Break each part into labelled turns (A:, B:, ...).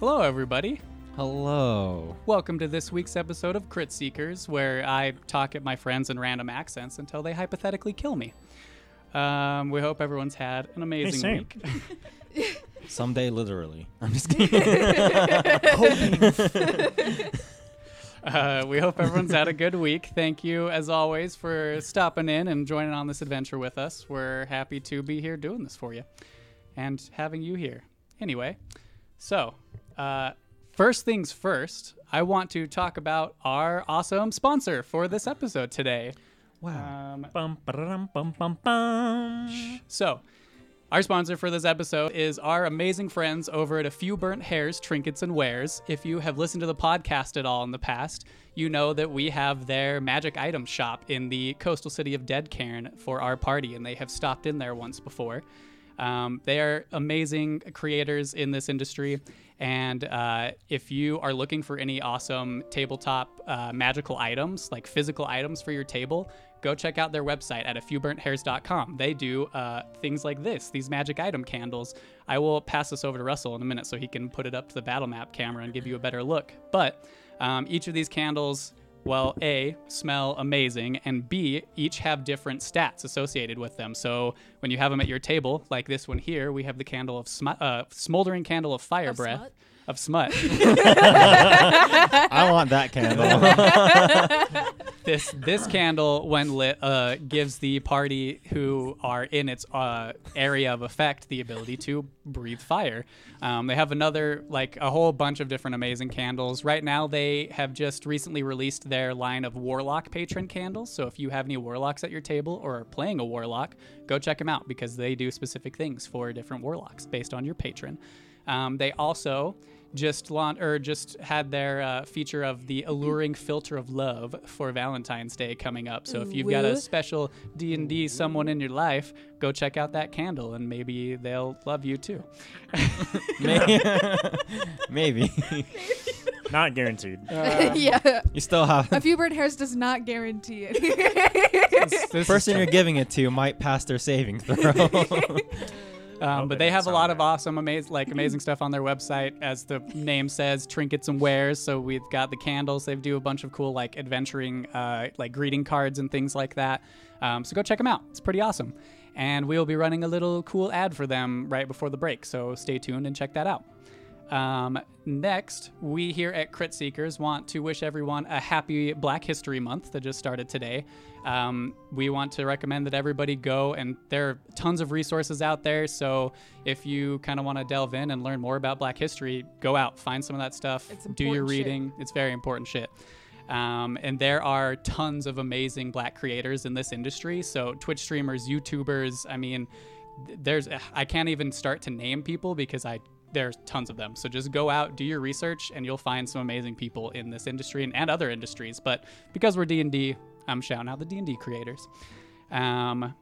A: Hello, everybody.
B: Hello.
A: Welcome to this week's episode of Crit Seekers, where I talk at my friends in random accents until they hypothetically kill me. Um, we hope everyone's had an amazing
C: same.
A: week.
B: Someday, literally. I'm just kidding.
A: Uh, we hope everyone's had a good week. Thank you, as always, for stopping in and joining on this adventure with us. We're happy to be here doing this for you and having you here. Anyway, so uh, first things first, I want to talk about our awesome sponsor for this episode today.
B: wow.
A: Um,
C: Bum, ba-da-dum, bum, bum, bum.
A: So, our sponsor for this episode is our amazing friends over at A Few Burnt Hairs Trinkets and Wares. If you have listened to the podcast at all in the past, you know that we have their magic item shop in the coastal city of Deadcairn for our party, and they have stopped in there once before. Um, they are amazing creators in this industry. And uh, if you are looking for any awesome tabletop uh, magical items, like physical items for your table, go check out their website at a fewburnthairs.com. They do uh, things like this, these magic item candles. I will pass this over to Russell in a minute so he can put it up to the battle map camera and give you a better look. But um, each of these candles well, A, smell amazing, and B, each have different stats associated with them. So when you have them at your table, like this one here, we have the candle of sm- uh, smoldering candle of fire
D: Of
A: breath.
D: smut.
A: Of smut.
B: I want that candle.
A: this this candle, when lit, uh, gives the party who are in its uh, area of effect the ability to breathe fire. Um, they have another like a whole bunch of different amazing candles. Right now, they have just recently released their line of warlock patron candles. So if you have any warlocks at your table or are playing a warlock, go check them out because they do specific things for different warlocks based on your patron. Um, they also just launch or just had their uh, feature of the alluring filter of love for Valentine's Day coming up. So if you've got a
D: Ooh.
A: special D and D someone in your life, go check out that candle and maybe they'll love you too.
B: May- Maybe.
C: Not guaranteed.
D: yeah.
B: You still have.
D: A few burnt hairs does not guarantee it.
A: This is
B: Person you're giving it to might pass their saving throw.
A: Um, but
C: they
A: they
C: don't
A: have a
C: sound
A: lot of
C: bad.
A: awesome, amazing, like amazing stuff on their website, as the name says, trinkets and wares. So we've got the candles. They do a bunch of cool, like adventuring, uh, like greeting cards and things like that. Um, so go check them out. It's pretty awesome. And we'll be running a little cool ad for them right before the break. So stay tuned and check that out. Um, next, we here at Crit Seekers want to wish everyone a happy Black History Month that just started today. Um, we want to recommend that everybody go, and there are tons of resources out there. So if you kind of want to delve in and learn more about Black history, go out, find some of that stuff,
D: It's
A: do your
D: important shit.
A: reading. It's very important shit. Um, and there are tons of amazing black creators in this industry. So, Twitch streamers, YouTubers, I mean, th- there's, I can't even start to name people because I, there's tons of them. So, just go out, do your research, and you'll find some amazing people in this industry and, and other industries. But because we're D&D, I'm shouting out the D&D creators. Um,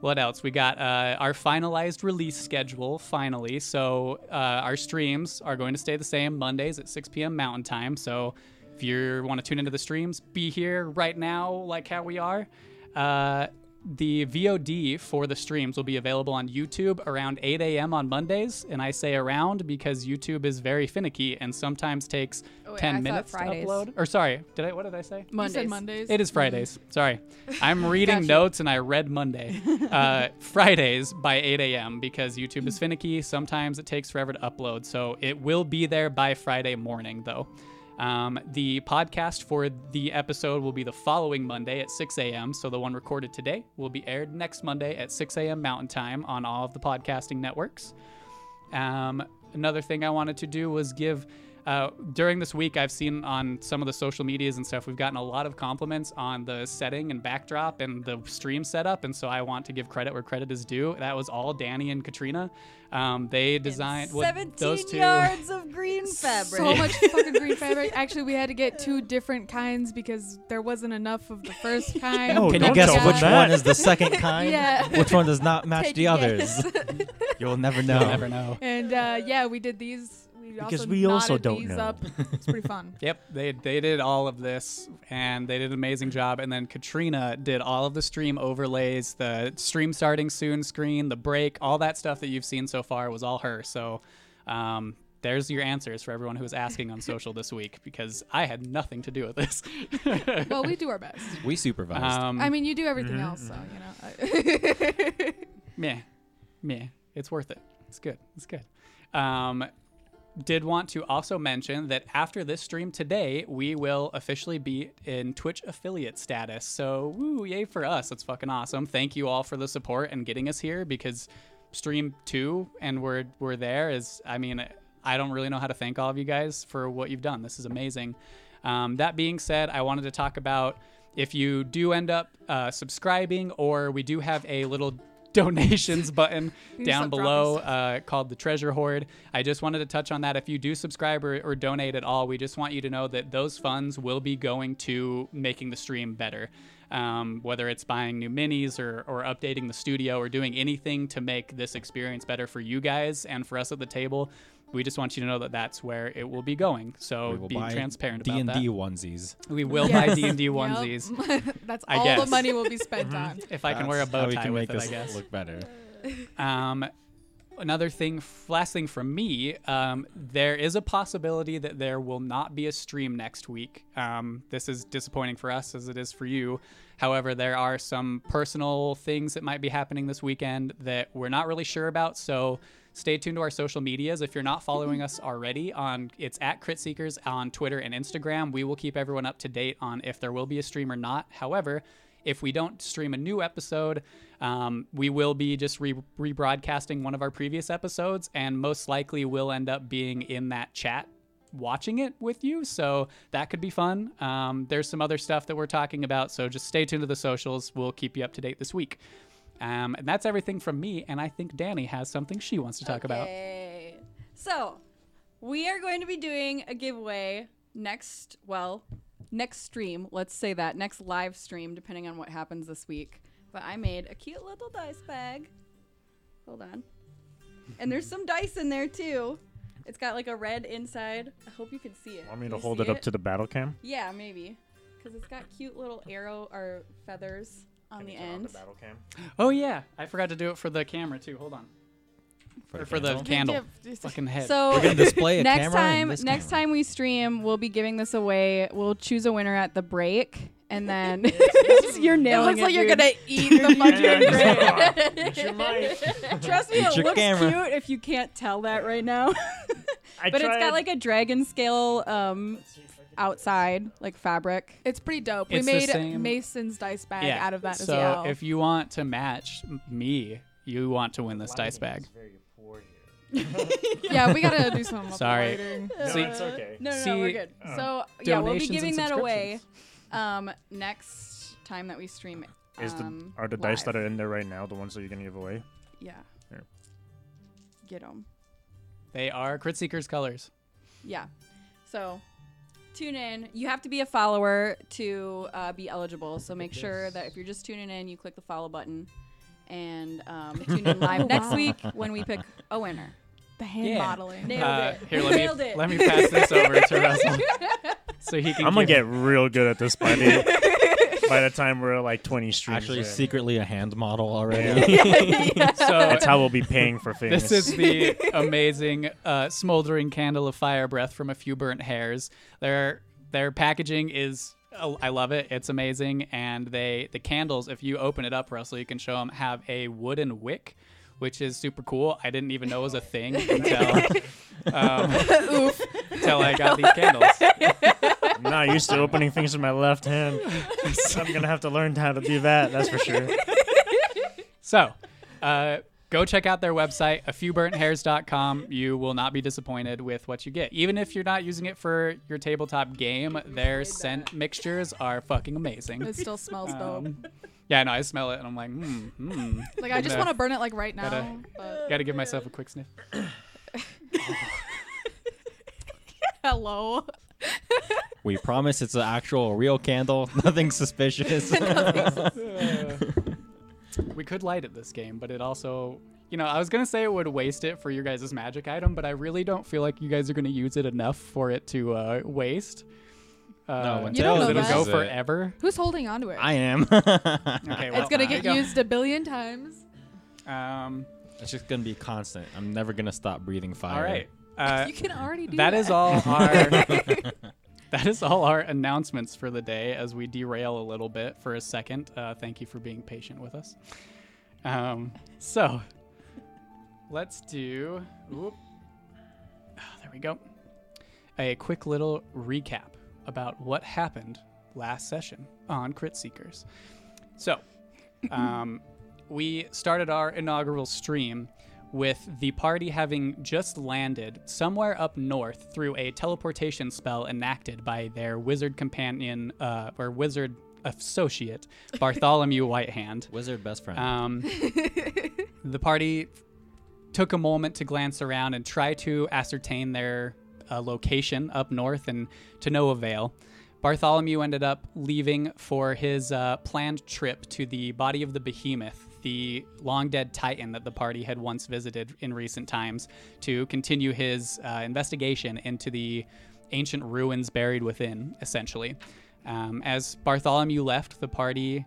A: what else? We got uh, our finalized release schedule finally. So uh, our streams are going to stay the same Mondays at 6 p.m. Mountain Time. So if you want to tune into the streams, be here right now, like how we are. Uh, the VOD for the streams will be available on YouTube around 8 a.m. on Mondays, and I say around because YouTube is very finicky and sometimes takes
E: Oh, wait, I
A: 10
E: thought
A: minutes to
E: Fridays.
A: upload. Or sorry, did I? What did I say?
D: You
E: Mondays.
D: said Mondays.
A: It is Fridays. Sorry. I'm reading notes and I read Monday. Uh, Fridays by 8 a.m. because YouTube is finicky. Sometimes it takes forever to upload. So it will be there by Friday morning, though. Um, the podcast for the episode will be the following Monday at 6 a.m. So the one recorded today will be aired next Monday at 6 a.m. Mountain Time on all of the podcasting networks. Um, another thing I wanted to do was give. Uh, during this week, I've seen on some of the social medias and stuff, we've gotten a lot of compliments on the setting and backdrop and the stream setup. And so I want to give credit where credit is due. That was all Danny and Katrina. Um, they designed what- those two.
E: of green
D: So much fucking green fabric. Actually, we had to get two different kinds because there wasn't enough of the first kind.
C: No,
B: Can
C: don't
B: you guess
C: tell them
B: which
C: that.
B: one is the second kind?
D: Yeah.
B: Which one does not match
E: Take
B: the
E: a
B: others? You'll never know.
A: You'll never know.
D: And uh, yeah, we did these. We
C: Because
D: also
C: we also
D: knotted
C: don't
D: these
C: know.
D: Up. It's pretty fun.
A: Yep, they they did all of this and they did an amazing job. And then Katrina did all of the stream overlays, the stream starting soon screen, the break, all that stuff that you've seen so far was all her. So um, There's your answers for everyone who was asking on social this week because I had nothing to do with this.
D: Well, we do our best.
B: We supervised.
A: um,
D: I mean, you do everything else, so you know.
A: meh, meh. It's worth it. It's good. It's good. Um, did want to also mention that after this stream today, we will officially be in Twitch affiliate status. So, woo, yay for us. That's fucking awesome. Thank you all for the support and getting us here because stream two and we're, we're there is, I mean, I don't really know how to thank all of you guys for what you've done. This is amazing. Um, that being said, I wanted to talk about if you do end up uh, subscribing, or we do have a little donations button
D: You
A: down
D: just dropping
A: below
D: stuff.
A: uh, called the Treasure Hoard. I just wanted to touch on that. If you do subscribe or, or donate at all, we just want you to know that those funds will be going to making the stream better. Um, whether it's buying new minis or, or updating the studio or doing anything to make this experience better for you guys and for us at the table, we just want you to know that that's where it will be going. So be transparent
B: D
A: about
B: and
A: that.
B: D onesies.
A: We will buy D and D onesies
D: Yep. That's
A: I
D: all
A: guess.
D: the money will be spent on.
A: if I can wear a
B: That's how
A: bow
B: we
A: tie
B: can
A: with
B: make
A: it. I
B: this
A: guess.
B: look better.
A: Um, another thing, f- last thing from me, um, there is a possibility that there will not be a stream next week. Um, this is disappointing for us as it is for you. However, there are some personal things that might be happening this weekend that we're not really sure about. So stay tuned to our social medias. If you're not following us already on it's at Crit Seekers on Twitter and Instagram, we will keep everyone up to date on if there will be a stream or not. However, if we don't stream a new episode, um, we will be just re- rebroadcasting one of our previous episodes, and most likely we'll end up being in that chat watching it with you. So that could be fun. Um, there's some other stuff that we're talking about, so just stay tuned to the socials. We'll keep you up to date this week. Um, and that's everything from me, and I think Danny has something she wants to talk about.
E: Okay. So, we are going to be doing a giveaway next, well, next stream. Let's say that next live stream, depending on what happens this week. But I made a cute little dice bag. Hold on. And there's some dice in there too. It's got like a red inside. I hope you can see it.
C: Want me
E: Can
C: to
E: you
C: hold
E: see
C: it up to the battle cam?
E: Yeah, maybe. Because it's got cute little arrow or feathers on the end.
C: battle cam.
A: Oh, yeah. I forgot to do it for the camera, too. Hold on.
B: For,
A: Or
B: the
A: for the
B: candle.
A: candle. Fucking head.
E: So
B: We're gonna display a
E: next
B: camera and
E: time
B: this
E: next
B: camera.
E: time we stream we'll be giving this away we'll choose a winner at the break and then you're
D: It
E: nailing
D: looks
E: it,
D: like you're
E: dude.
D: gonna eat the fucking grape.
E: trust me
B: Eat
E: it
B: your
E: looks
B: camera.
E: cute if you can't tell that right now
C: I
E: but it's
C: tried-
E: got like a dragon scale um outside like fabric
D: It's pretty dope.
A: It's the
D: we made
A: same-
D: Mason's dice bag
A: yeah.
D: out of that as
A: so
D: well.
A: if you want to match m- me, you want to win this dice bag.
D: yeah, we gotta do something. up
A: Sorry.
D: later.
A: No, See-
E: it's
C: okay.
E: no no,
A: See,
E: we're good
C: Uh,
E: so yeah we'll be
A: donations and
E: giving that away
A: subscriptions.
E: um next time that we stream it
C: Is the
E: um,
C: are the dice
E: live.
C: that are in there right now the ones that you're gonna give away?
E: yeah
C: Here.
E: get them
A: They are Crit Seeker's colors.
E: Yeah. So tune in. You have to be a follower to uh, be eligible. So make sure that if you're just tuning in, you click the follow button and um, tune in live next week when we pick a winner.
D: The hand
A: Yeah.
D: modeling.
E: Nailed
A: Uh,
E: it.
A: here, let
E: Nailed
A: me,
E: it.
A: let me pass this over to Russell so he can.
C: I'm gonna
A: give-
C: get real good at this by the by the time we're like 20 streams.
B: Actually,
C: in.
B: secretly a hand model already.
A: So
C: that's how we'll be paying for things.
A: this is the amazing uh, smoldering candle of fire breath from a few burnt hairs. Their their packaging is. oh, I love it. It's amazing, and they the candles. If you open it up, Russell, you can show them have a wooden wick, which is super cool. I didn't even know was a thing until um, until I got these candles.
C: I'm not used to opening things with my left hand. So I'm gonna have to learn how to do that. That's for sure.
A: So, uh, go check out their website, a fewburnthairs.com. You will not be disappointed with what you get. Even if you're not using it for your tabletop game, their scent mixtures are fucking amazing.
D: It still smells dope.
A: Um, yeah, no, I smell it and I'm like, mm, mm.
D: Like I just
A: gotta-
D: want to burn it like right now.
A: gotta-
D: but-
A: Gotta give myself a quick sniff.
D: hello.
B: we promise it's an actual real candle. Nothing suspicious.
A: We could light it this game, but it also, you know, I was gonna say it would waste it for your guys' magic item, but I really don't feel like you guys are gonna use it enough for it to uh, waste. Uh,
B: one
D: You don't tells know
A: it'll
D: that.
A: go
B: uses it.
A: forever.
D: Who's holding onto it?
B: I am.
A: Okay, well,
D: it's gonna
A: there you
D: get
A: go.
D: used a billion times.
A: Um,
B: It's just gonna be constant. I'm never gonna stop breathing fire.
A: all right. Uh,
E: you can already do
A: that
E: that.
A: is all our that is all our announcements for the day as we derail a little bit for a second uh, thank you for being patient with us um, so let's do oop, Ah, there we go a quick little recap about what happened last session on crit seekers so um, we started our inaugural stream with the party having just landed somewhere up north through a teleportation spell enacted by their wizard companion uh, or wizard associate Bartholomew Whitehand.
B: Wizard best friend.
A: Um, the party took a moment to glance around and try to ascertain their uh, location up north, and to no avail. Bartholomew ended up leaving for his uh, planned trip to the body of the behemoth, the long dead titan that the party had once visited in recent times, to continue his uh, investigation into the ancient ruins buried within, essentially. Um, as Bartholomew left, the party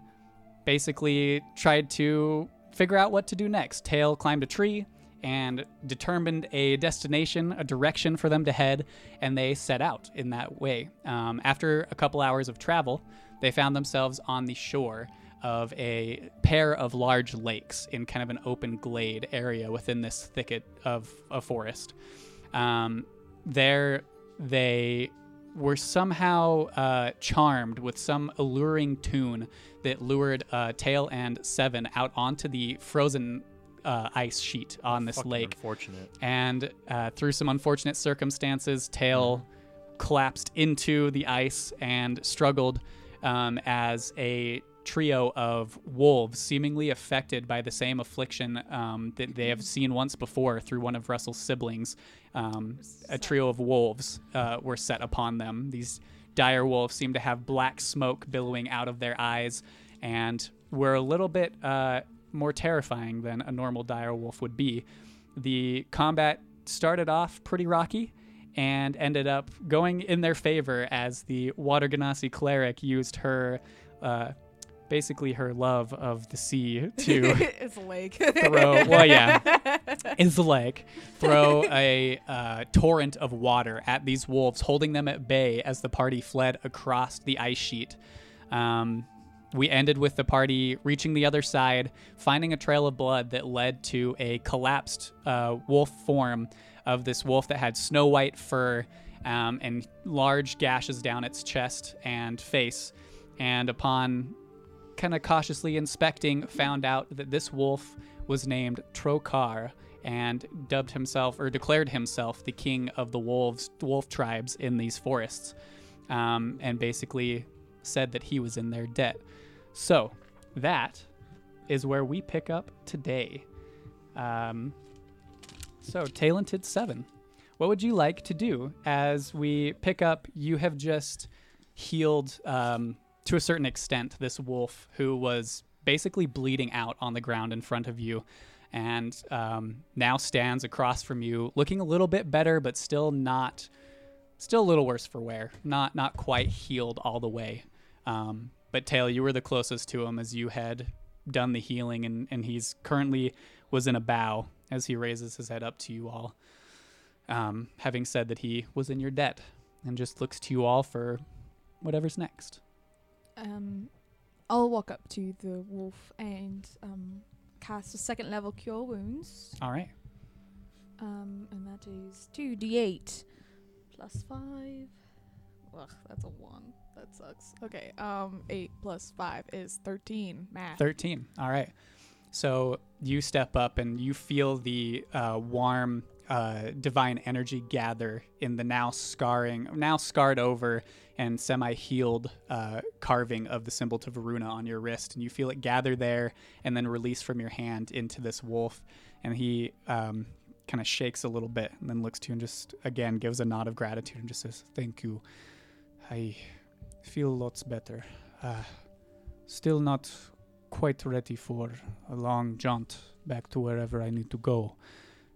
A: basically tried to figure out what to do next. Tail climbed a tree and determined a destination, a direction for them to head, and they set out in that way. Um, after a couple hours of travel, they found themselves on the shore of a pair of large lakes in kind of an open glade area within this thicket of a forest. Um, there, they were somehow uh, charmed with some alluring tune that lured uh, Tail and Seven out onto the frozen uh, ice sheet on this
C: Fucking
A: lake.
C: Unfortunate.
A: And uh, through some unfortunate circumstances, Tail collapsed into the ice and struggled um, as a trio of wolves, seemingly affected by the same affliction um, that they have seen once before through one of Russell's siblings. Um, a trio of wolves uh, were set upon them. These dire wolves seem to have black smoke billowing out of their eyes and were a little bit uh, more terrifying than a normal dire wolf would be. The combat started off pretty rocky and ended up going in their favor as the Water Ganassi cleric used her, uh, basically her love of the sea to
D: it's a lake.
A: throw. Well, yeah, it's the lake. Throw a uh, torrent of water at these wolves, holding them at bay as the party fled across the ice sheet. Um, we ended with the party reaching the other side, finding a trail of blood that led to a collapsed uh, wolf form of this wolf that had snow white fur um, and large gashes down its chest and face. And upon kind of cautiously inspecting, found out that this wolf was named Trokar and dubbed himself or declared himself the king of the wolves, wolf tribes in these forests, um, and basically said that he was in their debt. So that is where we pick up today. Um, so talented seven, what would you like to do as we pick up? You have just healed um, to a certain extent this wolf who was basically bleeding out on the ground in front of you and um, now stands across from you looking a little bit better but still not still a little worse for wear not not quite healed all the way um, but tail you were the closest to him as you had done the healing and, and he's currently was in a bow as he raises his head up to you all um, having said that he was in your debt and just looks to you all for whatever's next
D: Um, I'll walk up to the wolf and um, cast a second level cure wounds.
A: all right
D: Um, and that is 2d8 plus 5. Ugh, that's a 1. That sucks. Okay, um, 8 plus 5 is 13. Math.
A: 13. All right. So you step up and you feel the uh, warm uh, divine energy gather in the now scarring, now scarred over and semi healed uh, carving of the symbol to Varuna on your wrist. And you feel it gather there and then release from your hand into this wolf. And he um, kind of shakes a little bit and then looks to you and just again gives a nod of gratitude and just says, Thank you. I feel lots better. Uh, still not quite ready for a long jaunt back to wherever I need to go.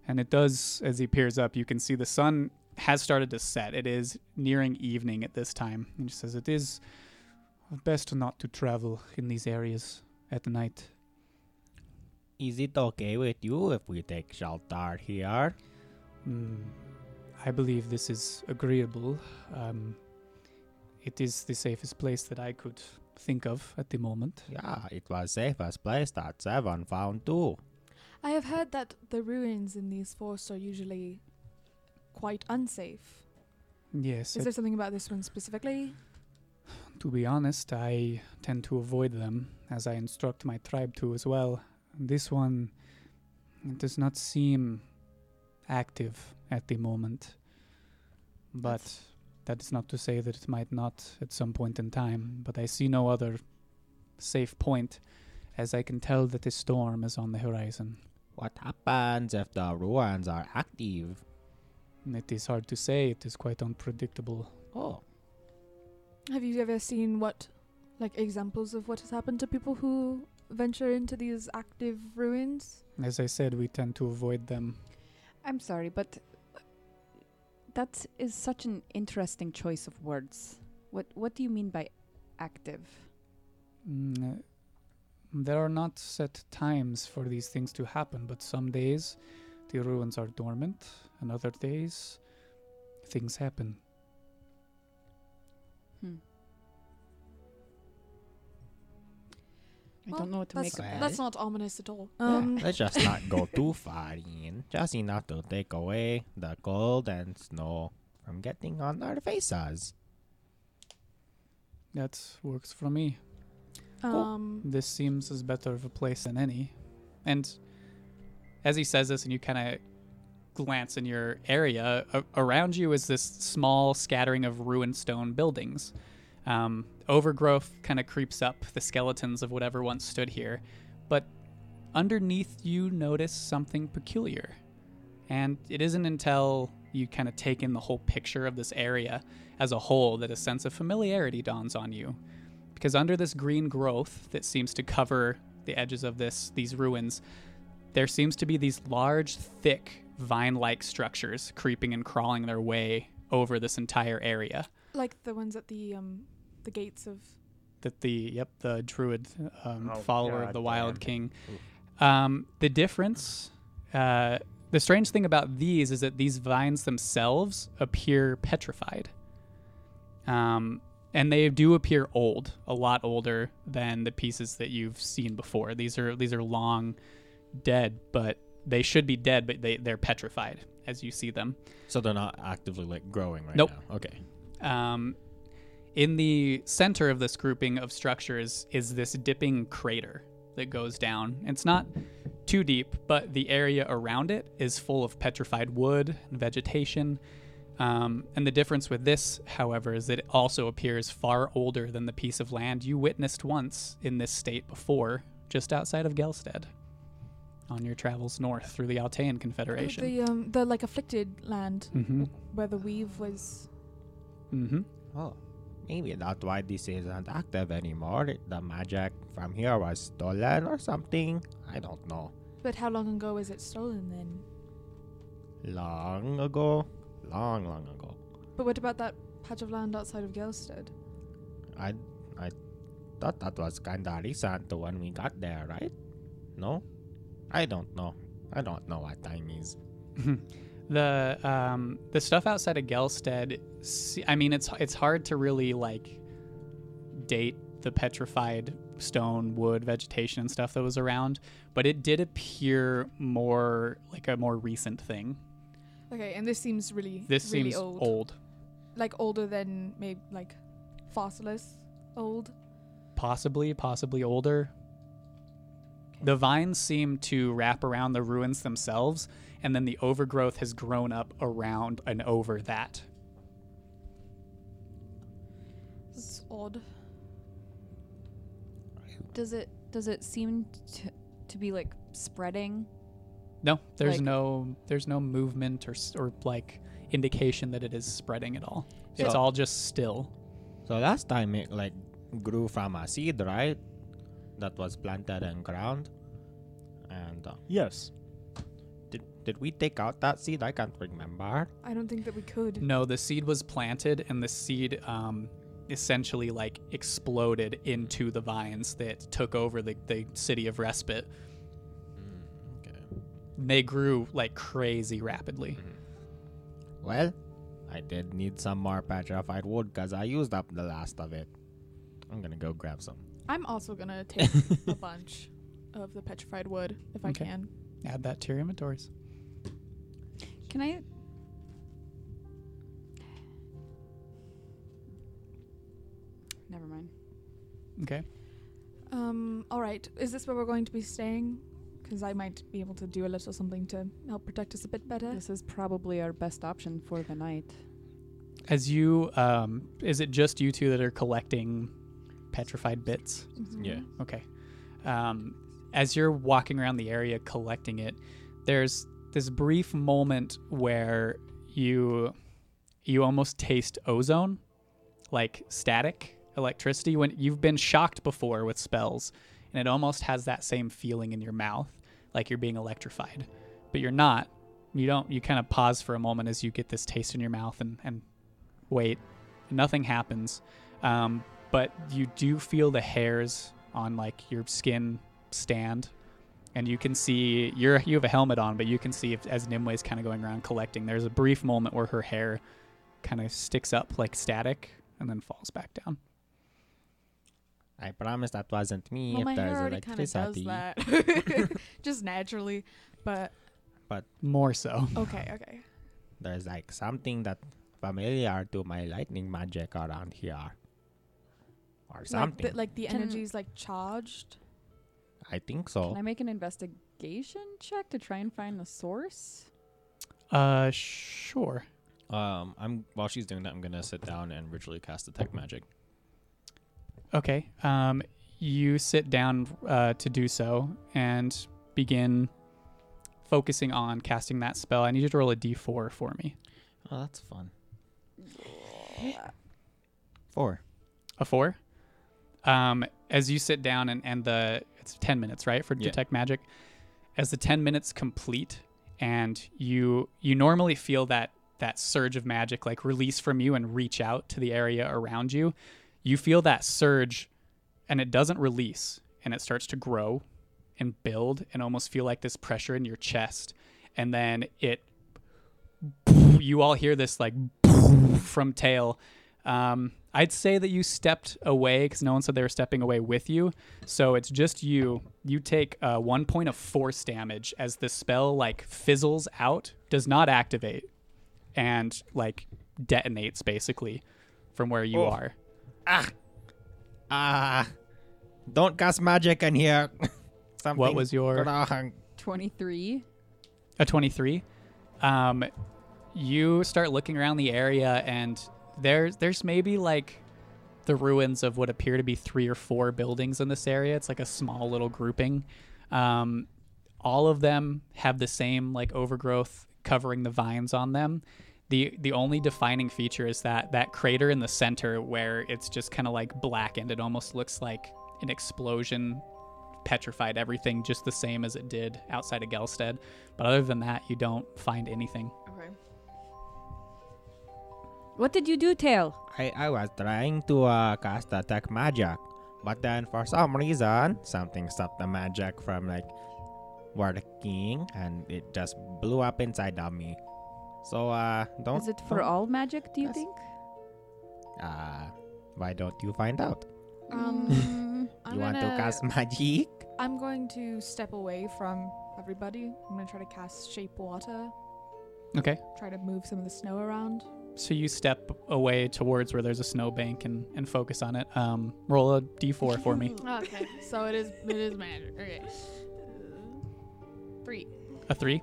A: And it does, as he peers up, you can see the sun has started to set. It is nearing evening at this time. And he says, It is best not to travel in these areas at night.
B: Is it okay with you if we take shelter here?
A: Hmm. I believe this is agreeable. Um, it is the safest place that I could think of at the moment.
B: Yeah, it was safest place that Seven found too.
D: I have heard that the ruins in these forests are usually quite unsafe.
A: Yes,
D: Is there something about this one specifically?
A: To be honest, I tend to avoid them, as I instruct my tribe to as well. This one it does not seem active at the moment. But that is not to say that it might not at some point in time, but I see no other safe point, as I can tell that a storm is on the horizon.
B: What happens if the ruins are active?
A: It is hard to say, it is quite unpredictable.
B: Oh,
D: Have you ever seen what, like, examples of what has happened to people who venture into these active ruins?
A: As I said, we tend to avoid them.
E: I'm sorry, but that is such an interesting choice of words. What What do you mean by active?
A: Mm, uh, there are not set times for these things to happen, but some days the ruins are dormant, and other days things happen.
E: I
D: Well,
E: don't know what to make
D: That's,
E: of that.
D: that's not ominous at all.
E: Yeah.
D: Um,
B: let's just not go too far in. Just enough to take away the cold and snow from getting on our faces.
A: That works for me.
D: um,
A: This seems as better of a place than any. And as he says this, and you kind of glance in your area, a- around you is this small scattering of ruined stone buildings. Um, overgrowth kind of creeps up the skeletons of whatever once stood here. But underneath, you notice something peculiar. And it isn't until you kind of take in the whole picture of this area as a whole that a sense of familiarity dawns on you because under this green growth that seems to cover the edges of this these ruins there seems to be these large thick vine-like structures creeping and crawling their way over this entire area
D: like the ones at the um, the gates of.
A: that the yep the druid um,
C: Oh,
A: follower of
C: God
A: the wild
C: damn.
A: king um, the difference uh, the strange thing about these is that these vines themselves appear petrified um, and they do appear old a lot older than the pieces that you've seen before these are these are long dead but they should be dead but they, they're petrified as you see them
B: So they're not actively like growing right
A: Nope.
B: now. Okay.
A: um, in the center of this grouping of structures is this dipping crater that goes down. It's not too deep, but the area around it is full of petrified wood and vegetation. Um, and the difference with this, however, is that it also appears far older than the piece of land you witnessed once in this state before, just outside of Gelstead, on your travels north through the Altean Confederation.
D: The um, the like afflicted land
A: mm-hmm.
D: where the weave was.
A: Mm-hmm.
B: Oh, maybe that's why this isn't active anymore. The magic from here was stolen or something. I don't know.
D: But how long ago was it stolen then?
B: Long ago, long, long ago.
D: But what about that patch of land outside of Gelstead?
B: I, I thought that was kinda recent to when we got there, right? No, I don't know. I don't know what time is.
A: the um, the stuff outside of Gelstead, se- I mean, it's it's hard to really like date the petrified stone, wood, vegetation, and stuff that was around, but it did appear more like a more recent thing.
D: Okay, and this seems really
A: This
D: really
A: seems old.
D: like older than maybe like fossilis old.
A: possibly, possibly older. The vines seem to wrap around the ruins themselves, and then the overgrowth has grown up around and over that.
D: It's odd.
E: Does it Does it seem to, to be like spreading?
A: No, there's
E: Like-
A: no there's no movement or s- or like indication that it is spreading at all. It's
B: So-
A: all just still.
B: So last time it like grew from a seed, right? That was planted in ground, and uh,
C: Yes.
B: did did we take out that seed? I can't remember.
D: I don't think that we could.
A: No, the seed was planted and the seed um essentially like exploded into the vines that took over the, the city of respite.
B: Okay.
A: They grew like crazy rapidly.
B: Well, I did need some more petrified wood because I used up the last of it. I'm gonna go grab some.
D: I'm also gonna take a bunch of the petrified wood if I
A: Okay.
D: can.
A: Add that to your inventories.
E: Can I? Never mind.
A: Okay.
D: Um, all right. Is this where we're going to be staying? Because I might be able to do a little something to help protect us a bit better.
E: This is probably our best option for the night.
A: As you, um, is it just you two that are collecting petrified bits?
B: Yeah.
A: Okay. Um, as you're walking around the area collecting it, there's this brief moment where you you almost taste ozone, like static electricity when you've been shocked before with spells, and it almost has that same feeling in your mouth, like you're being electrified, but you're not. You don't. You kind of pause for a moment as you get this taste in your mouth and and wait. Nothing happens. Um, but you do feel the hairs on like your skin stand and you can see you're you have a helmet on but you can see if, as Nimue's kind of going around collecting there's a brief moment where her hair kind of sticks up like static and then falls back down
B: I promise that wasn't me.
D: Well,
B: if
D: my hair
B: there's
D: already kind of does
B: electricity,
D: that, just naturally. But
A: more so
D: okay, okay.
B: there's like something that familiar to my lightning magic around here, or something.
D: Like the, like the
E: Can-
D: energy's like charged.
B: I think
E: Can
B: so.
E: I make an investigation check to try and find the source?
A: uh sure
B: Um, I'm while she's doing that, I'm gonna sit down and ritually cast detect magic.
A: okay um you sit down uh, to do so and begin focusing on casting that spell i need you to roll a d4 for me
B: Oh, that's fun. Four.
A: a four. Um, as you sit down and, and the it's ten minutes, right, for
B: Yeah.
A: detect magic. As the ten minutes complete, and you you normally feel that that surge of magic like release from you and reach out to the area around you, you feel that surge, and it doesn't release, and it starts to grow, and build, and almost feel like this pressure in your chest, and then it. You all hear this like from tail, um, I'd say that you stepped away because no one said they were stepping away with you. So it's just you. You take uh, one point of force damage as the spell like fizzles out, does not activate, and like detonates basically from where you
B: Oh.
A: are.
B: Ah, don't cast magic in here. Something
A: What was your
B: wrong?
E: 23.
A: a 23 um you start looking around the area and there's there's maybe like the ruins of what appear to be three or four buildings in this area it's like a small little grouping um all of them have the same like overgrowth covering the vines on them the the only defining feature is that that crater in the center where it's just kind of like blackened it almost looks like an explosion petrified everything just the same as it did outside of Gelstead. But other than that, you don't find anything.
D: Okay.
E: What did you do, Tail?
B: I, I was trying to uh, cast attack magic, but then for some reason something stopped the magic from like working, and it just blew up inside of me. So uh, don't.
E: Is it for
B: don't-
E: all magic, do you
B: Yes.
E: think?
B: Uh, why don't you find out?
D: Um, I'm
B: you want to
D: gonna-
B: cast magic?
D: I'm going to step away from everybody. I'm gonna try to cast shape water.
A: Okay.
D: Try to move some of the snow around.
A: So you step away towards where there's a snowbank and, and focus on it. Um, roll a d4 for me.
D: Okay. so it is. It is magic. Okay. Three.
A: A three.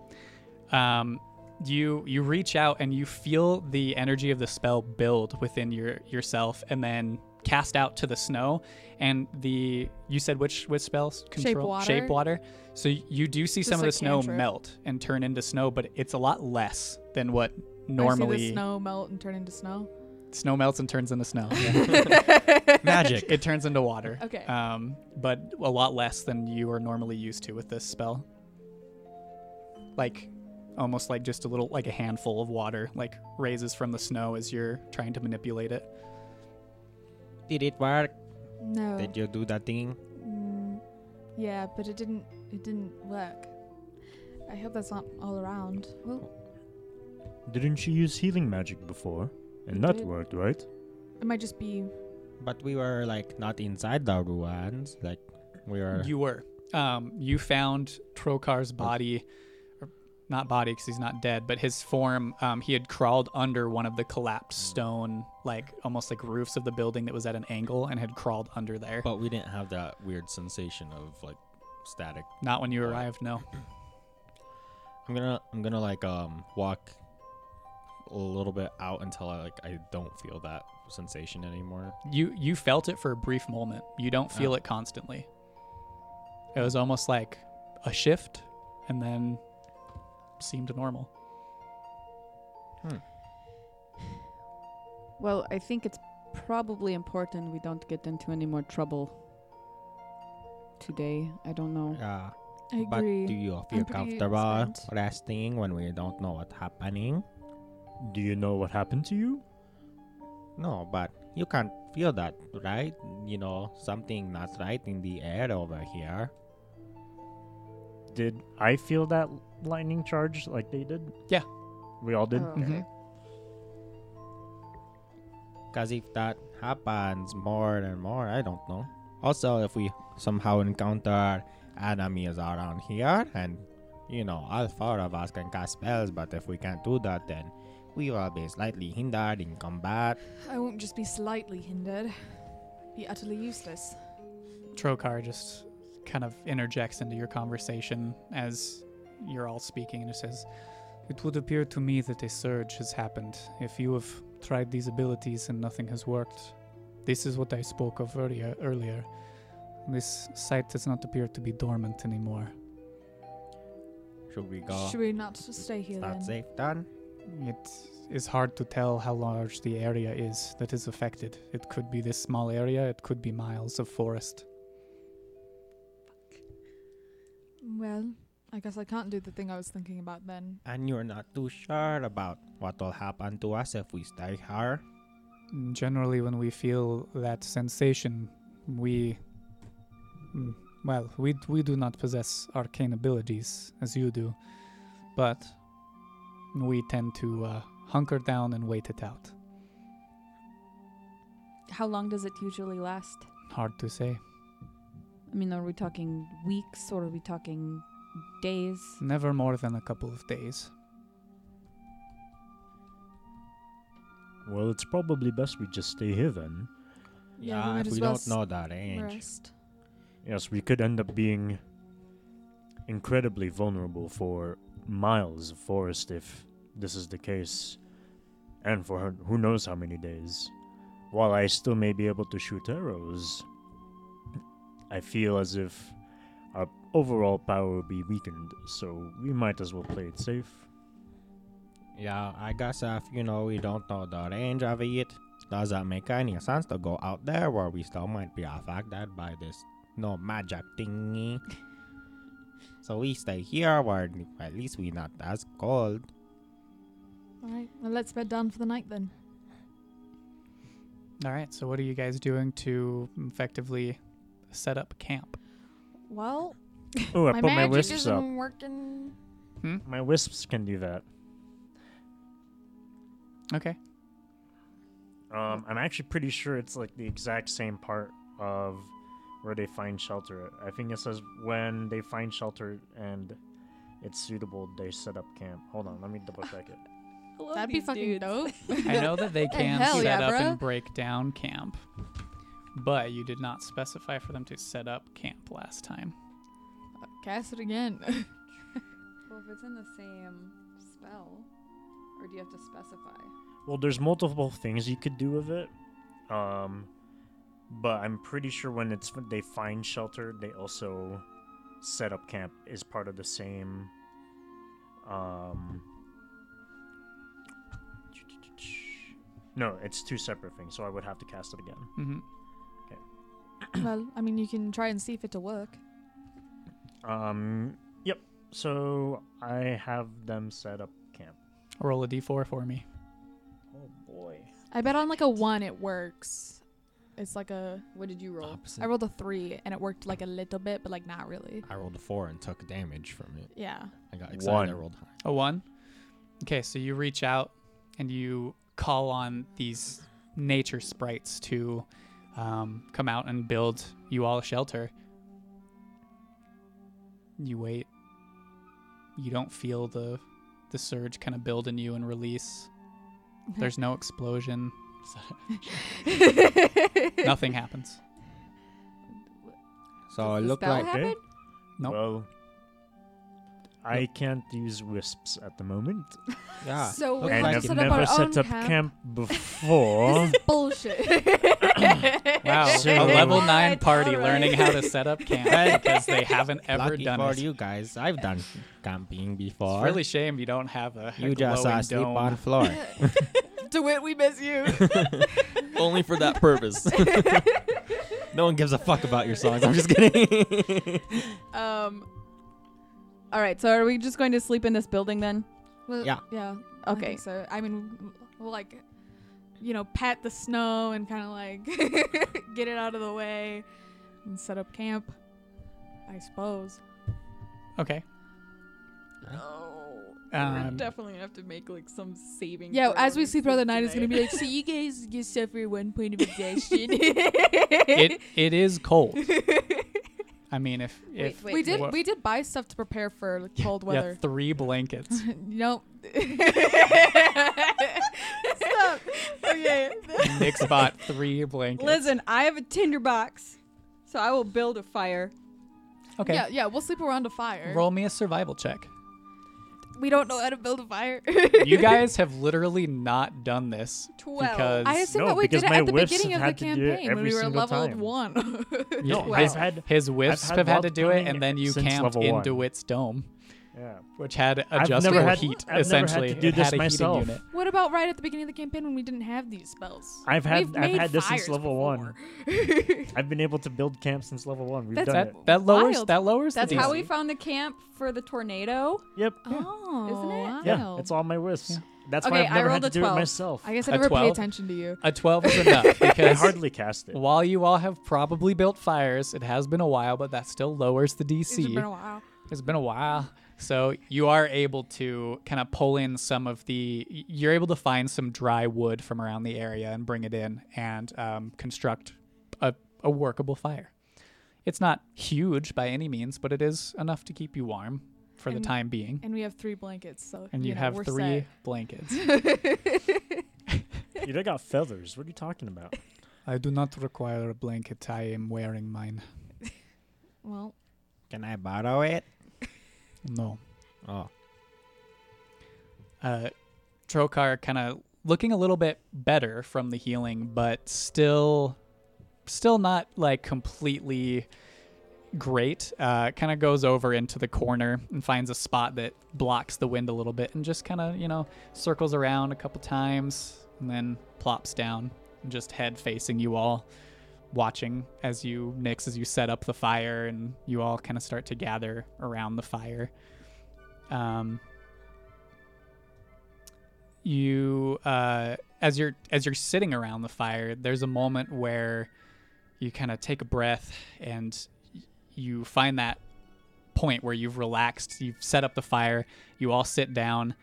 A: Um, you you reach out and you feel the energy of the spell build within your yourself and then cast out to the snow and the you said which which spells control
D: water.
A: water. so y- you do see some
D: Just
A: of
D: a
A: the snow
D: cantrip.
A: melt and turn into snow but it's a lot less than what
D: I see
A: normally
D: the snow melt and turn into snow.
A: snow melts and turns into snow.
B: Magic. Uh,
A: it turns into water.
D: Okay.
A: Um, but a lot less than you are normally used to with this spell. Like, almost like just a little, like a handful of water, like raises from the snow as you're trying to manipulate it.
B: Did it work?
D: No.
B: Did you do the thing?
D: Mm, yeah, but it didn't. It didn't work. I hope that's not all around.
C: Didn't you use healing magic before? And that
D: did.
C: worked, right?
D: It might just be
B: But we were like not inside the ruins. Like we were.
A: You were. Um, you found Trokar's body, or not body because he's not dead, but his form. Um, he had crawled under one of the collapsed stone, like almost like roofs of the building that was at an angle, and had crawled under there.
B: but we didn't have that weird sensation of like static.
A: Not when you arrived, no.
B: I'm gonna I'm gonna like um walk a little bit out until I like I don't feel that sensation anymore.
A: You you felt it for a brief moment. You don't feel it constantly. It was almost like a shift, and then seemed normal.
E: Well, I think it's probably important we don't get into any more trouble today. I don't know.
B: Yeah.
D: I
B: But
D: agree.
B: do you feel
D: pretty
B: comfortable
D: spent.
B: resting when we don't know what's happening?
C: Do you know what happened to you?
B: No, but you can't feel that, right? You know, something not right in the air over here.
C: Did I feel that lightning charge like they did?
A: Yeah.
C: We all did?
D: Oh, okay.
A: Mhm.
B: Because if that happens more and more, I don't know. Also, if we somehow encounter enemies around here, and you know, all four of us can cast spells, but if we can't do that, then we will be slightly hindered in combat.
D: I won't just be slightly hindered. Be utterly useless.
A: Trokar just kind of interjects into your conversation as you're all speaking and just says, It would appear to me that a surge has happened. If you have tried these abilities and nothing has worked, this is what I spoke of earlier. earlier. This site does not appear to be dormant anymore.
B: Should we go?
D: Should we not stay here
B: it's not
D: then?
B: safe then?
A: It is hard to tell how large the area is that is affected. It could be this small area, it could be miles of forest.
D: Well, I guess I can't do the thing I was thinking about then.
B: And you're not too sure about what will happen to us if we stay here?
A: generally when we feel that sensation we Mm, well we we do not possess arcane abilities as you do but we tend to uh, hunker down and wait it out
E: How long does it usually last?
A: hard to say
E: I mean, are we talking weeks or are we talking days?
A: never more than a couple of days
C: Well, it's probably best we just stay here then.
D: Yeah, we might
B: if
D: as
B: we
D: well
B: don't know the range.
D: Rest.
C: Yes, we could end up being incredibly vulnerable for miles of forest if this is the case, and for her- who knows how many days. While I still may be able to shoot arrows, I feel as if our overall power will be weakened, so we might as well play it safe.
B: Yeah, I guess if you know we don't know the range of it, does that make any sense to go out there where we still might be affected by this no magic thingy? so we stay here where at least we not as cold.
D: Alright, well, let's bed down for the night then.
A: all right so what are you guys doing to effectively set up camp
D: Well,
C: Oh, I
D: my
C: put my
D: magic
C: wisps
D: isn't
C: up.
D: working.
A: Hmm?
C: My wisps can do that.
A: okay
C: Um, I'm actually pretty sure it's like the exact same part of where they find shelter. I think it says when they find shelter and it's suitable, they set up camp. Hold on, let me double check it.
D: That'd be fucking dope.
A: i know that they can
E: Hell
A: set
E: yeah,
A: up
E: bro.
A: and break down camp but you did not specify for them to set up camp last time
D: Cast it again.
E: Well, if it's in the same spell, or do you have to specify?
C: Well, there's multiple things you could do with it. Um, but I'm pretty sure when it's when they find shelter, they also set up camp is part of the same. Um, no, it's two separate things, so I would have to cast it again.
A: hmm
D: well, I mean, you can try and see if it'll work.
C: Um. Yep. So I have them set up camp.
A: Roll a d4 for me.
C: Oh boy.
D: I bet on like a one it works. It's like a.
E: What did you roll?
D: I rolled a three and it worked like a little bit, but like not really.
B: I rolled a four and took damage from it.
D: Yeah.
B: I got excited. I
C: One.
B: rolled high.
A: A one. Okay, so you reach out and you call on these nature sprites to um, come out and build you all a shelter. You wait. You don't feel the the surge kind of build in you and release. There's no explosion. Nothing happens.
B: So
E: Does
B: it
E: the
B: looked
E: spell
B: like
E: happen?
A: Nope.
C: Well, I can't use wisps at the moment,
B: yeah.
D: So
B: looked
D: we
C: and
D: like
C: I've
D: set up
C: never
D: our
C: set
D: own
C: up
D: camp.
C: camp before.
D: This is bullshit.
A: Wow, a
C: So-
A: level nine
E: It's
A: party
E: alright.
A: learning how to set up camp
B: Right.
A: because they haven't ever
B: Lucky
A: done
B: for
A: it.
B: you guys, I've done camping
A: It's
B: before.
A: really shame you don't have a a
B: you just
A: glowing
B: uh, sleep
A: dome.
B: on floor.
D: DeWitt, we miss you.
B: Only for that purpose. no one gives a fuck about your songs. I'm just kidding.
E: Um. All right. So are we just going to sleep in this building then?
D: Well,
B: Yeah.
D: Yeah. I
E: Okay.
D: think so I mean, we'll like, you know, pat the snow and kind of like get it out of the way and set up camp. I suppose.
A: Okay.
E: No.
A: Um,
D: Mm.
E: we definitely have to make like some saving.
D: Yeah,
E: throw
D: as we
E: when
D: sleep throughout the night, it's gonna
E: tonight.
D: be like, so you guys you suffer one point of exhaustion.
A: it it is cold. I mean, if if
E: wait,
D: we did
A: what-
D: we did buy stuff to prepare for like, cold
A: yeah,
D: weather.
A: three blankets.
D: nope.
E: Stop. Okay.
A: Nick bought three blankets.
E: Listen, I have a tinder box, so I will build a fire.
A: okay.
D: Yeah, yeah, we'll sleep around a fire.
A: Roll me a survival check.
D: We don't know how to build a fire.
A: You guys have literally not done this
E: Twelve.
A: because
D: I assume
C: No,
D: that we did
C: because
D: it
C: my
D: at the
C: whiffs
D: beginning of
C: have
D: the
C: had to do it
D: campaign when
C: every
D: we were
C: single
D: level
C: time.
D: one.
A: Yeah,
C: No,
A: his,
C: I've had
A: his whiffs
C: had
A: have had to
C: log
A: do it,
C: climbing
A: and then you
C: since
A: camped
C: level
A: in
C: one.
A: DeWitt's dome,
C: yeah.
A: which had
C: never
A: adjustable
C: had-
A: heat.
C: I've never had to
A: essentially,
C: do
A: it
C: this
A: had a
C: myself.
A: heating unit.
D: what about right at the beginning of the campaign when we didn't have these spells?
C: I've had
D: We've
C: I've
D: made
C: had this since
D: fires
C: level one.
D: before.
C: I've been able to build camp since level one. We've
D: That's-
C: done
A: That
C: it.
A: that lowers
D: Wild.
A: that lowers.
E: That's
A: the
E: how
A: DC.
E: we found the camp for the tornado.
C: Yep.
D: Oh,
E: Isn't
C: Yeah.
D: wild.
C: It's all my wisps. That's
E: Okay,
C: why I've
E: I
C: never
E: rolled
C: had
E: a
C: to do
E: 12.
C: it myself.
D: I guess I
A: A
D: never pay
A: 12?
D: attention to you.
A: A twelve is enough
C: I
A: because
C: hardly cast it.
A: while you all have probably built fires, it has been a while, but that still lowers the DC.
D: It's been a while.
A: It's been a while. So you are able to kind of pull in some of the. You're able to find some dry wood from around the area and bring it in and um, construct a, a workable fire. It's not huge by any means, but it is enough to keep you warm for
D: And-
A: the time being.
D: And we have three blankets, so
A: And you,
D: know,
A: have
D: we're
A: three blankets.
C: You don't got feathers. What are you talking about?
A: I do not require a blanket. I am wearing mine.
D: set. Well,
B: Can I borrow it?
A: No.
B: Oh,
A: uh, Trokar kind of looking a little bit better from the healing, but still, still not like completely great. Uh, kind of goes over into the corner and finds a spot that blocks the wind a little bit, and just kind of you know circles around a couple times, and then plops down, and just head facing you all. Watching as you Nix as you set up the fire and you all kind of start to gather around the fire. Um, you uh, as you're as you're sitting around the fire there's a moment where you kind of take a breath and y- you find that point where you've relaxed you've set up the fire you all sit down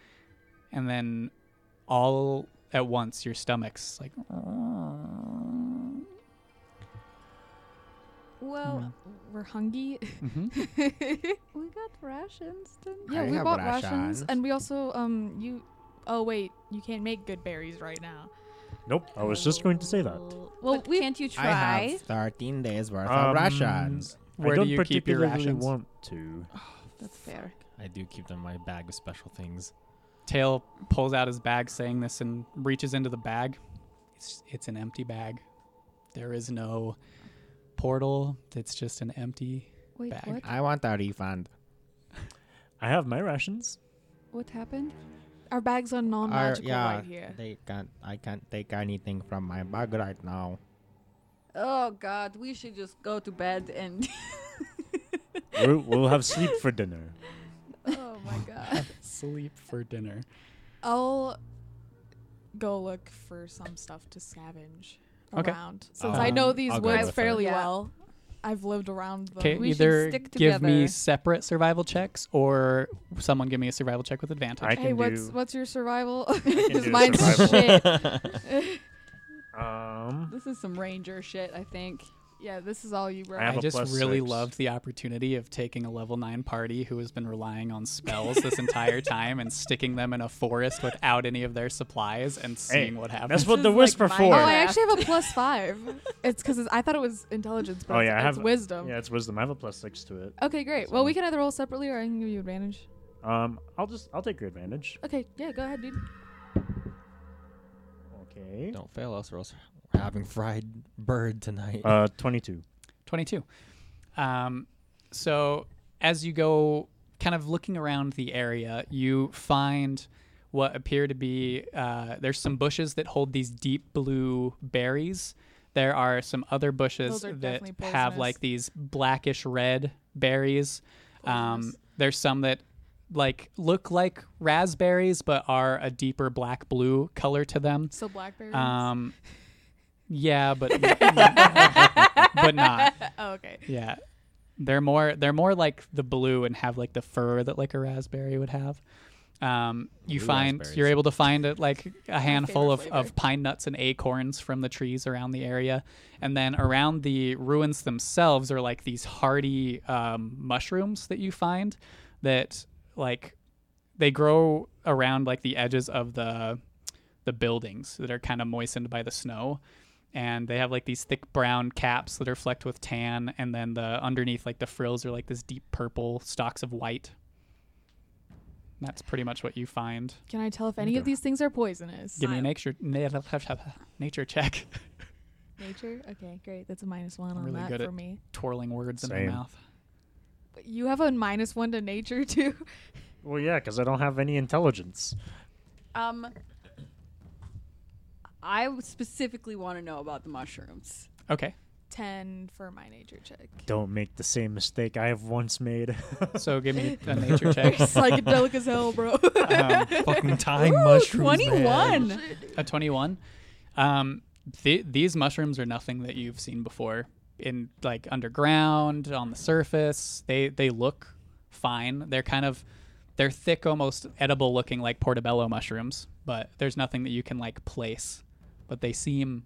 A: and then all at once your stomach's like
C: Mm.
D: well, we're hungry.
A: Mhm.
E: We got rations. Didn't
D: Yeah,
B: I
D: we
B: have
D: bought
B: rations.
D: rations, and we also um you. Oh wait, you can't make good berries right now.
C: Nope. I was just going to say that.
D: Well,
E: Well,
D: we
E: can't you
B: I
E: try?
B: have 13 days worth
C: Um,
B: of rations.
A: where
C: I
A: do
C: don't
A: you keep your
C: particularly
A: rations
C: want to.
E: That's fair.
B: I do keep them in my bag of special things.
A: tail pulls out his bag saying this and reaches into the bag it's, it's an empty bag there is no portal it's just an empty
E: Wait,
A: Bag.
E: what?
B: I want a refund.
C: I have my rations.
E: What happened?
D: our bags are
B: Or-
D: non-magical
B: yeah,
D: right here.
B: they can't. I can't take anything from my bag right now.
E: Oh God, we should just go to bed and.
C: We're, we'll have sleep for dinner.
E: oh my God.
A: sleep for dinner
D: I'll go look for some stuff to scavenge
A: Okay.
D: around since
B: Um,
D: I know these
B: I'll go
D: woods
B: with her.
D: fairly
E: Yeah.
D: well. I've lived around them.
A: Okay,
E: We should
A: either
E: stick
A: give me
E: together.
A: separate survival checks or someone give me a survival check with advantage.
C: I
D: Hey,
C: can
D: what's
C: do.
D: what's your survival?
C: can
D: Because
C: do
D: mine's
C: survival.
D: shit.
C: Um,
E: This is some ranger shit, I think.
D: Yeah, this is all you bro.
C: I have a
A: just
C: plus
A: really
C: six.
A: loved the opportunity of taking a level nine party who has been relying on spells this entire time and sticking them in a forest without any of their supplies and seeing what happens.
C: that's what
E: is
C: the
E: like
C: whisper
E: my
C: for.
D: Oh, I
E: Minecraft.
D: actually have a plus five. it's because I thought it was intelligence, but
C: Oh,
D: it's,
C: yeah, I
D: it's
C: have-
D: wisdom.
C: Yeah, it's wisdom. I have a plus six to it.
D: Okay, great. Well, we can either roll separately or I can give you advantage.
C: Um, I'll just I'll take your advantage.
D: Okay, yeah, go ahead, dude.
C: Okay.
B: Don't fail us, or else we're having fried bird tonight.
C: Uh, twenty-two.
A: 22. Um, so, as you go kind of looking around the area, you find what appear to be uh, there's some bushes that hold these deep blue berries. There are some other bushes
D: Those are
A: that
D: definitely
A: have
D: poisonous.
A: like these blackish red berries. Um,
D: Poisonous.
A: there's some that like look like raspberries but are a deeper black blue color to them.
D: So blackberries.
A: Um, yeah, but but not.
D: oh, okay.
A: Yeah. They're more they're more like the blue and have like the fur that like a raspberry would have. Um, you
B: Blue
A: find
B: raspberries.
A: you're able to find it like a handful of,
D: favorite
A: of pine nuts and acorns from the trees around the area, and then around the ruins themselves are like these hardy um, mushrooms that you find that like they grow around like the edges of the the buildings that are kind of moistened by the snow and they have like these thick brown caps that are flecked with tan and then the underneath like the frills are like this deep purple stalks of white that's pretty much what you find
D: Can I tell if any of these things are poisonous?
A: give me a nature nature check
D: Nature. Okay, great. That's a minus one on
A: really
D: that
A: good
D: for
A: at-
D: me.
A: twirling words in
C: Same.
A: my mouth
D: But You have a minus one to nature too.
C: Well, yeah, because I don't have any intelligence.
E: Um, I specifically want to know about the mushrooms.
A: okay
D: Ten for my nature check.
C: Don't make the same mistake I have once made.
A: so give me a nature check
D: Psychedelic as hell, bro.
A: um,
B: fucking time mushrooms. man.
E: Twenty-one.
A: a 21 um th- these mushrooms are nothing that you've seen before in like underground on the surface they they look fine they're kind of they're thick almost edible looking like portobello mushrooms but there's nothing that you can like place but they seem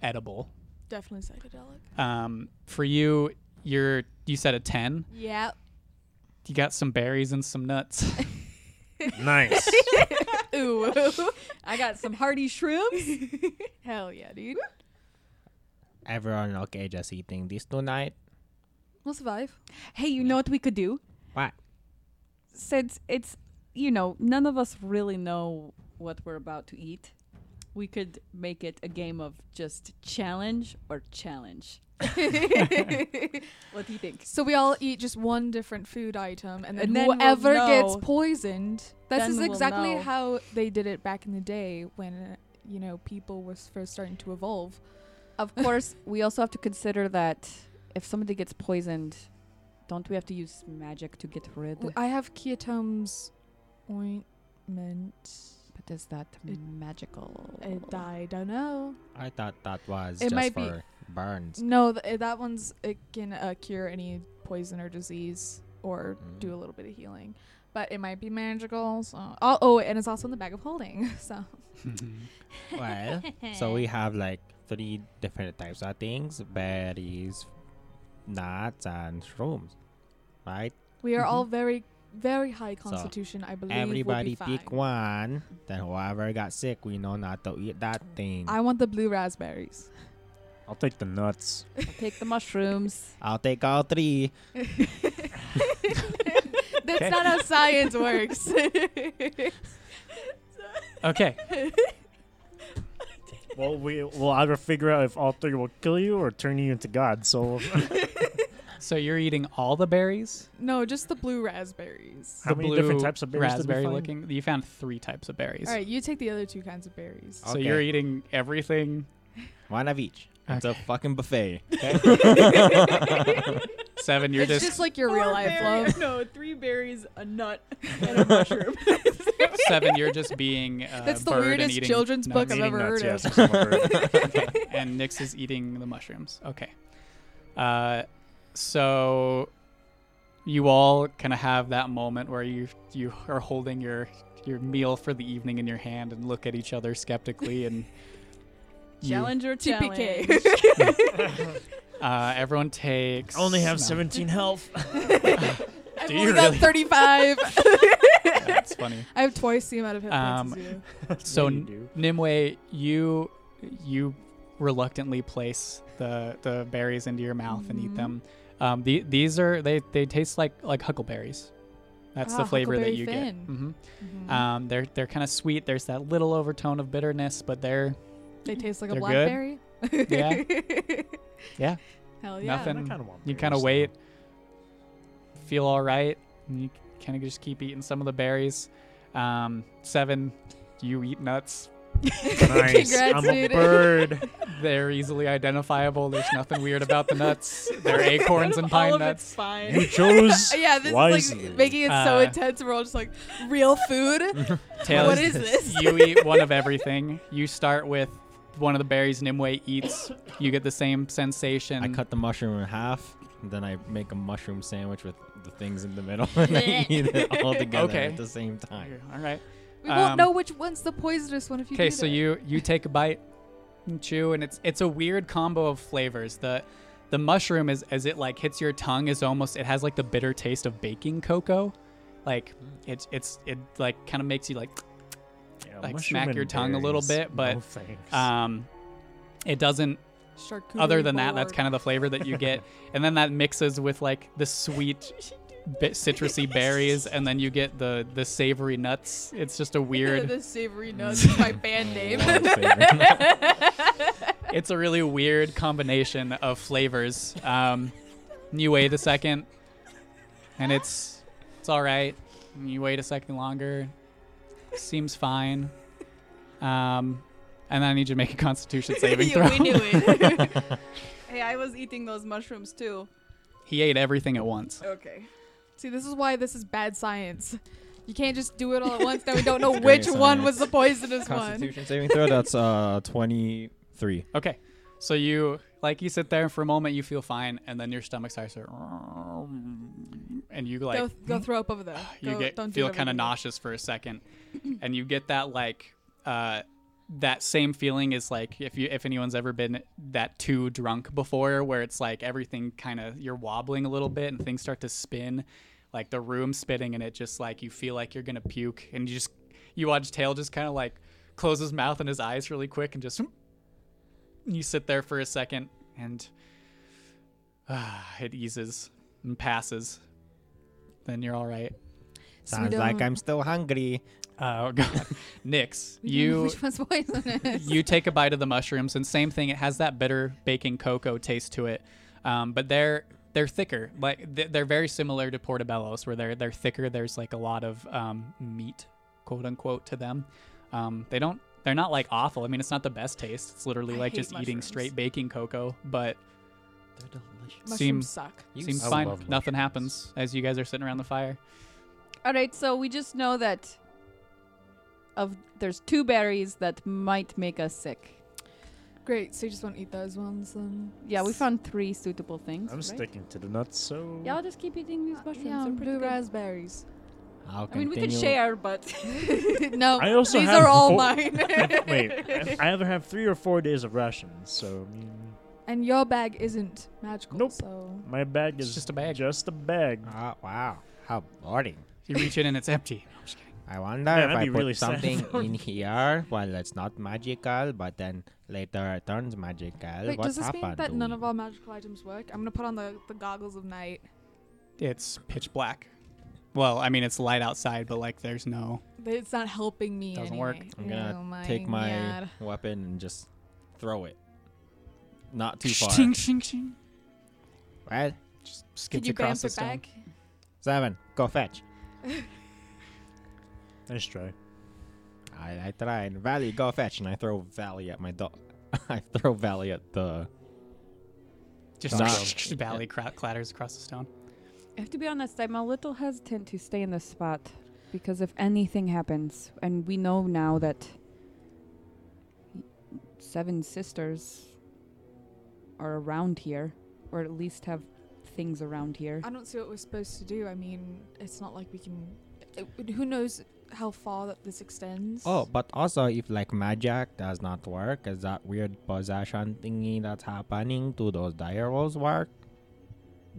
A: edible
D: Definitely psychedelic.
A: um for you you're you said a 10
D: Yeah.
A: you got some berries and some nuts
C: nice.
D: Ooh.
E: I got some hardy shrooms.
D: hell yeah, dude.
B: Everyone okay just eating this tonight?
D: We'll survive.
E: hey, you know what we could do?
B: What?
E: Since it's you know none of us really know what we're about to eat, we could make it a game of just challenge or challenge. What do you think?
D: So we all eat just one different food item, and then,
E: And then we'll
D: whoever
E: know.
D: gets poisoned. This
E: Then
D: is
E: we'll
D: exactly
E: know.
D: how they did it back in the day when uh, you know people were first starting to evolve.
E: Of course, we also have to consider that if somebody gets poisoned, don't we have to use magic to get rid?
D: W- I have Keatom's ointment.
E: But is that
D: It-
E: magical?
D: It, I don't know.
B: I thought that was
D: It
B: just
D: might be-
B: for burns.
D: No, th- eh, that one's it can uh, cure any poison or disease or
B: Mm.
D: do a little bit of healing, but it might be magical. So oh, oh, and it's also in the bag of holding. So
B: well, so
D: Eh.
B: we have like three different types of things: berries, nuts, and shrooms. Right?
D: we are
A: Mhm.
D: all very, very high constitution. I believe we'll be
B: Mm-hmm. Everybody
D: fine.
B: pick one. Then whoever got sick, we know not to eat that thing.
D: I want the blue raspberries.
C: I'll take the nuts.
E: Take the mushrooms.
B: I'll take all three.
D: That's not how science works.
A: okay
C: Well, we will either figure out if all three will kill you or turn you into God. So
A: so you're eating all the berries
D: no, just the blue raspberries.
C: How
A: the
C: many
A: blue
C: different types of berries did we
A: raspberry
C: find?
A: looking you found three types of berries
D: All right, you take the other two kinds of berries.
A: So you're
B: Okay.
A: eating everything.
B: One of each. It's a fucking buffet.
A: Seven, you're
D: it's
A: just,
D: just, like your real life love.
E: No, three berries, a nut, and a mushroom.
A: seven. You're just being. Uh,
D: That's the
A: bird and
D: weirdest
A: eating
D: children's book
A: nuts.
D: I've ever heard of.
C: yes, I'm a bird.
A: and Nyx is eating the mushrooms. Okay. Uh, So you all kind of have that moment where you you are holding your your meal for the evening in your hand and look at each other skeptically and you-
E: Challenge or
D: TPK.
E: challenge.
A: uh, everyone takes
C: Only have
A: no,
C: 17 health.
D: I've
A: Do
D: only
A: you
D: got
A: really?
D: 35.
A: That's funny.
D: I have twice the amount of hit points
A: Um,
D: as you.
A: So
C: you do.
A: Nimue, you you reluctantly place the the berries into your mouth and eat
D: Mhm.
A: them. Um, the, these are they they taste like like huckleberries. That's the
D: Ah,
A: flavor that
D: Huckleberry
A: you get.
D: Finn.
A: hmm
D: Mhm.
A: Um, they're they're kind of sweet. There's that little overtone of bitterness, but they're
D: they taste like a
A: they're good?
D: blackberry.
A: Yeah. Yeah.
D: Hell yeah.
A: Nothing.
C: I kinda want
A: you kind of
C: berries
A: wait,
C: now.
A: feel all right, and you kind of just keep eating some of the berries. Um, seven, you eat nuts.
C: Nice.
D: Congrats,
C: I'm a
D: dude.
C: bird.
A: They're easily identifiable. There's nothing weird about the nuts. They're acorns and
D: All
A: pine
D: of
A: nuts.
D: it's fine.
C: You chose
D: yeah, this
C: wisely.
D: is like making it so
A: Uh,
D: intense. We're all just like, real food?
A: Tails,
D: what is this?
A: you eat one of everything. You start with one of the berries Nimue eats. You get the same sensation.
B: I cut the mushroom in half, and then I make a mushroom sandwich with the things in the middle, and I eat it all together
A: Okay.
B: at the same time.
A: All right.
D: we won't
A: um,
D: know which one's the poisonous one if you
A: Okay,
D: do
A: so
D: that.
A: you you take a bite and chew, and it's it's a weird combo of flavors. The the mushroom is as it like hits your tongue is almost it has like the bitter taste of baking cocoa, like it's it's it like kind of makes you like
C: Yeah,
A: like,
C: mushroom
A: smack your
C: and
A: tongue a little
C: berries.
A: bit, but,
C: No thanks.
A: um, it doesn't
D: Charcuterie
A: other than that, that's
D: board.
A: kind of the flavor that you get. and then that mixes with like the sweet, bit citrusy berries, and then you get the the savory nuts. It's just a weird.
D: the savory nuts is my band name.
A: it's a really weird combination of flavors. Um, you wait a second, and it's it's all right. And You wait a second longer, seems fine. Um, and then I need you to make a Constitution saving
E: Yeah,
A: throw.
E: we knew it. hey, I was eating those mushrooms too.
A: he ate everything at once.
E: Okay.
D: See, this is why this is bad science. You can't just do it all at once. Now we don't know
B: It's
D: which
B: great
D: one
B: science.
D: was the poisonous one.
B: Constitution saving throw. That's uh 23.
A: Okay. So you like you sit there for a moment, you feel fine, and then your stomach starts to, and you like
D: go, go throw up over there.
A: you
D: Go-
A: get
D: don't do
A: feel
D: it
A: kind of
D: over there.
A: nauseous for a second, and you get that like uh, that same feeling is like if you if anyone's ever been that too drunk before, where it's like everything kind of you're wobbling a little bit and things start to spin, like the room spinning, and it just like you feel like you're gonna puke, and you just you watch Tail just kind of like close his mouth and his eyes really quick and just you sit there for a second and ah, it eases and passes. Then you're all right.
B: Sounds like
D: don't-
B: I'm still hungry.
A: Oh god, Nix,
D: We don't know
A: you
D: which one's poisonous?
A: you take a bite of the mushrooms and same thing. It has that bitter baking cocoa taste to it, um, but they're they're thicker. Like th- they're very similar to portobello's, where they're they're thicker. There's like a lot of um, meat, quote unquote, to them. Um, they don't. They're not like awful. I mean, it's not the best taste. It's literally
D: I
A: like
D: hate
A: just eating
D: mushrooms.
A: straight baking cocoa, but
B: They're delicious.
D: Mushrooms
A: seem-
D: suck.
A: seems
C: I
A: fine.
C: love
A: Nothing
C: mushrooms.
A: happens as you guys are sitting around the fire.
E: All right, so we just know that of there's two berries that might make us sick.
D: Great. So you just want to eat those ones then?
E: Yeah, we found three suitable things.
C: I'm
E: right? Uh,
C: sticking to the nuts, so.
E: Yeah, I'll just keep eating these mushrooms.
D: Uh, Yeah,
E: They're pretty
D: blue
E: good.
D: raspberries.
B: I'll
E: I mean, we could
B: continue-
E: share, but
D: no,
C: I also
D: these
C: have
D: are all
C: four-
D: mine.
C: Wait, I I either have three or four days of rations, so I mean,
D: and your bag isn't magical,
C: Nope.
D: so
C: my bag
A: It's
C: is
A: just a bag.
C: Just a bag.
B: Ah, wow. How boring.
A: You reach in and it's empty. I'm just kidding.
B: I wonder
C: Man,
B: if
C: I'd
B: I
C: be
B: put
C: really sad if
B: something
C: I
B: in here. Well, it's not magical, but then later it turns magical.
D: Wait,
B: what
D: does this
B: happened?
D: mean that
B: Do
D: none
B: we-
D: of our magical items work? I'm gonna put on the, the goggles of night.
A: It's pitch black. Well, I mean, it's light outside, but like there's no.
D: But It's not helping me.
A: Doesn't
D: anyway.
A: work.
B: I'm gonna
D: Oh my
B: take my
D: God.
B: weapon and just throw it. Not too far.
A: Shing, shing, shing.
B: Right?
A: Just
D: Could
A: skips
D: you
A: across
D: bounce
A: the
D: it
A: stone.
D: back?
B: Seven, go fetch.
C: Nice try.
B: I, I try and Valley, go fetch, and I throw Valley at my dog. I throw Valley at the.
A: Just
B: Nah.
A: nah. valley cra- clatters across the stone.
E: I have to be honest. I'm a little hesitant to stay in this spot because if anything happens, and we know now that seven sisters are around here, or at least have things around here.
D: I don't see what we're supposed to do. I mean, it's not like we can. it- who knows how far that this extends?
B: Oh, but also if like magic does not work, is that weird possession thingy that's happening to those dire wolves work?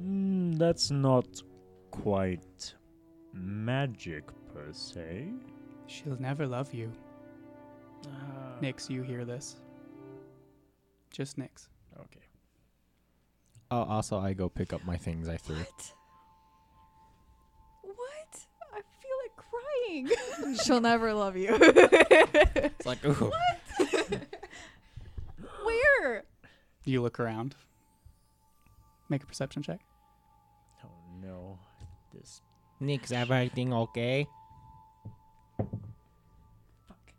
C: Mm, that's not quite magic per se.
A: She'll never love you. Nix, you hear this. Just Nix.
C: Okay.
B: Oh, also I go pick up my things I threw.
E: What? What? I feel like crying.
D: she'll never love you.
B: It's like ooh.
E: Where?
A: You look around. Make a perception check.
C: Oh no. This.
B: Nick's everything okay?
E: Fuck.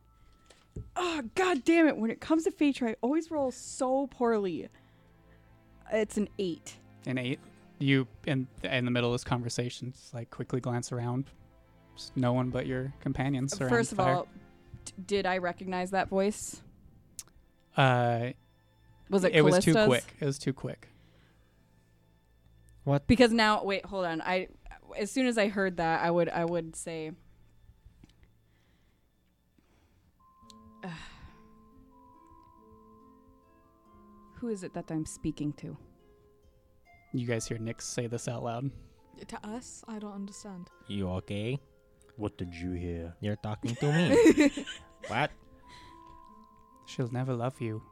E: Oh, god damn it. When it comes to feature, I always roll so poorly. It's an eight.
A: An eight. You in in the middle of this conversation, just like quickly glance around. Just no one but your companions. surround
E: First of
A: the fire.
E: all, d- did I recognize that voice?
A: uh,
E: Was it
A: it was too
E: Callista's?
A: quick. It was too quick.
B: What
E: Because now, wait, hold on. I, as soon as I heard that, I would, I would say, Ugh. who is it that I'm speaking to?
A: You guys hear Nix say this out loud.
D: to us, I don't understand.
B: you okay?
C: What did you hear?
B: You're talking to me. what?
A: She'll never love you.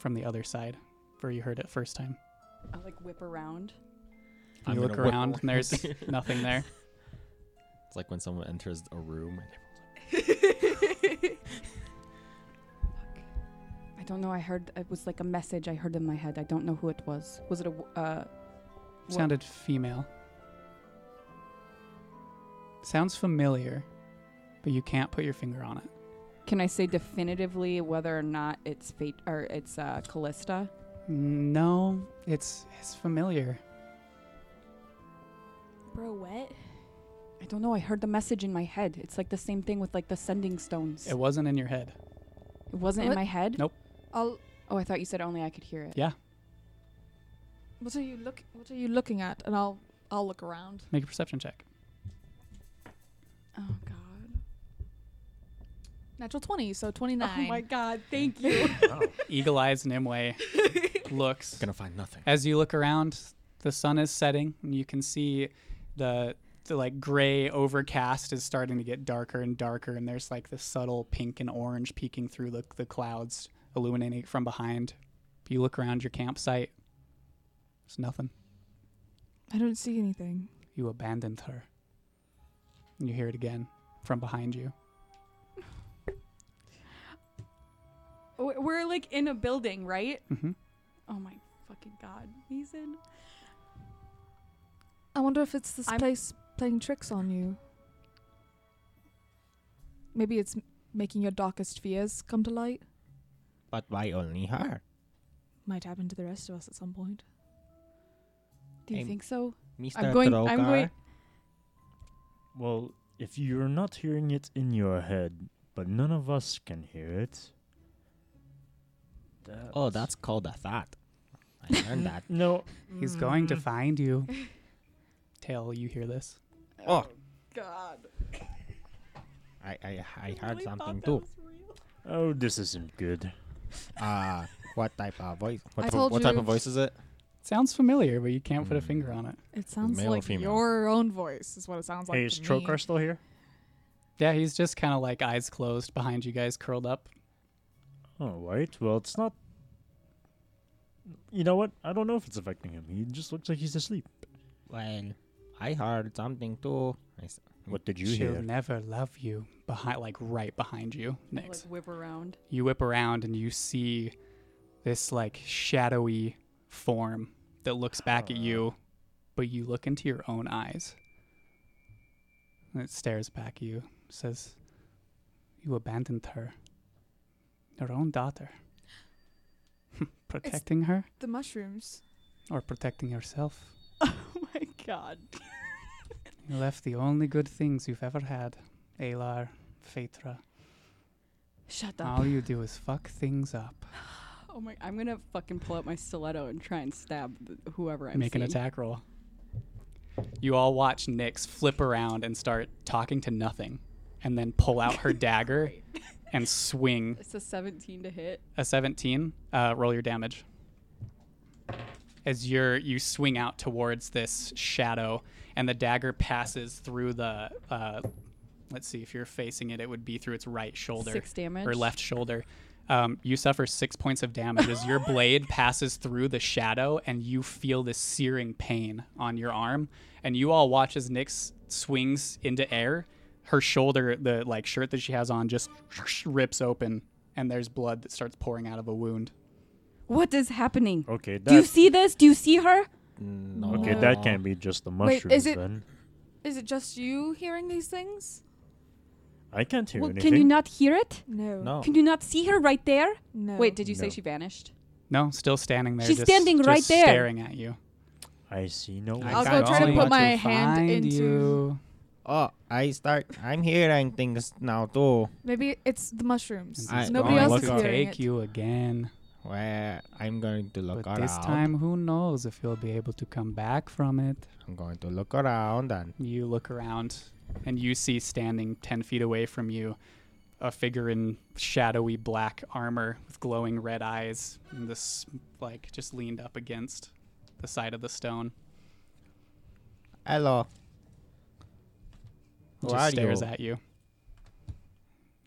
A: From the other side, where you heard it first time.
E: I like whip around.
A: You
B: I'm
A: look
B: gonna whip
A: around
B: away.
A: and there's nothing there.
B: It's like when someone enters a room.
E: I don't know. I heard it was like a message. I heard in my head. I don't know who it was. Was it a? w- Uh, what-
A: Sounded female. Sounds familiar, but you can't put your finger on it.
E: Can I say definitively whether or not it's fate or it's uh, Callista?
A: No, it's it's familiar.
D: Bro, what?
E: I don't know. I heard the message in my head. It's like the same thing with like the sending stones. It,
A: It wasn't in your head.
E: wasn't in
D: What?
E: my head.
A: Nope.
D: I'll.
E: Oh, I thought you said only I could hear it.
A: Yeah,
D: What are you look? What are you looking at? And I'll. I'll look around.
A: make a perception check.
E: Oh God.
D: Natural twenty, so twenty nine.
E: Oh my God. Thank you.
A: Eagle eyes Nimue looks.
B: Gonna find nothing.
A: As you look around, the sun is setting, and you can see the the like gray overcast is starting to get darker and darker, and there's like this subtle pink and orange peeking through the the clouds, illuminating it from behind. You look around your campsite. There's nothing.
D: I don't see anything.
A: You abandoned her. And you hear it again from behind you.
E: We're we're, like in a building, right?
A: hmm
E: Oh my fucking God, Mason.
D: I wonder if it's this
E: I'm-
D: place playing tricks on you. Maybe it's m- making your darkest fears come to light.
B: But why only her?
D: Might happen to the rest of us at some point.
E: Do you
B: I'm-
E: think so?
B: Mr.
E: going- I'm
B: Trocar?
E: going-
C: Well, if you're not hearing it in your head, but none of us can hear it.
B: Oh, that's called a thought. I learned that.
C: No.
A: He's going to find you. Tail, you hear this?
B: Oh,
E: God.
B: I I, I heard something too.
C: Oh, this isn't good.
B: Uh, what type of voice? What,
D: I
B: type of-
D: told
B: what type
D: you.
B: of voice is it?
A: Sounds familiar, but you can't put a finger on it.
D: It sounds
B: male or
D: like
B: female?
D: your own voice is what it sounds like.
C: hey,
D: to
C: is
D: me.
C: Trokar still here?
A: Yeah, he's just kind of like eyes closed behind you guys, curled up.
C: All right. Well, it's not. You know what? I don't know if it's affecting him. He just looks like he's asleep.
B: Well, I heard something too. I s-
C: What did you
A: She'll
C: hear?
A: never love you. Behind, like right behind you, Nix.
E: Like whip around.
A: You whip around and you see this like shadowy form that looks back at you, but you look into your own eyes. And it stares back at you, says, You abandoned her. Your own daughter. protecting her
D: The mushrooms.
A: or protecting yourself.
E: Oh my God.
A: You left the only good things you've ever had, Alar, Phaetra.
E: Shut
B: Oh,
A: All you do is fuck things up.
E: Oh my! I'm gonna fucking pull out my stiletto and try and stab th- whoever I'm
A: Make an
E: seeing.
A: attack roll. You all watch Nyx flip around and start talking to nothing, and then pull out her dagger and swing
E: It's a 17 to hit.
A: a 17 uh, roll your damage as you're you swing out towards this shadow and the dagger passes through the uh, let's see if you're facing it it would be through its right shoulder
E: Six damage.
A: or left shoulder um, you suffer six points of damage as your blade passes through the shadow and you feel this searing pain on your arm and you all watch as nyx swings into air her shoulder the like shirt that she has on just rips open and there's blood that starts pouring out of a wound
E: What is happening?
C: Okay,
E: Do you
C: Oh, that
E: see this? Do you see her?
B: No.
C: okay, that can't be just the mushrooms
D: is it-
C: then.
D: Is it just you hearing these things?
C: I can't hear
E: Well,
C: anything.
E: can you not hear it?
D: No.
B: No.
E: Can you not see her right there?
D: No.
E: Wait, did you say
C: No.
E: she vanished?
A: no still standing there
E: She's
A: just-
E: standing right
A: just
E: there.
A: staring at you
C: I see no
B: I
D: I'll
B: got
D: go try to
B: only
D: put
B: what
D: my hand
A: Find
D: into.
A: you.
B: Oh, I start. I'm hearing things now too.
D: Maybe it's the mushrooms.
A: And
B: I-
A: she's
D: Nobody
A: going
D: else is
A: to
B: look
D: hearing
A: take
D: it.
A: you again
B: Where I'm going to look
A: but
B: around.
A: this time who knows if you'll be able to come back from it
B: I'm going to look around and
A: You look around and you see standing 10 feet away from you a figure in shadowy black armor with glowing red eyes. And this, like, just leaned up against the side of the stone.
B: hello. Who
A: just
B: are
A: stares
B: you?
A: at you.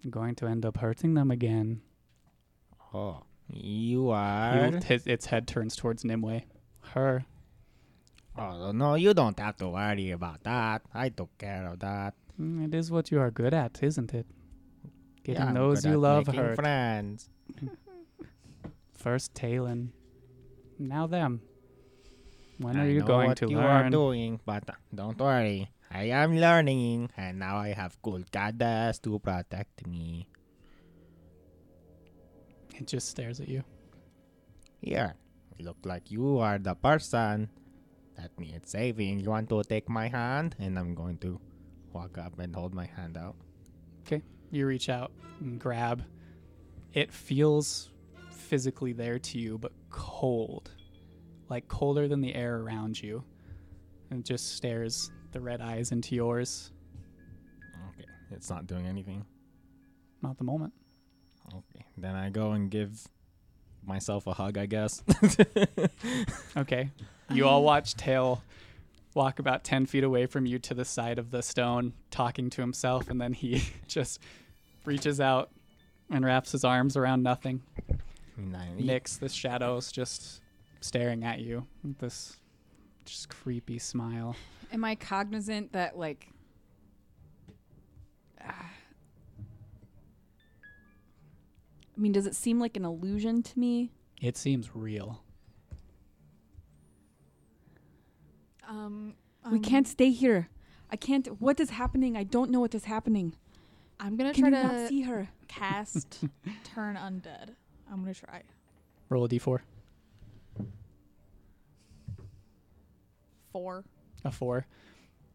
A: You're going to end up hurting them again.
B: Oh, you
A: You-
B: are.
A: his, its head turns towards Nimue. Her.
B: Oh no, you don't have to worry about that. I took care of that.
A: Mm, It is what you are good at, isn't it? Getting
B: Yeah, I'm
A: those
B: good
A: you
B: at
A: love
B: making
A: hurt.
B: friends.
A: First Talon. Now them. When are
B: I
A: you
B: know
A: going
B: what
A: to
B: you
A: learn?
B: are doing, but uh, don't worry. I am learning, and now I have cool goddess to protect me.
A: It just stares at you.
B: Here, look like you are the person that needs saving. You want to take my hand, and I'm going to walk up and hold my hand out.
A: You reach out and grab. It feels physically there to you, but cold. Like colder than the air around you. And it just stares the red eyes into yours.
B: Okay, it's not doing anything.
A: Not the moment.
B: Okay, then I go and give myself a hug, I guess.
A: Okay. You all watch Tail walk about 10 feet away from you to the side of the stone, talking to himself, and then he just reaches out and wraps his arms around nothing.
B: And I-
A: Nix, the shadows just staring at you with this just creepy smile.
E: Am I cognizant that like Ah. I mean, does it seem like an illusion to me?
A: It seems real.
D: Um,
E: we
D: um,
E: can't stay here. I can't. What is happening? I don't know what is happening.
D: I'm gonna
E: Can
D: try
E: you not
D: to
E: see her?
D: cast turn undead. I'm gonna try.
A: Roll a d4.
D: Four.
A: A 4.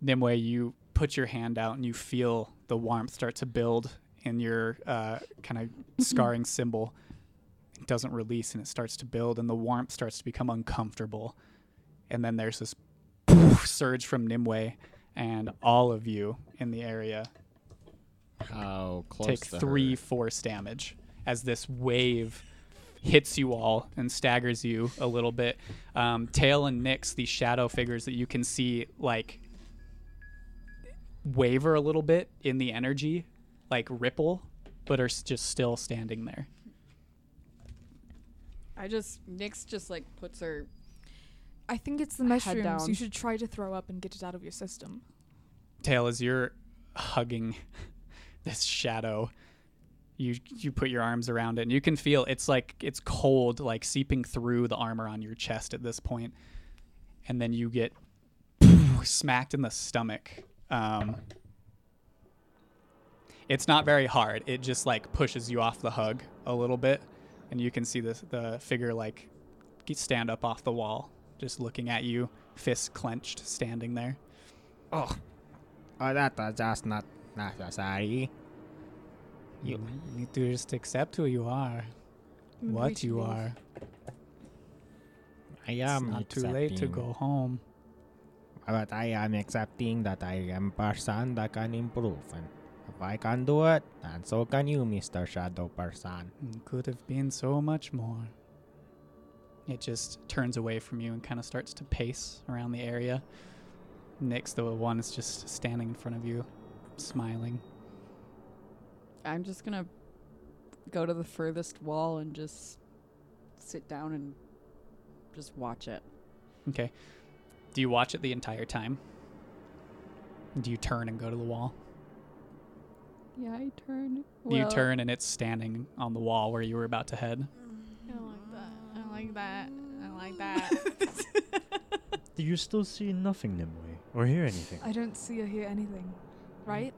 A: Nimue, you put your hand out and you feel the warmth start to build in your uh, kind of scarring symbol. It doesn't release and it starts to build, and the warmth starts to become uncomfortable. And then there's this surge from Nimue, and all of you in the area
B: How close
A: take
B: to
A: three
B: her.
A: force damage as this wave hits you all and staggers you a little bit. Um, Tail and Nyx, these shadow figures that you can see, like waver a little bit in the energy, like ripple, but are s- just still standing there.
E: I just Nyx just like puts her.
D: I think it's the
E: Head
D: mushrooms.
E: down.
D: You should try to throw up and get it out of your system.
A: Tail, as you're hugging this shadow, you you put your arms around it, and you can feel it's like it's cold, like seeping through the armor on your chest at this point, and then you get smacked in the stomach. Um, it's not very hard. It just like pushes you off the hug a little bit, and you can see the the figure like get- stand up off the wall, just looking at you, fists clenched, standing there.
B: Oh, oh, that was just not necessary. You-
A: You need to just accept who you are.
D: Mm-hmm.
A: what you are.
B: I
A: It's
B: am
A: not too late to
B: accepting-
A: go home.
B: But I am accepting that I am person that can improve, and if I can do it, then so can you, Mister Shadow Person.
A: It could have been so much more. It just turns away from you and kind of starts to pace around the area. Next, the one is just standing in front of you, smiling.
E: I'm just gonna go to the furthest wall and just sit down and just watch it.
A: Okay. Do you watch it the entire time? Do you turn and go to the wall?
E: Yeah, I turn.
A: Do you turn and it's standing on the wall where you were about to head?
D: I don't like that. I don't like that. I don't like that.
C: Do you still see nothing, Nimue? Or hear anything?
D: I don't see or hear anything, right?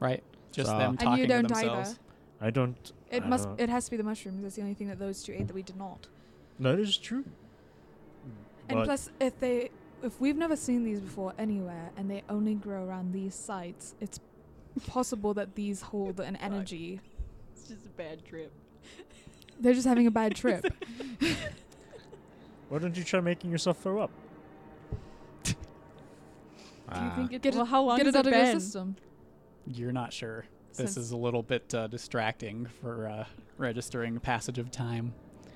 A: Right? Just
B: So-
A: them
B: And
D: you
A: talking to
D: don't either.
A: themselves.
C: I don't.
D: It
C: I
D: must.
C: don't-
D: It has to be the mushrooms. That's the only thing that those two ate that we did not.
C: That is true.
D: And
C: But-
D: plus, if they, if we've never seen these before anywhere, and they only grow around these sites, it's possible that these hold an energy.
E: It's just a bad trip.
D: They're just having a bad trip.
C: Why don't you try making yourself throw up?
E: Do you
B: Ah,
E: think it?
D: Get it-
E: well, how long
D: Get
E: has
D: it out of your
E: been?
D: system.
A: You're not sure. This
E: Since-
A: is a little bit uh, distracting for uh, registering passage of time.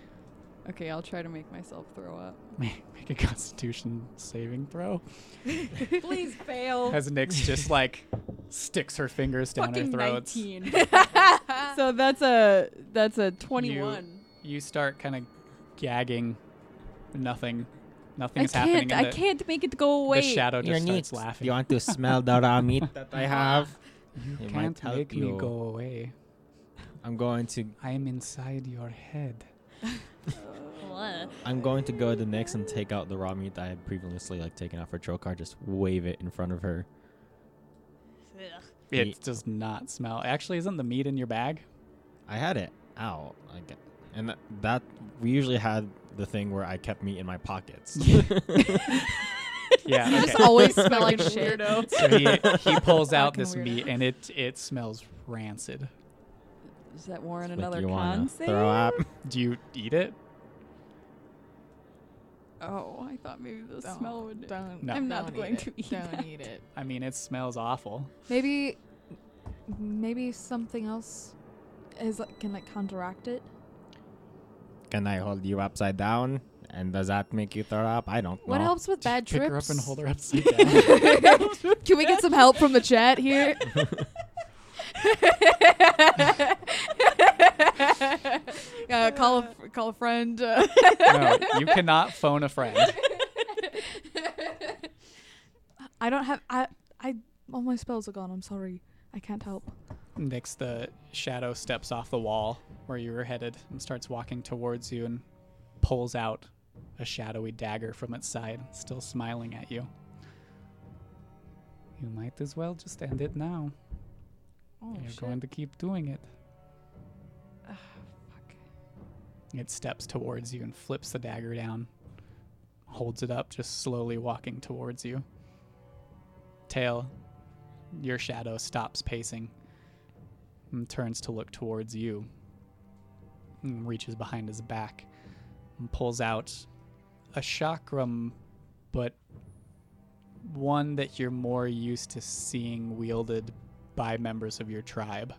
E: Okay, I'll try to make myself throw up.
A: Make a constitution saving throw.
E: Please fail.
A: As Nyx just like sticks her fingers down her
E: Fucking
A: throats.
E: nineteen. so that's a that's a twenty-one.
A: You start kind of gagging. Nothing. Nothing
E: I
A: is happening.
E: can't. I
A: and the,
E: can't make it go away.
A: the shadow
B: Your
A: just starts
B: needs. Do
A: laughing.
B: you want to smell the raw meat that I have?
A: You
B: It might
A: can't
B: help
A: make
B: you.
A: me go away.
B: I'm going to.
A: I am inside your head.
B: I'm going to go to Nyx and take out the raw meat that I had previously like taken out for Trokar. Just wave it in front of her.
A: It
B: Ye-
A: does not smell. Actually, isn't the meat in your bag?
B: I had it out. Like, and that, that we usually had the thing where I kept meat in my pockets.
A: Yeah.
D: Just always smell like
E: Fucking
D: shit.
E: weirdo.
A: So he, he pulls out
D: Fucking
A: this
D: weirdo.
A: meat and it it smells rancid.
E: Does that warrant
B: Like,
E: another
B: you wanna
E: con save?
B: throw up.
A: Do you eat it?
E: Oh, I thought maybe the
D: Don't-
E: smell would.
D: Don't.
A: No.
E: I'm not
D: don't
E: going
D: eat
E: to
D: it.
E: eat
D: Don't
E: that.
D: eat it.
A: I mean, it smells awful.
D: Maybe, maybe something else is like, can like counteract it.
B: Can I hold you upside down? And does that make you throw up? I don't know.
D: What helps with bad
A: Pick
D: trips?
A: her up and hold her upside down.
D: Can we get some help from the chat here? uh, call a call a friend. Uh,
A: no, you cannot phone a friend.
D: I don't have I I all my spells are gone. I'm sorry. I can't help.
A: Next, the shadow steps off the wall where you were headed and starts walking towards you and pulls out a shadowy dagger from its side, still smiling at you. You might as well just end it now.
D: Oh,
A: You're going to keep doing it.
E: Fuck.
A: It steps towards you and flips the dagger down, holds it up, just slowly walking towards you. Tail, your shadow stops pacing and turns to look towards you. And reaches behind his back and pulls out a chakram, but one that you're more used to seeing wielded by members of your tribe.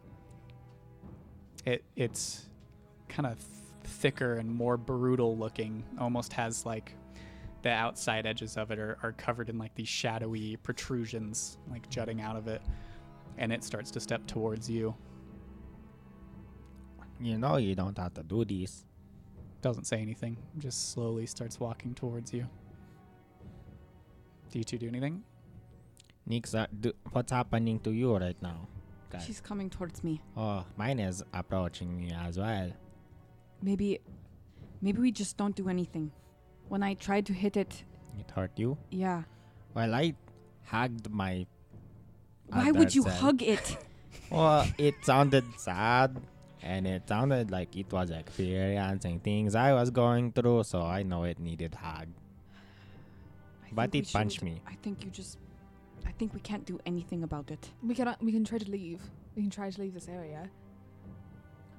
A: It it's kind of thicker and more brutal looking. Almost has like the outside edges of it are, are covered in like these shadowy protrusions like jutting out of it. And it starts to step towards you.
B: You know you don't have to do this.
A: Doesn't say anything, just slowly starts walking towards you. Do you two do anything?
B: Nyx, uh, do, what's happening to you right now? Okay.
E: She's coming towards me.
B: Oh, mine is approaching me as well.
E: Maybe, maybe we just don't do anything. When I tried to hit it,
B: It hurt you?
E: yeah.
B: Well, I hugged my.
E: Why
B: other
E: would you
B: self.
E: hug it?
B: Well, it sounded sad, and it sounded like it was experiencing things I was going through, so I know it needed hug.
E: I
B: But
E: think we
B: it punched
E: shouldn't-
B: me.
E: I think you just. I think we can't do anything about it.
D: We can we can try to leave. We can try to leave this area.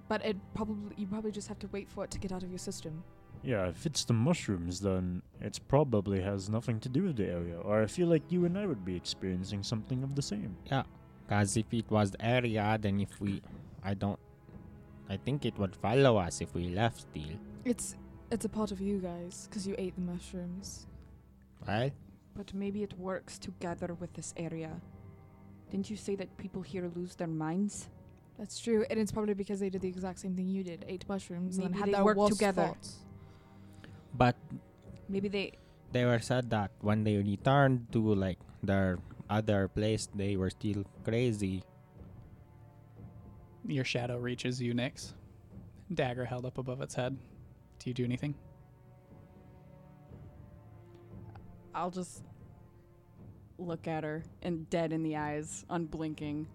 D: But it probably you probably just have to wait for it to get out of your system.
C: Yeah, if it's the mushrooms, then it probably has nothing to do with the area, or I feel like you and I would be experiencing something of the same.
B: Because if it was the area, then if we, I don't, I think it would follow us if we left still.
D: It's it's a part of you guys because you ate the mushrooms.
B: Right?
E: But maybe it works together with this area. Didn't you say that people here lose their minds?
D: That's true, and it's probably because they did the exact same thing you did: ate mushrooms and
E: Maybe
D: then had
E: they
D: their
E: work
D: worst
E: together.
D: thoughts.
B: But
E: Maybe they.
B: they were said that when they returned to like their other place, they were still crazy.
A: Your shadow reaches you, Nyx. Dagger held up above its head. Do you do anything?
E: I'll just look at her and dead in the eyes, unblinking.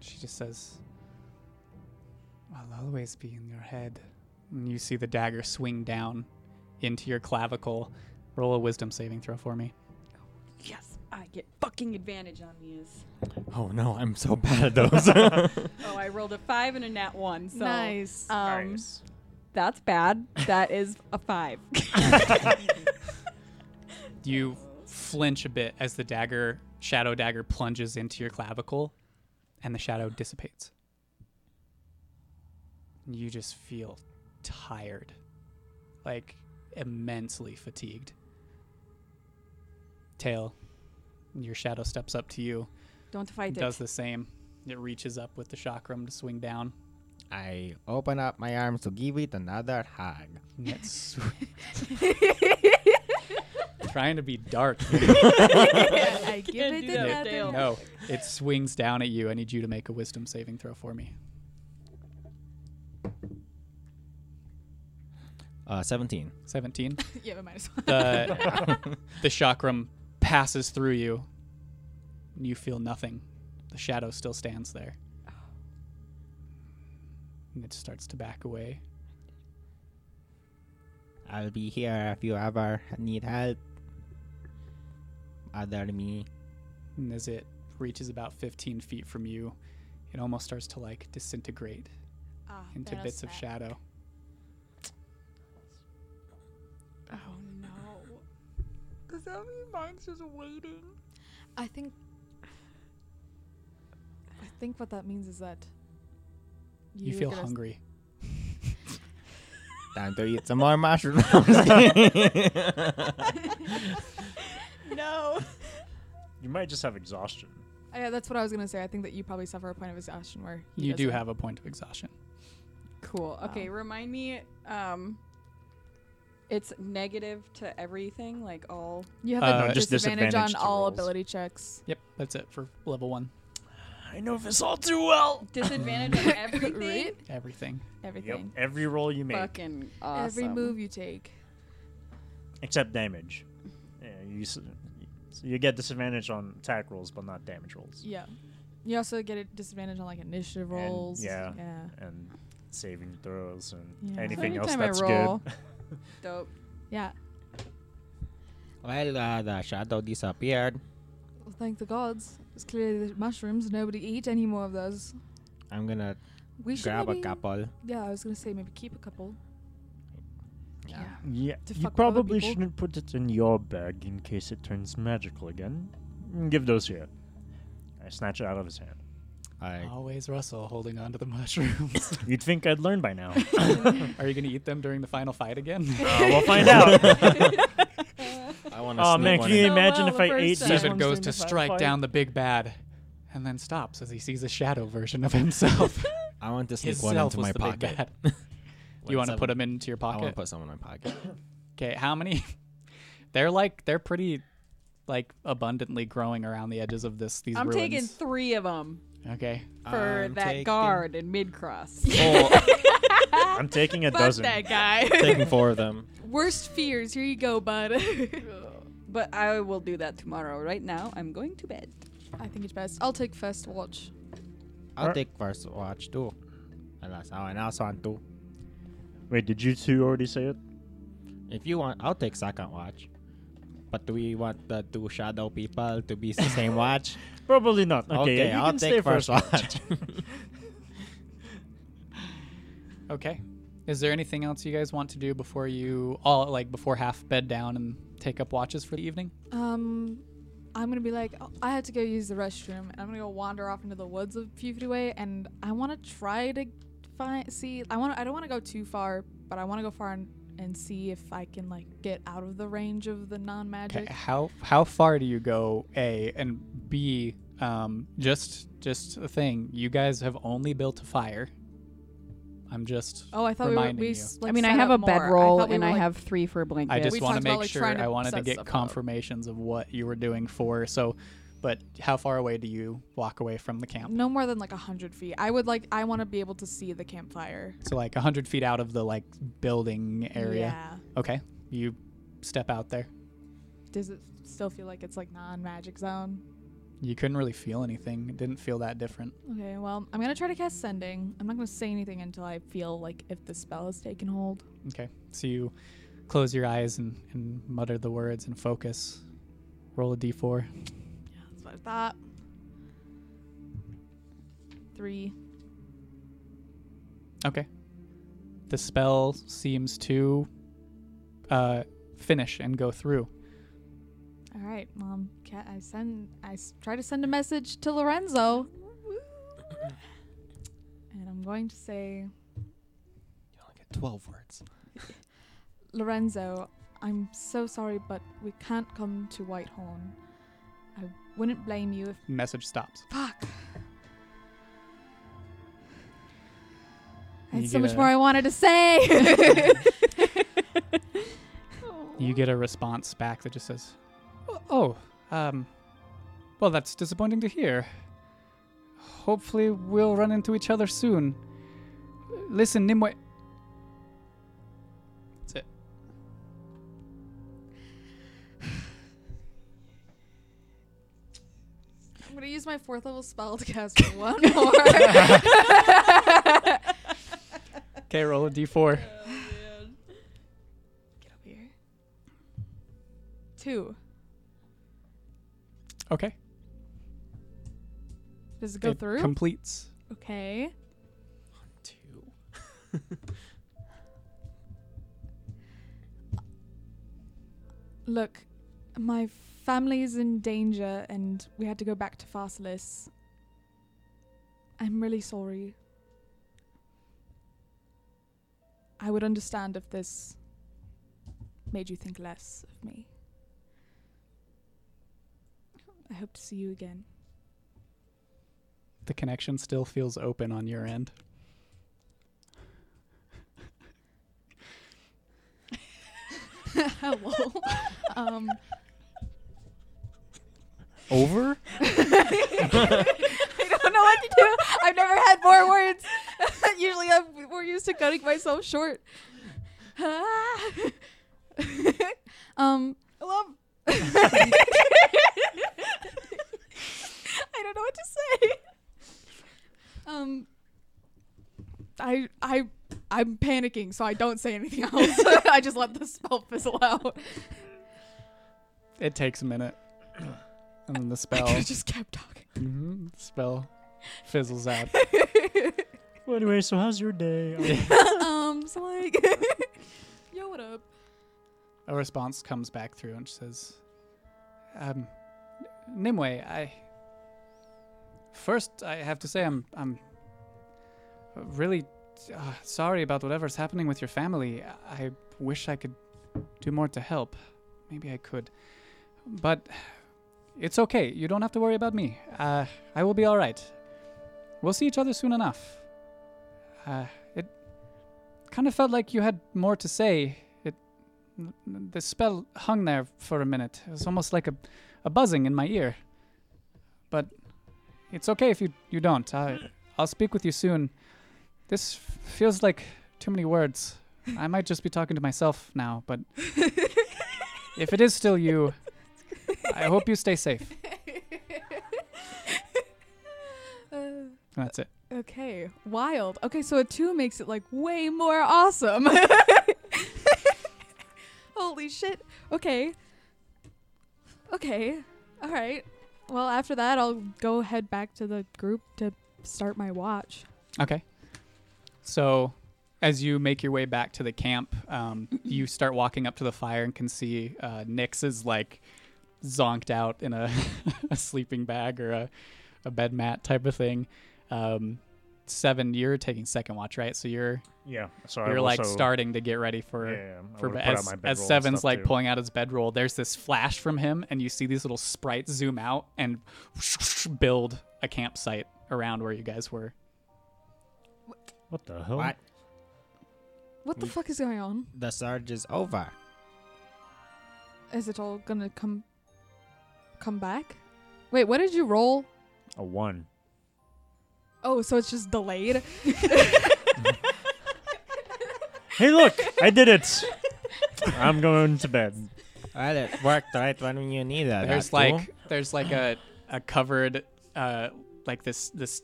A: She just says, I'll always be in your head. And you see the dagger swing down into your clavicle. Roll a wisdom saving throw for me.
E: Yes, I get fucking advantage on these.
B: Oh no, I'm so bad at those.
E: Oh, I rolled a five and a nat one. So
D: nice.
E: Um, That's bad. That is a five.
A: You flinch a bit as the dagger, shadow dagger, plunges into your clavicle and the shadow dissipates. You just feel tired, like immensely fatigued. Tail, your shadow steps up to you.
E: Don't fight
A: does
E: it.
A: the same. It reaches up with the chakram to swing down.
B: I open up my arms to give it another hug.
A: And it sw- trying to be dark. here.
D: I give
E: Can't
D: it
E: do that,
D: another-
E: Dale.
A: no, it swings down at you. I need you to make a wisdom saving throw for me.
B: Uh, 17.
A: 17.
D: yeah, we might as well.
A: The, the chakram passes through you. And you feel nothing. The shadow still stands there. And it starts to back away.
B: I'll be here if you ever need help. Other me.
A: And as it reaches about 15 feet from you, it almost starts to like disintegrate
D: Ah,
A: into
D: Thanos
A: bits of
D: back.
A: shadow.
D: Oh no.
E: Does that mean mine's just waiting?
D: I think. I think what that means is that.
A: You,
D: you're
A: feel
D: gonna s-
A: hungry.
B: Time to eat some more mushrooms.
E: No.
C: You might just have exhaustion.
D: Uh, yeah, that's what I was gonna say. I think that you probably suffer a point of exhaustion where he
A: You do
D: doesn't.
A: have a point of exhaustion.
E: Cool. Okay,
D: Um,
E: remind me. Um, it's negative to everything, like all.
D: You have
A: Uh,
D: a
A: No,
C: just
D: disadvantage,
C: disadvantage
D: on
C: to
D: all
C: rolls.
D: ability checks.
A: Yep, that's it for level one.
C: I know this all too well.
E: Disadvantage on everything.
D: Right?
A: Everything.
C: Yep.
D: Everything.
C: Every roll you make,
E: Fucking awesome.
D: Every move you take.
C: except damage. Yeah, you s- so you get disadvantage on attack rolls, but not damage rolls.
D: Yeah. You also get a disadvantage on like initiative rolls.
C: yeah.
D: Yeah.
C: And saving throws and
D: Yeah.
C: anything else
D: Anytime I
C: that's
D: roll-
C: good.
E: Dope.
D: Yeah.
B: well, uh, the shadow disappeared.
D: Well, thank the gods. It's clearly the mushrooms. Nobody eat any more of those.
B: I'm gonna
D: We should
B: grab
D: maybe,
B: a couple.
D: Yeah, I was gonna say maybe keep a couple.
B: Yeah.
C: Yeah,
D: To fuck
C: you
D: with other
C: probably
D: people.
C: shouldn't put it in your bag in case it turns magical again. Mm, Give those here. I snatch it out of his hand.
B: I
A: Always Russell holding on to the mushrooms.
C: You'd think I'd learn by now.
A: Are you going to eat them during the final fight again?
C: Uh, we'll find out.
B: I want to
C: oh man, can you
D: So
C: imagine
D: well
C: if I
D: versed
C: ate
D: at-
C: these
D: Seven
A: David
C: ones
A: goes
C: during
A: to
C: the fi-
A: strike
C: fight?
A: down the big bad and then stops as he sees a shadow version of himself.
B: I want to sneak
A: His
B: one
A: self
B: into
A: was
B: my
A: the big
B: pocket.
A: bad. you want to put them into your
B: I want
A: pocket?
B: to put some in my pocket.
A: Okay, how many? they're like, they're pretty like abundantly growing around the edges of this these
E: I'm
A: ruins.
E: taking three of them
A: okay.
E: for
B: I'm
E: that
B: taking-
E: guard in mid cross.
C: I'm taking a
D: Fuck
C: dozen.
D: that guy.
B: Taking four of them.
D: Worst fears. Here you go, bud.
E: but I will do that tomorrow. Right now, I'm going to bed.
D: I think it's best. I'll take first watch.
B: I'll
C: Or-
B: take first watch too. Unless someone else want to.
C: Wait, did you two already say it?
B: If you want, I'll take second watch. But do we want the two shadow people to be the same watch?
C: Probably not. Okay, yeah, you
B: I'll
C: can
B: take
C: stay
B: first
C: first.
B: watch.
A: Okay. Is there anything else you guys want to do before you all like before half bed down and take up watches for the evening?
D: Um, I'm gonna be like, "Oh, I had to go use the restroom, and I'm gonna go wander off into the woods of Pewfity Way, and I want to try to find, see, I want, to I don't want to go too far, but I want to go far and, and see if I can like get out of the range of the non-magic.
A: Okay. How how far do you go? A and B. Um, just just a thing. You guys have only built a fire. I'm just.
D: Oh, I thought we, were,
A: reminding
D: we
A: you.
D: s- like,
E: I mean, I
D: set
E: have a
D: up more.
E: bedroll
D: thought we
E: and
D: were,
E: I
D: like-
E: have three for blankets.
A: I just
D: we
A: want to
D: talked about,
A: make
D: like,
A: sure.
D: trying to
A: I wanted to
D: set
A: get
D: stuff up.
A: confirmations of what you were doing for. So, but how far away do you walk away from the camp?
D: no more than like a hundred feet. I would like, I want to be able to see the campfire.
A: So like 100 feet out of the like building area.
D: Yeah.
A: Okay. You step out there.
D: Does it still feel like it's like non-magic zone?
A: You couldn't really feel anything. It didn't feel that different.
D: Okay, well, I'm gonna try to cast sending. I'm not gonna say anything until I feel like if the spell has taken hold.
A: Okay. So you close your eyes and, and mutter the words and focus. Roll a d4.
D: Yeah, that's what I thought. Three.
A: Okay. The spell seems to uh, finish and go through.
D: All right, mom. Cat, I send. I s- try to send a message to Lorenzo, and I'm going to say,
B: You only get 12 words.
D: Lorenzo, I'm so sorry, but we can't come to Whitehorn. I wouldn't blame you if.
A: Message stops.
D: Fuck. I
A: You
D: had so
A: get
D: much
A: a-
D: more I wanted to say.
A: You get a response back that just says, "Oh, um, well, that's disappointing to hear. Hopefully, we'll run into each other soon. Listen, Nimue." That's it.
D: I'm gonna use my fourth level spell to cast one more.
A: Okay, roll a d4.
D: Two.
A: Okay,
D: Does it go
A: it
D: through?
A: completes.
D: okay.
B: Two.
D: Look, my family's in danger, and we had to go back to Pharsalus. I'm really sorry. I would understand if this made you think less of me. I hope to see you again.
A: The connection still feels open on your end.
D: Hello. um,
B: Over?
D: I don't know what to do. I've never had more words. Usually, I'm more used to cutting myself short. um, I love. I don't know what to say. Um, I I I'm panicking, so I don't say anything else. I just let the spell fizzle out.
A: It takes a minute, and then the
D: I
A: spell
D: could have just kept talking.
A: mhm, spell fizzles out.
C: Well, anyway, so how's your day? Oh,
D: um, so like, yo, what up?
A: a response comes back through and she says, um, Nimue, I. First, I have to say I'm I'm really uh, sorry about whatever's happening with your family. I wish I could do more to help. Maybe I could, but it's okay. You don't have to worry about me. Uh, I will be all right. We'll see each other soon enough. Uh, it kind of felt like you had more to say. It N- n- The spell hung there for a minute. It was almost like a, a buzzing in my ear. But it's okay if you, you don't. I, I'll speak with you soon. This f- feels like too many words. I might just be talking to myself now, but if it is still you, I hope you stay safe.
D: Uh,
A: And That's it.
D: okay, wild. Okay, so a two makes it like way more awesome. Holy shit. Okay. Okay. All right. Well, after that, I'll go head back to the group to start my watch.
A: Okay. So, as you make your way back to the camp, um, you start walking up to the fire and can see uh, Nix is like zonked out in a, a sleeping bag or a, a bed mat type of thing. Um, Seven, you're taking second watch, right? So you're
C: Yeah. So I
A: you're like
C: also-
A: starting to get ready for
C: Yeah, yeah, I
A: for
C: would've
A: bed.
C: put out
A: as,
C: my bedroll and
A: as Seven's
C: stuff,
A: like
C: too.
A: pulling out his bedroll. There's this flash from him, and you see these little sprites zoom out and build a campsite around where you guys were.
C: What the hell?
B: What?
D: What
A: Mm.
D: the fuck is going on?
B: The surge is over.
D: Is it all gonna come come back? Wait, what did you roll?
C: A one.
D: Oh, so it's just delayed.
C: Hey, look! I did it. I'm going to bed.
B: Well, it worked right when you needed it.
A: there's like there's like a a covered uh like this this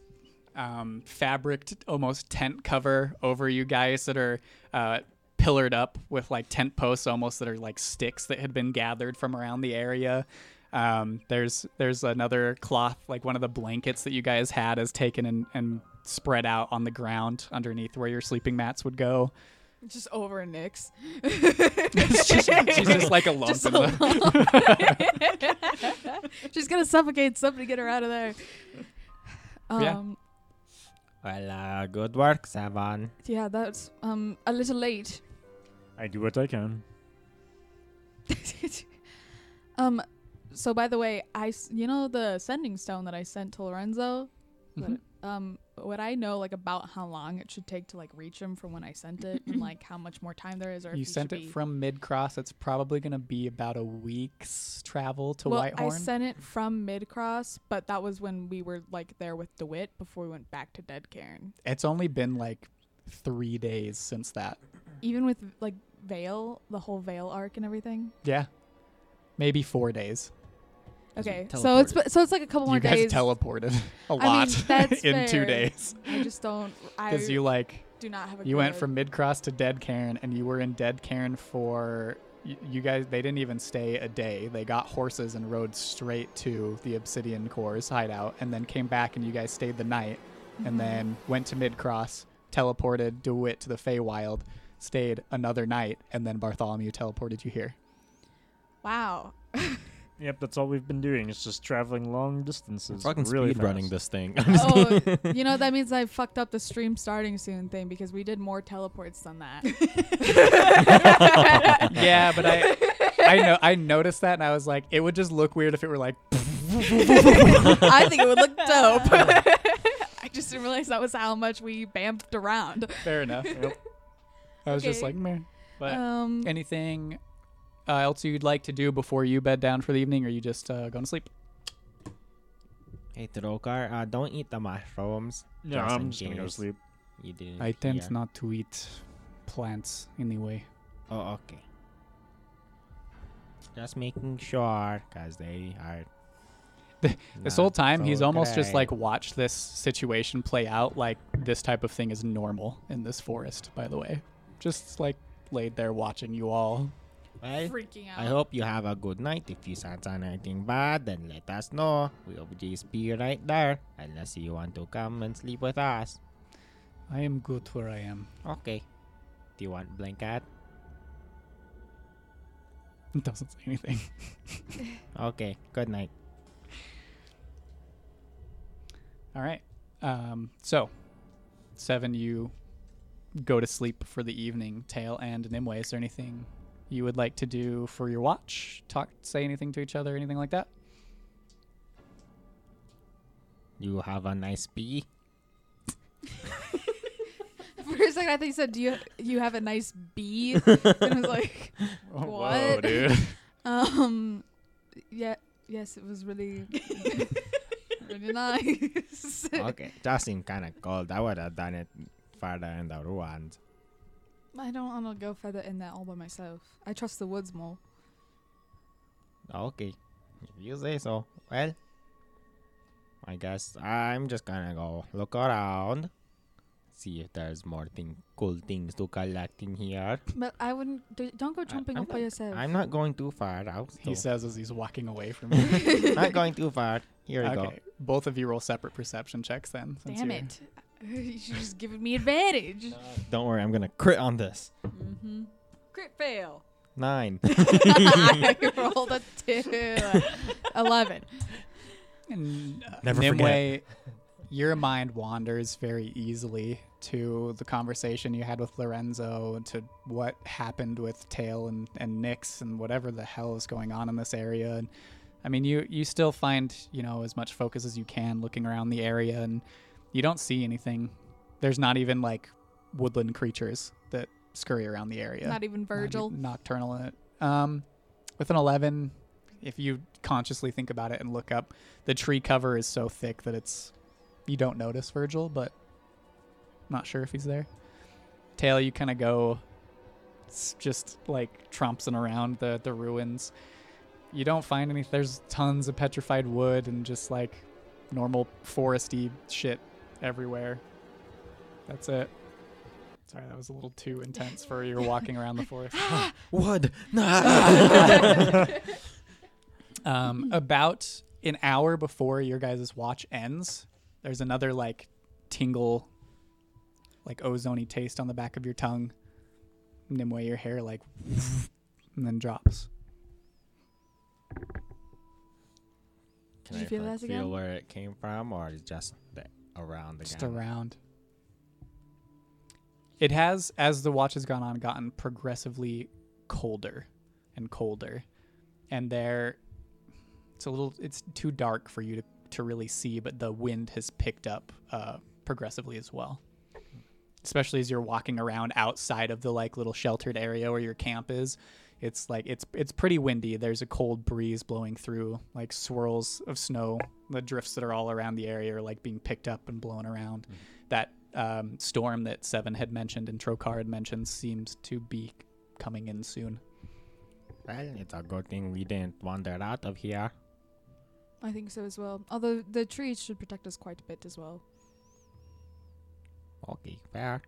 A: um fabric almost tent cover over you guys that are uh pillared up with like tent posts almost that are like sticks that had been gathered from around the area um there's there's another cloth like one of the blankets that you guys had is taken and and spread out on the ground underneath where your sleeping mats would go
D: just over Nix.
A: she's, just, she's just like a lump
D: Just
A: in
D: a
A: the-
D: She's gonna suffocate somebody. Get her out of there.
A: Yeah.
D: Um,
B: Well, uh, good work, Seven.
D: yeah. that's um a little late.
C: I do what I can.
D: um, so by the way, I s- you know the sending stone that I sent to Lorenzo.
A: Mhm.
D: Um, would I know like about how long it should take to like reach him from when I sent it, and like how much more time there is, or if
A: You
D: he
A: sent
D: should
A: it
D: be-
A: from Mid Cross. It's probably going to be about a week's travel to
D: well, I
A: Whitehorn.
D: sent it from Midcross, but that was when we were like there with DeWitt before we went back to Dead Cairn.
A: it's only been like three days since that.
D: Even with like Vale, the whole Vale arc and everything.
A: Yeah, maybe four days.
B: As we
D: Okay, so it's
B: teleported.
D: so it's like a couple more
A: you guys
D: days.
A: teleported a
D: mean,
A: lot
D: that's
A: in two
D: fair.
A: days
D: I just don't. I
A: because you like
D: do not have a.
A: you went
D: good-
A: from Mid Cross to Dead Cairn, and you were in Dead Cairn for. y- You guys, they didn't even stay a day. They got horses and rode straight to the Obsidian Core's hideout, and then came back, and you guys stayed the night.
D: Mm-hmm.
A: and then went to Midcross, teleported DeWitt to the Feywild, stayed another night, and then Bartholomew teleported you here.
D: wow.
C: Yep, that's all we've been doing. It's just traveling long distances.
B: fucking
C: really
B: speed running
C: fast.
B: this thing.
D: Oh, you know that means I fucked up the stream starting soon thing because we did more teleports than that.
A: yeah, but I, I know I noticed that, and I was like, it would just look weird if it were like.
D: I think it would look dope. I just didn't realize that was how much we bamfed around.
A: Fair enough.
C: Yep.
A: I was just
D: Okay.
A: like, man. But
D: Um,
A: anything uh, else you'd like to do before you bed down for the evening, or you just uh, going to sleep?
B: hey, Trokar, uh, don't eat the mushrooms.
C: No,
B: Just
C: I'm
B: in
C: just gonna go
B: case
C: sleep.
B: You didn't.
A: I tend
B: hear.
A: not to eat plants anyway.
B: Oh, okay. Just making sure, cause they are.
A: This
B: not
A: whole time, he's
B: so
A: almost just
B: great.
A: like watched this situation play out. Like this type of thing is normal in this forest, by the way. Just like laid there watching you all.
B: Well,
D: freaking out.
B: I hope you have a good night. If you sense anything bad, then let us know. We'll just be right there, unless you want to come and sleep with us.
A: I am good where I am.
B: Okay. Do you want blanket?
A: It doesn't say anything.
B: Okay. Good night.
A: All right. Um, so, seven, you go to sleep for the evening. Tail and Nimue, is there anything you would like to do for your watch? Talk, say anything to each other, anything like that?
B: You have a nice pee.
D: For a second, I think you said, "Do you you have a nice bee?" and I was like, "What?"
A: dude.
D: Um, yeah, yes, it was really, really nice.
B: okay. Just seemed kind of cold. I would have done it farther in the ruins.
D: I don't want to go further in there all by myself. I trust the woods more.
B: Okay. If you say so. Well, I guess I'm just gonna go look around. See if there's more thing, cool things to collect in here.
D: But I wouldn't. d- Don't go
B: I-
D: jumping
B: I'm
D: off by
B: not-
D: yourself.
B: I'm not going too far out.
A: He
B: so-
A: says as he's walking away from you.
B: not going too far. Here we
A: okay.
B: go.
A: Both of you roll separate perception checks then. since
D: Damn
A: you're-
D: it! You're just giving me advantage.
B: Don't worry, I'm gonna crit on this.
E: Crit fail.
B: Nine.
D: I rolled a two. Eleven.
A: And, uh,
B: Never
A: Nimue,
B: forget.
A: your mind wanders very easily to the conversation you had with Lorenzo, to what happened with Tail and, and Nix, and whatever the hell is going on in this area. And I mean, you you still find you know as much focus as you can looking around the area, and you don't see anything. There's not even like woodland creatures that scurry around the area.
D: Not even
A: Not e-
D: Virgil.
A: nocturnal in it. Um, with an 11, if you consciously think about it and look up, the tree cover is so thick that it's you don't notice Virgil, but not sure if he's there. Tail, you kind of go s- just like trompsing around the the ruins. You don't find any. There's tons of petrified wood and just like normal foresty shit everywhere. That's it. Sorry, that was a little too intense for your walking around the forest.
B: Ah, Wood. Nah.
A: Um, about an hour before your guys' watch ends, there's another like tingle, like ozony taste on the back of your tongue. Nimue, your hair like, and then drops.
B: Can
D: Did you
B: I
D: feel
B: like,
D: that again?
B: feel where it came from, or is just the, around the
A: just
B: gown?
A: around. It has, as the watch has gone on, gotten progressively colder and colder, and there, it's a little, it's too dark for you to to really see, but the wind has picked up uh, progressively as well. Especially as you're walking around outside of the like little sheltered area where your camp is, it's like it's it's pretty windy. There's a cold breeze blowing through, like swirls of snow. The drifts that are all around the area are like being picked up and blown around.
B: Mm-hmm.
A: That um, storm that Seven had mentioned and Trokar had mentioned seems to be coming in soon.
B: Well, it's a good thing we didn't wander out of here.
D: I think so as well. Although the trees should protect us quite a bit as well.
B: Okay, fair.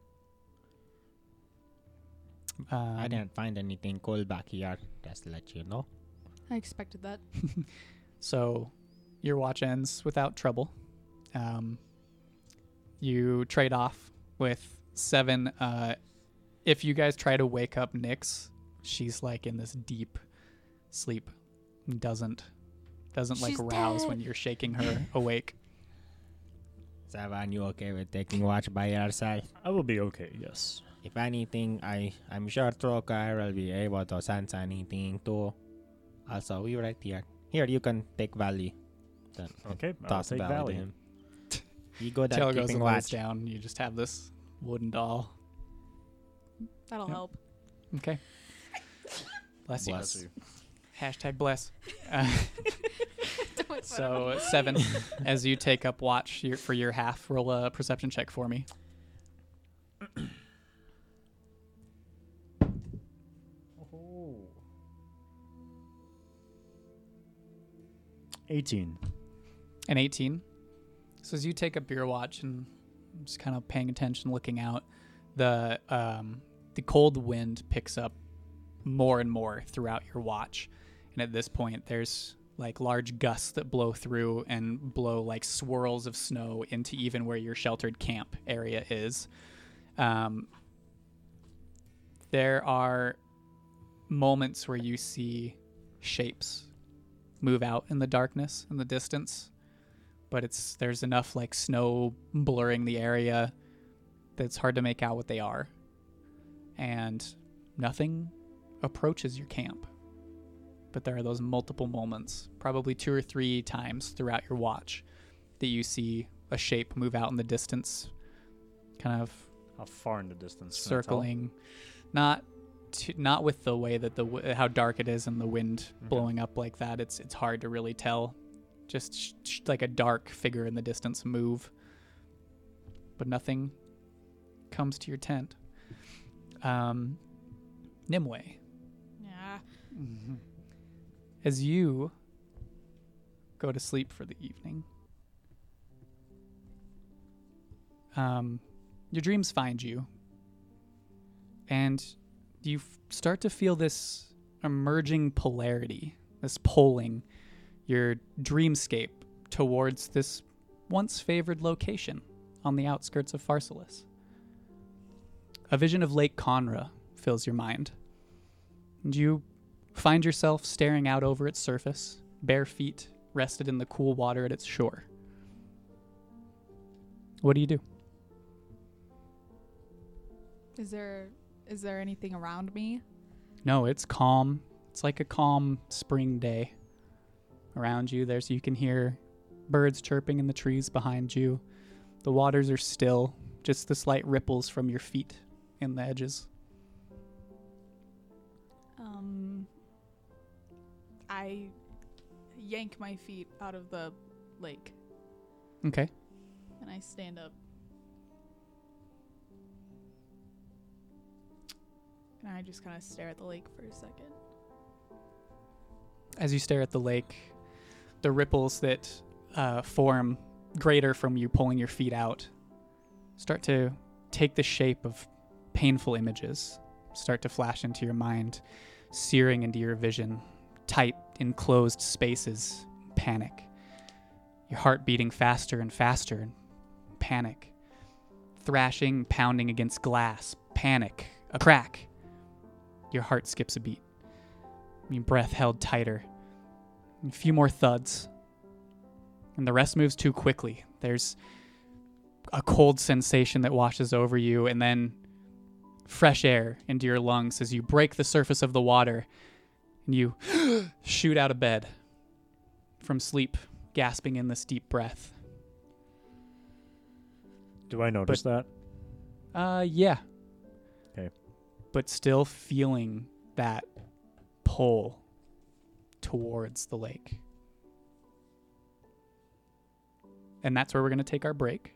A: Um,
B: I didn't find anything cool back here. Just let you know.
D: I expected that.
A: So your watch ends without trouble. Um, you trade off with seven. Uh, if you guys try to wake up Nyx, she's like in this deep sleep. and Doesn't doesn't like
D: She's
A: rouse
D: dead.
A: when you're shaking her awake.
B: Savan, you okay with taking watch by yourself?
C: I will be okay, yes.
B: If anything, I I'm sure Trokar will be able to sense anything too. Also, we right here. Here, you can take Valley. Then I
C: Okay, I'll
B: toss
C: take
B: Valley
C: Valley.
B: to him. You go
A: Tail
B: down
A: goes
B: keeping
A: and lays
B: watch.
A: down. You just have this wooden doll.
D: That'll
A: Yep.
D: help.
A: Okay. Bless,
B: Bless
A: you.
B: you.
A: Hashtag bless. Uh,
D: Don't
A: So uh, seven, as you take up watch your, for your half, roll a perception check for me.
C: Oh. 18.
A: An eighteen. So as you take up your watch and just kind of paying attention, looking out, the um, the cold wind picks up more and more throughout your watch, and at this point, there's like large gusts that blow through and blow like swirls of snow into even where your sheltered camp area is. Um, there are moments where you see shapes move out in the darkness in the distance but it's there's enough like snow blurring the area that it's hard to make out what they are and nothing approaches your camp but there are those multiple moments probably two or three times throughout your watch that you see a shape move out in the distance kind of
C: How far in the distance? can I tell?
A: circling, not to, not with the way that the w- how dark it is and the wind blowing up like that. It's it's hard to really tell. Just sh- sh- like a dark figure in the distance move, but nothing comes to your tent. Um, Nimue,
D: Yeah.
A: Mm-hmm. as you go to sleep for the evening, um, your dreams find you, and you f- start to feel this emerging polarity, this pulling your dreamscape towards this once favored location on the outskirts of Pharsalus. A vision of Lake Conra fills your mind. And you find yourself staring out over its surface, bare feet rested in the cool water at its shore. What do you do?
D: Is there is there anything around me?
A: No, it's calm. It's like a calm spring day. Around you, there's you can hear birds chirping in the trees behind you. The waters are still, just the slight ripples from your feet in the edges.
D: Um, I yank my feet out of the lake
A: Okay.
D: and I stand up. And I just kind of stare at the lake for a second.
A: As you stare at the lake, the ripples that uh, form greater from you pulling your feet out start to take the shape of painful images, start to flash into your mind, searing into your vision, tight, enclosed spaces, panic. Your heart beating faster and faster, and panic. Thrashing, pounding against glass, panic. A crack. Your heart skips a beat your breath held tighter. A few more thuds. And the rest moves too quickly. There's a cold sensation that washes over you, and then fresh air into your lungs as you break the surface of the water and you shoot out of bed from sleep, gasping in this deep breath.
C: Do I notice that?
A: Uh, yeah.
C: 'Kay.
A: But still feeling that pull towards the lake. And that's where we're going to take our break.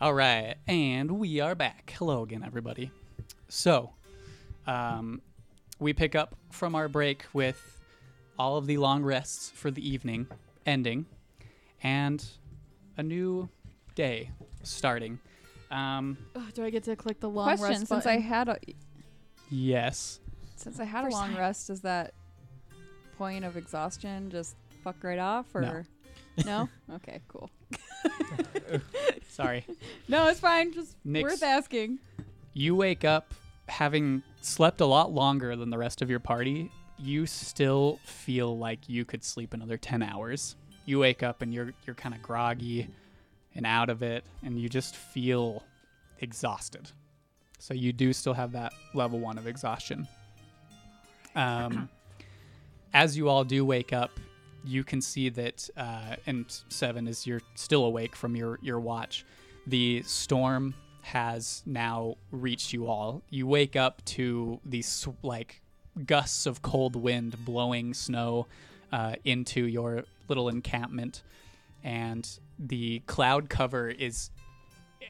A: All right, and we are back. Hello again, everybody. So, um, we pick up from our break with all of the long rests for the evening ending, and a new day starting. Um,
D: Ugh, do I get to click the long
E: Question:
D: rest
E: Since I
D: button?
E: had a
A: yes,
E: since I had
D: First
E: a long
D: time.
E: rest, does that point of exhaustion just fuck right off or no? Okay, cool.
A: sorry.
E: No, it's fine. Just
A: Nick's-
E: worth asking.
A: You wake up having slept a lot longer than the rest of your party. You still feel like you could sleep another 10 hours. You wake up and you're you're kind of groggy and out of it and you just feel exhausted. So you do still have that level 1 of exhaustion. Um as you all do wake up, you can see that uh, and seven is you're still awake from your your watch the storm has now reached you all you wake up to these sw- like gusts of cold wind blowing snow uh, into your little encampment and the cloud cover is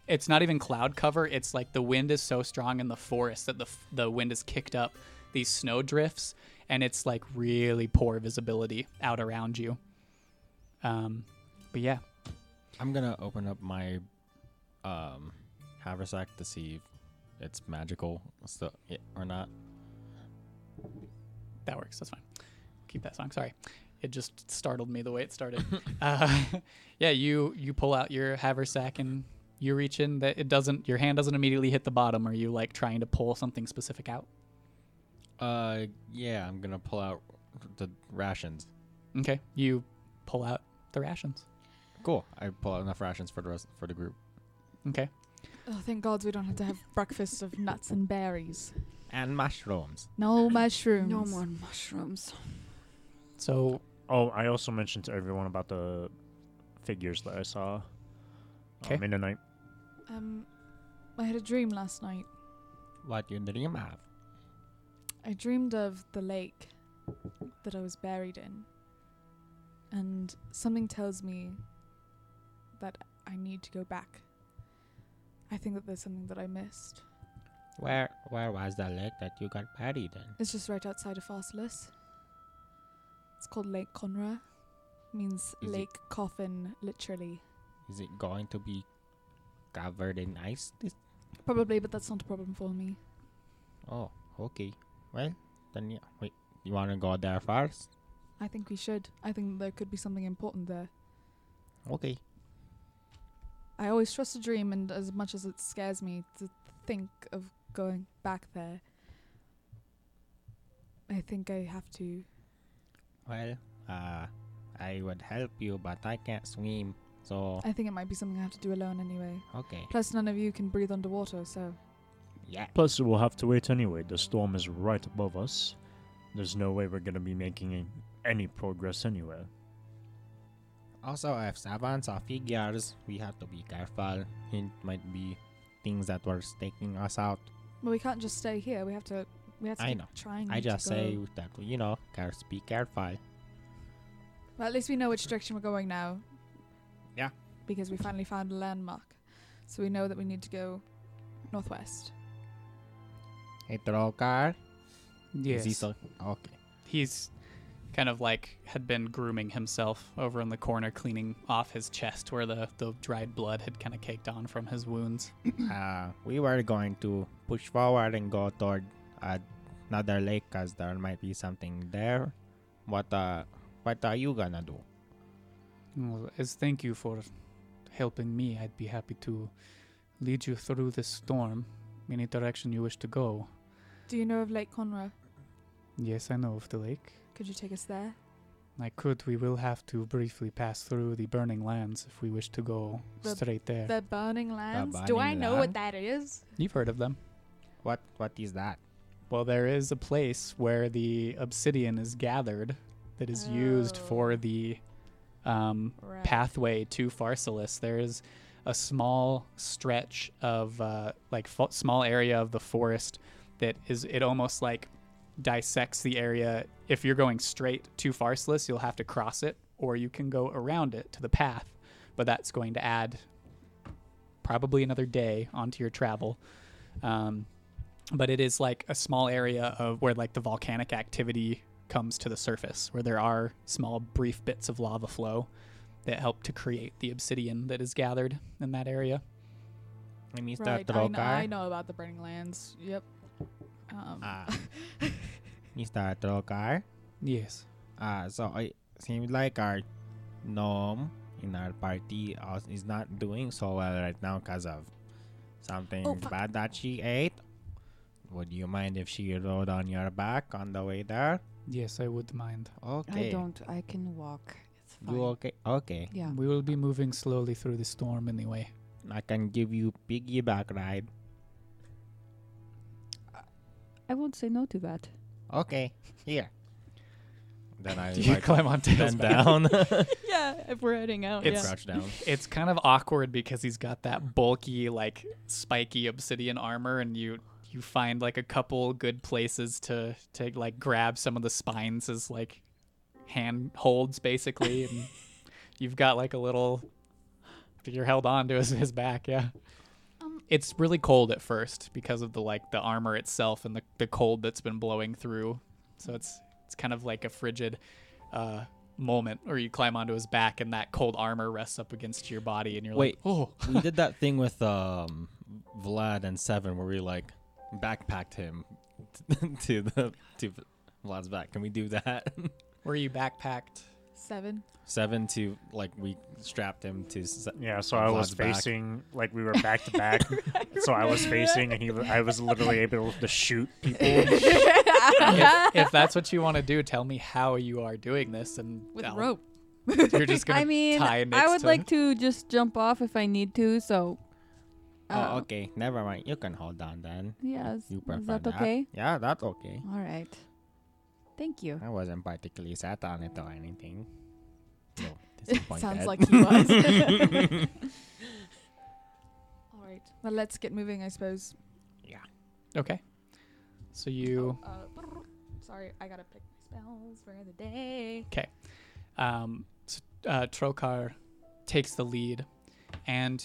A: it's not even cloud cover it's like the wind is so strong in the forest that the f- the wind has kicked up these snow drifts and it's like really poor visibility out around you um but yeah
B: I'm gonna open up my um haversack to see if it's magical so yeah, or not.
A: That works. That's fine. Keep that song. Sorry, it just startled me the way it started. uh, yeah, you you pull out your haversack and you reach in. That it doesn't. Your hand doesn't immediately hit the bottom. Are you like trying to pull something specific out?
B: Uh, yeah, I'm gonna pull out the rations.
A: Okay, you pull out the rations.
B: Cool. I pull out enough rations for the rest for the group.
A: Okay,
D: Oh, thank God we don't have to have breakfasts of nuts and berries.
B: And mushrooms.
D: No mushrooms.
E: No more mushrooms.
A: so
C: Oh, I also mentioned to everyone about the figures that I saw.
A: 'Kay.
C: Um, in the night.
D: Um, I had a dream last night.
B: What you dream of?
D: I dreamed of the lake that I was buried in. And something tells me that I need to go back. I think that there's something that I missed.
B: Where where was the lake that you got buried in?
D: It's just right outside of Pharsalus. It's called Lake Conra. Means
B: Is it-
D: lake coffin, literally.
B: Is it going to be covered in ice? This?
D: Probably, but that's not a problem for me.
B: Oh, okay. Well, then yeah. Wait, you want to go there first?
D: I think we should. I think there could be something important there.
B: Okay.
D: I always trust a dream, and as much as it scares me to think of going back there, I think I have to.
B: Well, uh, I would help you, but I can't swim. So
D: I think it might be something I have to do alone anyway.
B: okay.
D: Plus, none of you can breathe underwater, so.
B: Yeah.
C: Plus, we'll have to wait anyway. The storm is right above us. There's no way we're gonna be making any progress anywhere.
B: Also, if savants are figures, we have to be careful. It might be things that were staking us out.
D: But we can't just stay here. We have to. We have to
B: I
D: keep
B: know.
D: trying.
B: I
D: to
B: just
D: go.
B: say that you know, care- be careful.
D: Well, at least we know which direction we're going now.
B: Yeah.
D: Because we finally found a landmark. So we know that we need to go northwest.
B: Hey, throw car.
A: yes,
B: Is he so- okay.
A: he's kind of like had been grooming himself over in the corner, cleaning off his chest where the the dried blood had kind of caked on from his wounds.
B: uh, we were going to push forward and go toward another lake, cause there might be something there. What uh, what are you gonna do?
A: Well, as thank you for helping me, I'd be happy to lead you through this storm, any direction you wish to go.
D: Do you know of Lake Conra?
A: Yes, I know of the lake.
D: Could you take us there?
A: I could. We will have to briefly pass through the burning lands if we wish to go
D: The-
A: straight there.
D: The Burning Lands? Do
B: Burning
D: I know
B: Land?
D: what that is?
A: You've heard of them.
B: What what is that?
A: Well, there is a place where the obsidian is gathered that is used
D: Oh.
A: for the um,
D: Right.
A: pathway to Pharsalus. There is a small stretch of uh, like fo- small area of the forest that is it almost like dissects the area. If you're going straight to Pharsalus, you'll have to cross it, or you can go around it to the path. But that's going to add probably another day onto your travel. Um, but it is like a small area of where like the volcanic activity comes to the surface, where there are small brief bits of lava flow that help to create the obsidian that is gathered in that area.
B: Let me
D: Right,
B: start
D: I,
B: throw
D: know,
B: car.
D: I know about the Burning Lands. Yep. Um,
B: Ah. Mr. Trokar.
A: Yes.
B: Ah, so it seems like our gnome in our party als- is not doing so well right now because of something
D: Oh, fuck.
B: bad that she ate. Would you mind if she rode on your back on the way there?
A: Yes, I would mind.
B: Okay.
E: I don't. I can walk. It's fine.
B: You okay? Okay.
E: Yeah.
A: We will be moving slowly through the storm anyway.
B: I can give you piggyback ride.
E: I won't say no to that.
B: Okay. Here. Then I
A: You
B: like
A: climb on
B: bend down.
E: yeah, if we're heading out.
A: It's-
B: Crouch down.
A: It's kind of awkward because he's got that bulky, like spiky obsidian armor, and you you find like a couple good places to to like grab some of the spines as like hand holds basically, and you've got like a little you're held on to his, his back, yeah.
D: Um,
A: it's really cold at first because of the like the armor itself and the, the cold that's been blowing through. So it's it's kind of like a frigid uh, moment where you climb onto his back and that cold armor rests up against your body and you're
B: Wait.
A: like, oh,
B: we did that thing with um Vlad and Seven where we like backpacked him to the to Vlad's back. Can we do that?
A: Were you backpacked?
D: Seven.
B: Seven to like we strapped him to. oh, Se-
C: Yeah, so I was
B: Vlad's back.
C: facing like we were back to back. so I was facing, and he, wa- I was literally able to shoot people.
A: if, if that's what you want to do, tell me how you are doing this, and
D: With
A: I'll-
D: rope.
A: You're just gonna
E: I mean,
A: tie Nyx
E: I would
A: to
E: like to just jump off if I need to. So, uh,
B: oh, okay. Never mind. You can hold on then.
E: yeah, is,
B: You prefer
E: is that okay?
B: Yeah, that's okay.
E: All right. Thank you.
B: I wasn't particularly sat on it or anything. No, disappointed.
D: Sounds like he was. All right. Well, let's get moving, I suppose.
A: Okay. So you
D: Uh, brr. sorry, I gotta pick my spells for the day.
A: um, s- uh, Trokar takes the lead, and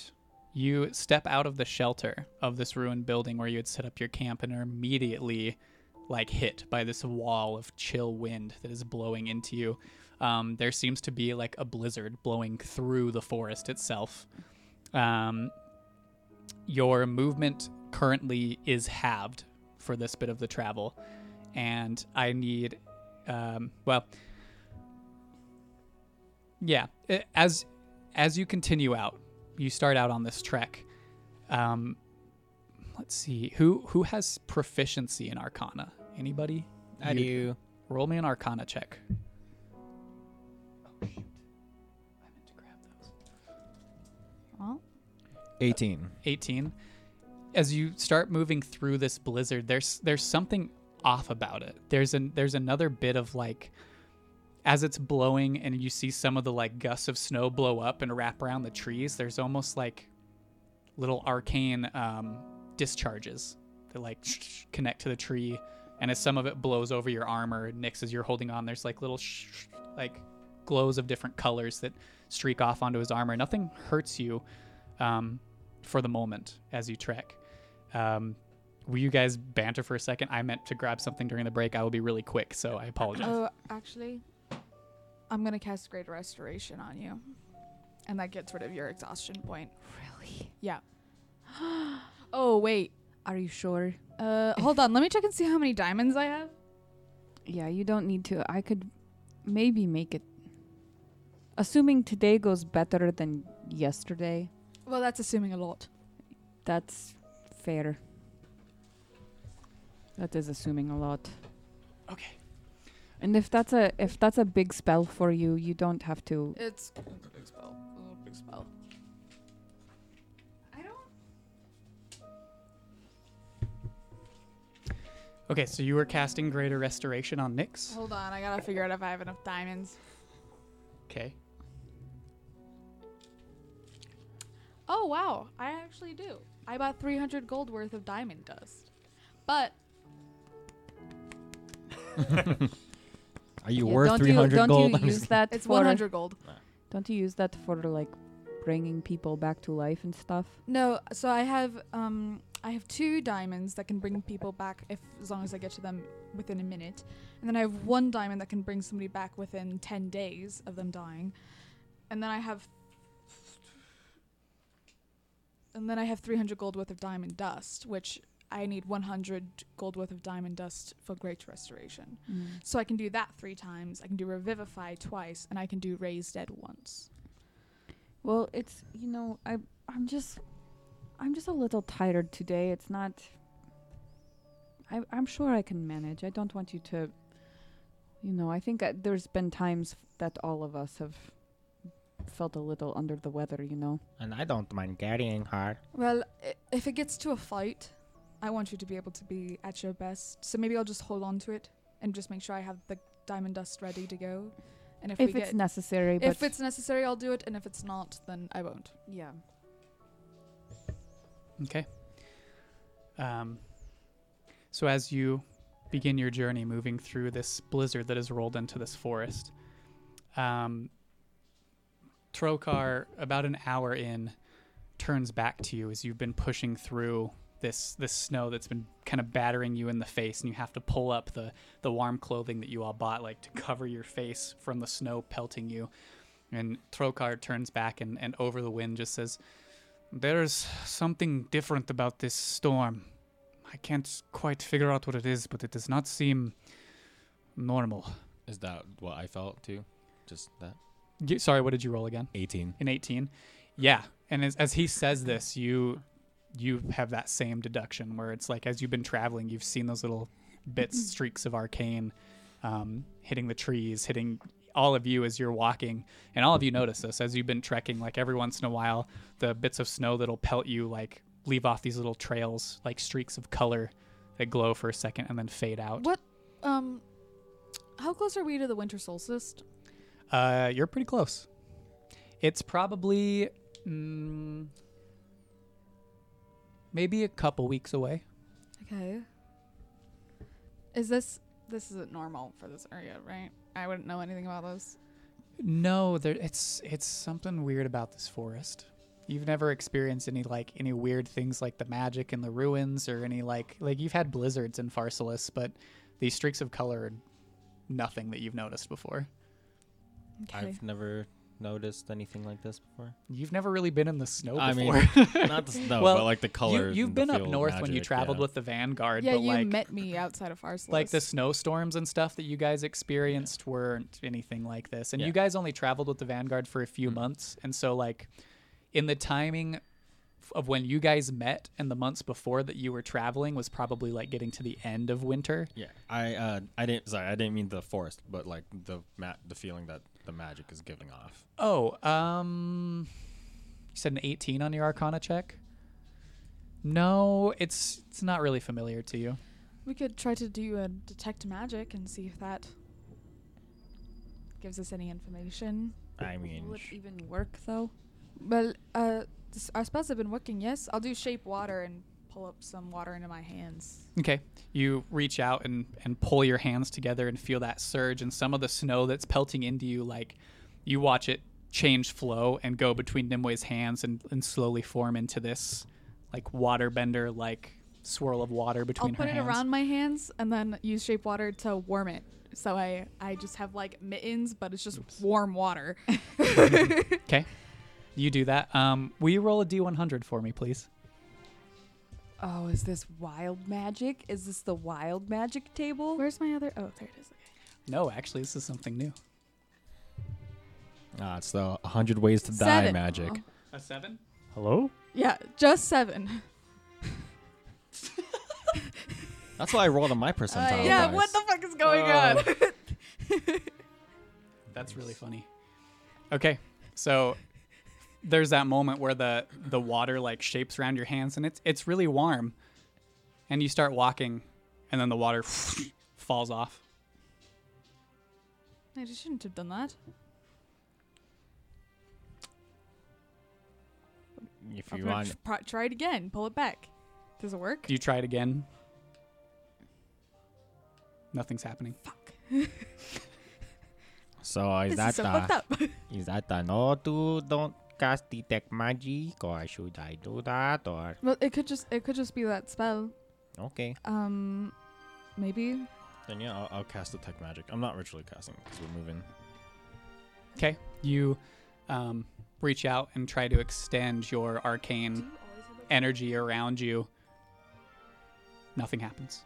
A: you step out of the shelter of this ruined building where you had set up your camp, and are immediately like hit by this wall of chill wind that is blowing into you. Um, there seems to be like a blizzard blowing through the forest itself. Um, your movement currently is halved for this bit of the travel, and I need, um, well, yeah i- as as you continue out you start out on this trek um let's see who who has proficiency in arcana anybody
B: I
A: You-
B: do.
A: roll me an arcana check oh shoot i meant to grab those
E: Well,
B: 18.
A: 18 as you start moving through this blizzard there's there's something off about it there's an there's another bit of like as it's blowing and you see some of the like gusts of snow blow up and wrap around the trees there's almost like little arcane um, discharges that like connect to the tree and as some of it blows over your armor nix as you're holding on there's like little like glows of different colors that streak off onto his armor nothing hurts you um, for the moment as you trek. Um, will you guys banter for a second? I meant to grab something during the break. I will be really quick, so I apologize.
D: Oh, actually, I'm gonna cast Great Restoration on you, and that gets rid of your exhaustion point.
E: really?
D: Yeah. oh wait.
E: Are you sure?
D: Uh, hold on. Let me check and see how many diamonds I have.
E: Yeah, you don't need to. I could maybe make it. Assuming today goes better than yesterday,
D: Well, that's assuming a lot.
E: that's fair. That is assuming a lot.
A: okay.
E: And if that's a if that's a big spell for you, you don't have to.
D: It's a big spell. A big spell.
E: I don't.
A: Okay, so you were casting Greater Restoration on Nyx.
D: Hold on. I gotta figure out if I have enough diamonds.
A: Okay.
D: Oh wow, I actually do. I bought 300 gold worth of diamond dust. But
B: Are you worth 300
E: you, don't
B: gold?
E: you use that?
D: it's
E: for,
D: 100 gold.
E: Don't you use that for like bringing people back to life and stuff?
D: No, so I have um I have two diamonds that can bring people back if as long as I get to them within a minute. And then I have one diamond that can bring somebody back within 10 days of them dying. And then I have And then I have 300 gold worth of diamond dust, which I need 100 gold worth of diamond dust for great restoration. So I can do that three times. I can do Revivify twice, and I can do Raise Dead once.
E: Well, it's you know I I'm just I'm just a little tired today. It's not. I I'm sure I can manage. I don't want you to. You know, I think uh, there's been times that all of us have felt a little under the weather. You know.
B: and I don't mind carrying her.
D: Well, i- if it gets to a fight, I want you to be able to be at your best. So maybe I'll just hold on to it and just make sure I have the diamond dust ready to go. And if,
E: If,
D: we
E: it's
D: get,
E: necessary, but
D: if it's necessary, I'll do it. And if it's not, then I won't.
E: yeah,
A: Okay. Um, so as you begin your journey moving through this blizzard that has rolled into this forest, um, Trokar, about an hour in, turns back to you as you've been pushing through this this snow that's been kind of battering you in the face, and you have to pull up the the warm clothing that you all bought, like to cover your face from the snow pelting you. And Trokar turns back and, and over the wind just says, There's something different about this storm. I can't quite figure out what it is, but it does not seem normal.
F: Is that what I felt too? Just that
A: Y- Sorry, what did you roll again?
F: 18.
A: An 18. Yeah, and as, as he says this, you you have that same deduction where it's like as you've been traveling, you've seen those little bits, streaks of arcane um, hitting the trees, hitting all of you as you're walking, and all of you notice this as you've been trekking. Like every once in a while, the bits of snow that'll pelt you like leave off these little trails, like streaks of color that glow for a second and then fade out.
D: What? Um, how close are we to the winter solstice?
A: Uh, you're pretty close. It's probably mm, maybe a couple weeks away.
D: Okay. Is this this isn't normal for this area, right? I wouldn't know anything about this.
A: No, there, it's it's something weird about this forest. You've never experienced any like any weird things like the magic and the ruins or any like like you've had blizzards in Pharsalus, but these streaks of color are nothing that you've noticed before.
D: Okay.
F: I've never noticed anything like this before.
A: You've never really been in the snow
F: I mean,
A: before.
F: Not the snow,
A: Well,
F: but like the colors.
A: you, have
F: and the
A: been up
F: field
A: north when you
F: magic,
A: traveled
F: yeah.
A: with the Vanguard,
D: yeah,
A: but
D: you
A: like
D: met me outside of Farsalis.
A: like the snowstorms and stuff that you guys experienced weren't anything like this. And you
F: Yeah.
A: guys only traveled with the Vanguard for a few months, and so like in the timing f- of when you guys met and the months before that you were traveling was probably like getting to the end of winter.
F: Yeah, I uh, I didn't. Sorry, I didn't mean the forest, but like the ma- the feeling that the magic is giving off.
A: Oh, um you said an 18 on your arcana check? No, it's it's not really familiar to you.
D: We could try to do a detect magic and see if that gives us any information.
B: I mean,
E: Will it even work though?
D: Well, uh, this, our spells have been working. Yes, I'll do shape water and pull up some water into my hands.
A: Okay. You reach out and, and pull your hands together and feel that surge and some of the snow that's pelting into you, like you watch it change flow and go between Nimue's hands and, and slowly form into this like waterbender like swirl of water between
D: I'll put
A: her
D: it
A: hands.
D: around my hands and then use shape water to warm it. So I I just have like mittens, but it's just warm water.
A: Okay. You do that. Um, will you roll a D one hundred for me, please?
E: Oh, is this wild magic? Is this the wild magic table?
D: Where's my other? Oh, there it is. Okay.
A: No, actually, this is something new.
F: Ah, it's the hundred ways to die
D: Seven.
F: magic.
D: Aw.
A: A seven?
C: Hello?
D: Yeah, just seven.
F: That's what I rolled on my percentile.
D: yeah,
F: dice.
D: what the fuck is going
A: Uh,
D: on?
A: That's really funny. Okay, so there's that moment where the the water like shapes around your hands, and it's it's really warm, and you start walking, and then the water falls off.
D: I just shouldn't have done that.
B: if
D: I'll
B: you
D: pro-
B: want,
D: pro- try it again. Pull it back. Does it work?
A: Do you try it again? Nothing's happening.
D: Fuck.
B: so is
D: This is
B: that
D: so
B: uh,
D: fucked up.
B: is that a no to don't cast detect magic, or should I do that, or
D: well, it could just it could just be that spell.
B: okay?
D: Um, maybe.
F: Then yeah, I'll, I'll cast the tech magic. I'm not ritually casting because we're moving.
A: Okay, you um, reach out and try to extend your arcane energy around you. Nothing happens.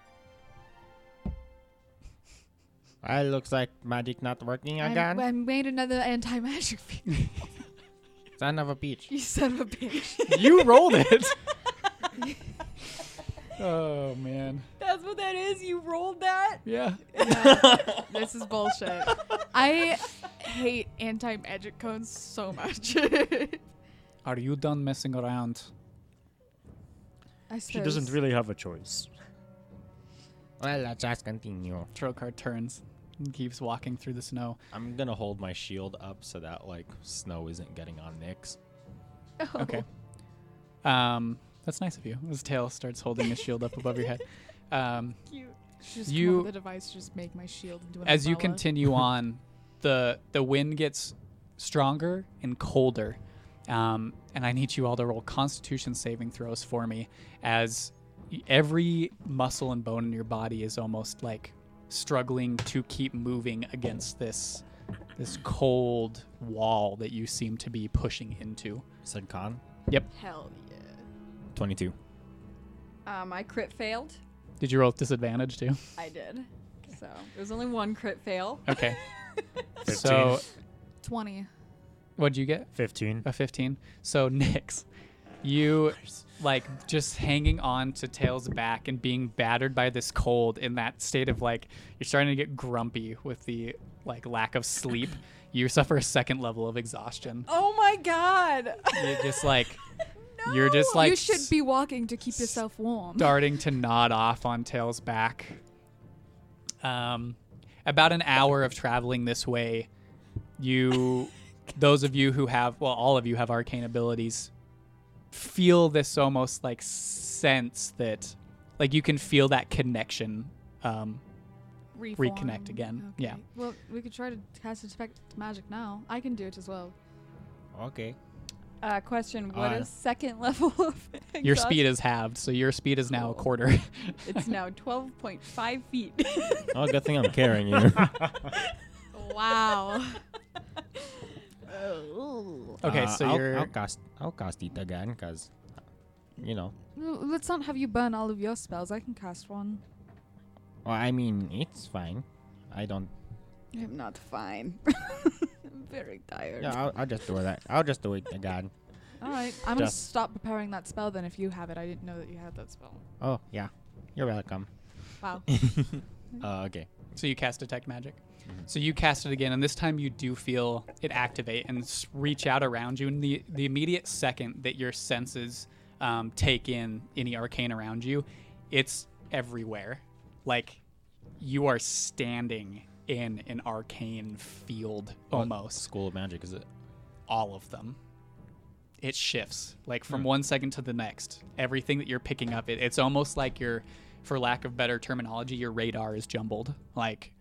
B: Well, looks like magic not working again.
D: I, I made another anti magic figure.
B: Son of a bitch.
D: you son of a bitch.
A: you rolled it. oh man.
E: That's what that is. You rolled that.
A: Yeah.
D: Yeah, this is bullshit. I hate anti magic cones so much.
A: Are you done messing around?
D: I
C: She doesn't
D: suppose.
C: really have a choice.
B: Well, let's just continue.
A: Trokar turns and keeps walking through the snow.
F: I'm gonna hold my shield up so that like snow isn't getting on Nyx.
D: Oh,
A: Okay. Um that's nice of you. His tail starts holding his shield up above your head. Um
D: She just
A: You-
D: you the device to just make my shield into an
A: as you
D: umbrella.
A: continue on, the the wind gets stronger and colder, um, and I need you all to roll Constitution saving throws for me, as y- every muscle and bone in your body is almost like struggling to keep moving against this this cold wall that you seem to be pushing into.
F: Said Khan.
A: Yep.
E: Hell yeah.
F: 22.
E: Um, I crit failed.
A: Did you roll with disadvantage too?
E: I did. So it was only one crit fail.
A: Okay.
C: 15.
A: so,
D: 20.
A: what'd you get?
C: 15.
A: A 15. So, Nyx, you like just hanging on to Tails' back and being battered by this cold in that state of like, you're starting to get grumpy with the like lack of sleep. You suffer a second level of exhaustion.
E: Oh my god.
A: You're just like, you're just like
D: you should be walking to keep yourself warm.
A: starting to nod off on Tail's back. Um, about an hour of traveling this way, you, those of you who have, well, all of you have arcane abilities, feel this almost like sense that, like, you can feel that connection. Um, reconnect again. Yeah.
D: Well, we could try to cast detect magic now. I can do it as well.
B: Okay.
E: Uh, question: What
B: Uh,
E: is second level of
A: your speed is halved, so your speed is now a
E: Cool.
A: quarter.
E: It's now twelve point five feet.
F: Oh, good thing I'm carrying you.
D: Wow.
A: okay,
D: Oh,
B: Uh,
A: so
B: I'll,
A: you're.
B: I'll cast. I'll cast it again because, you know.
D: Let's not have you burn all of your spells. I can cast one.
B: Well, I mean, it's fine. I don't.
E: I'm not fine. I'm very tired.
B: Yeah, I'll, I'll just do that. I'll just do it again.
D: All right. I'm going to
B: Just-
D: stop preparing that spell then if you have it. I didn't know that you had that spell.
B: Oh yeah, you're welcome.
D: Wow.
F: Uh, okay.
A: So you cast detect magic. So you cast it again, and this time you do feel it activate and s- reach out around you. And the the immediate second that your senses um, take in any arcane around you, it's everywhere. Like you are standing in an arcane field almost
F: School of Magic is it?
A: all of them. It shifts like from one second to the next. Everything that you're picking up, it, it's almost like your, for lack of better terminology, your radar is jumbled. Like,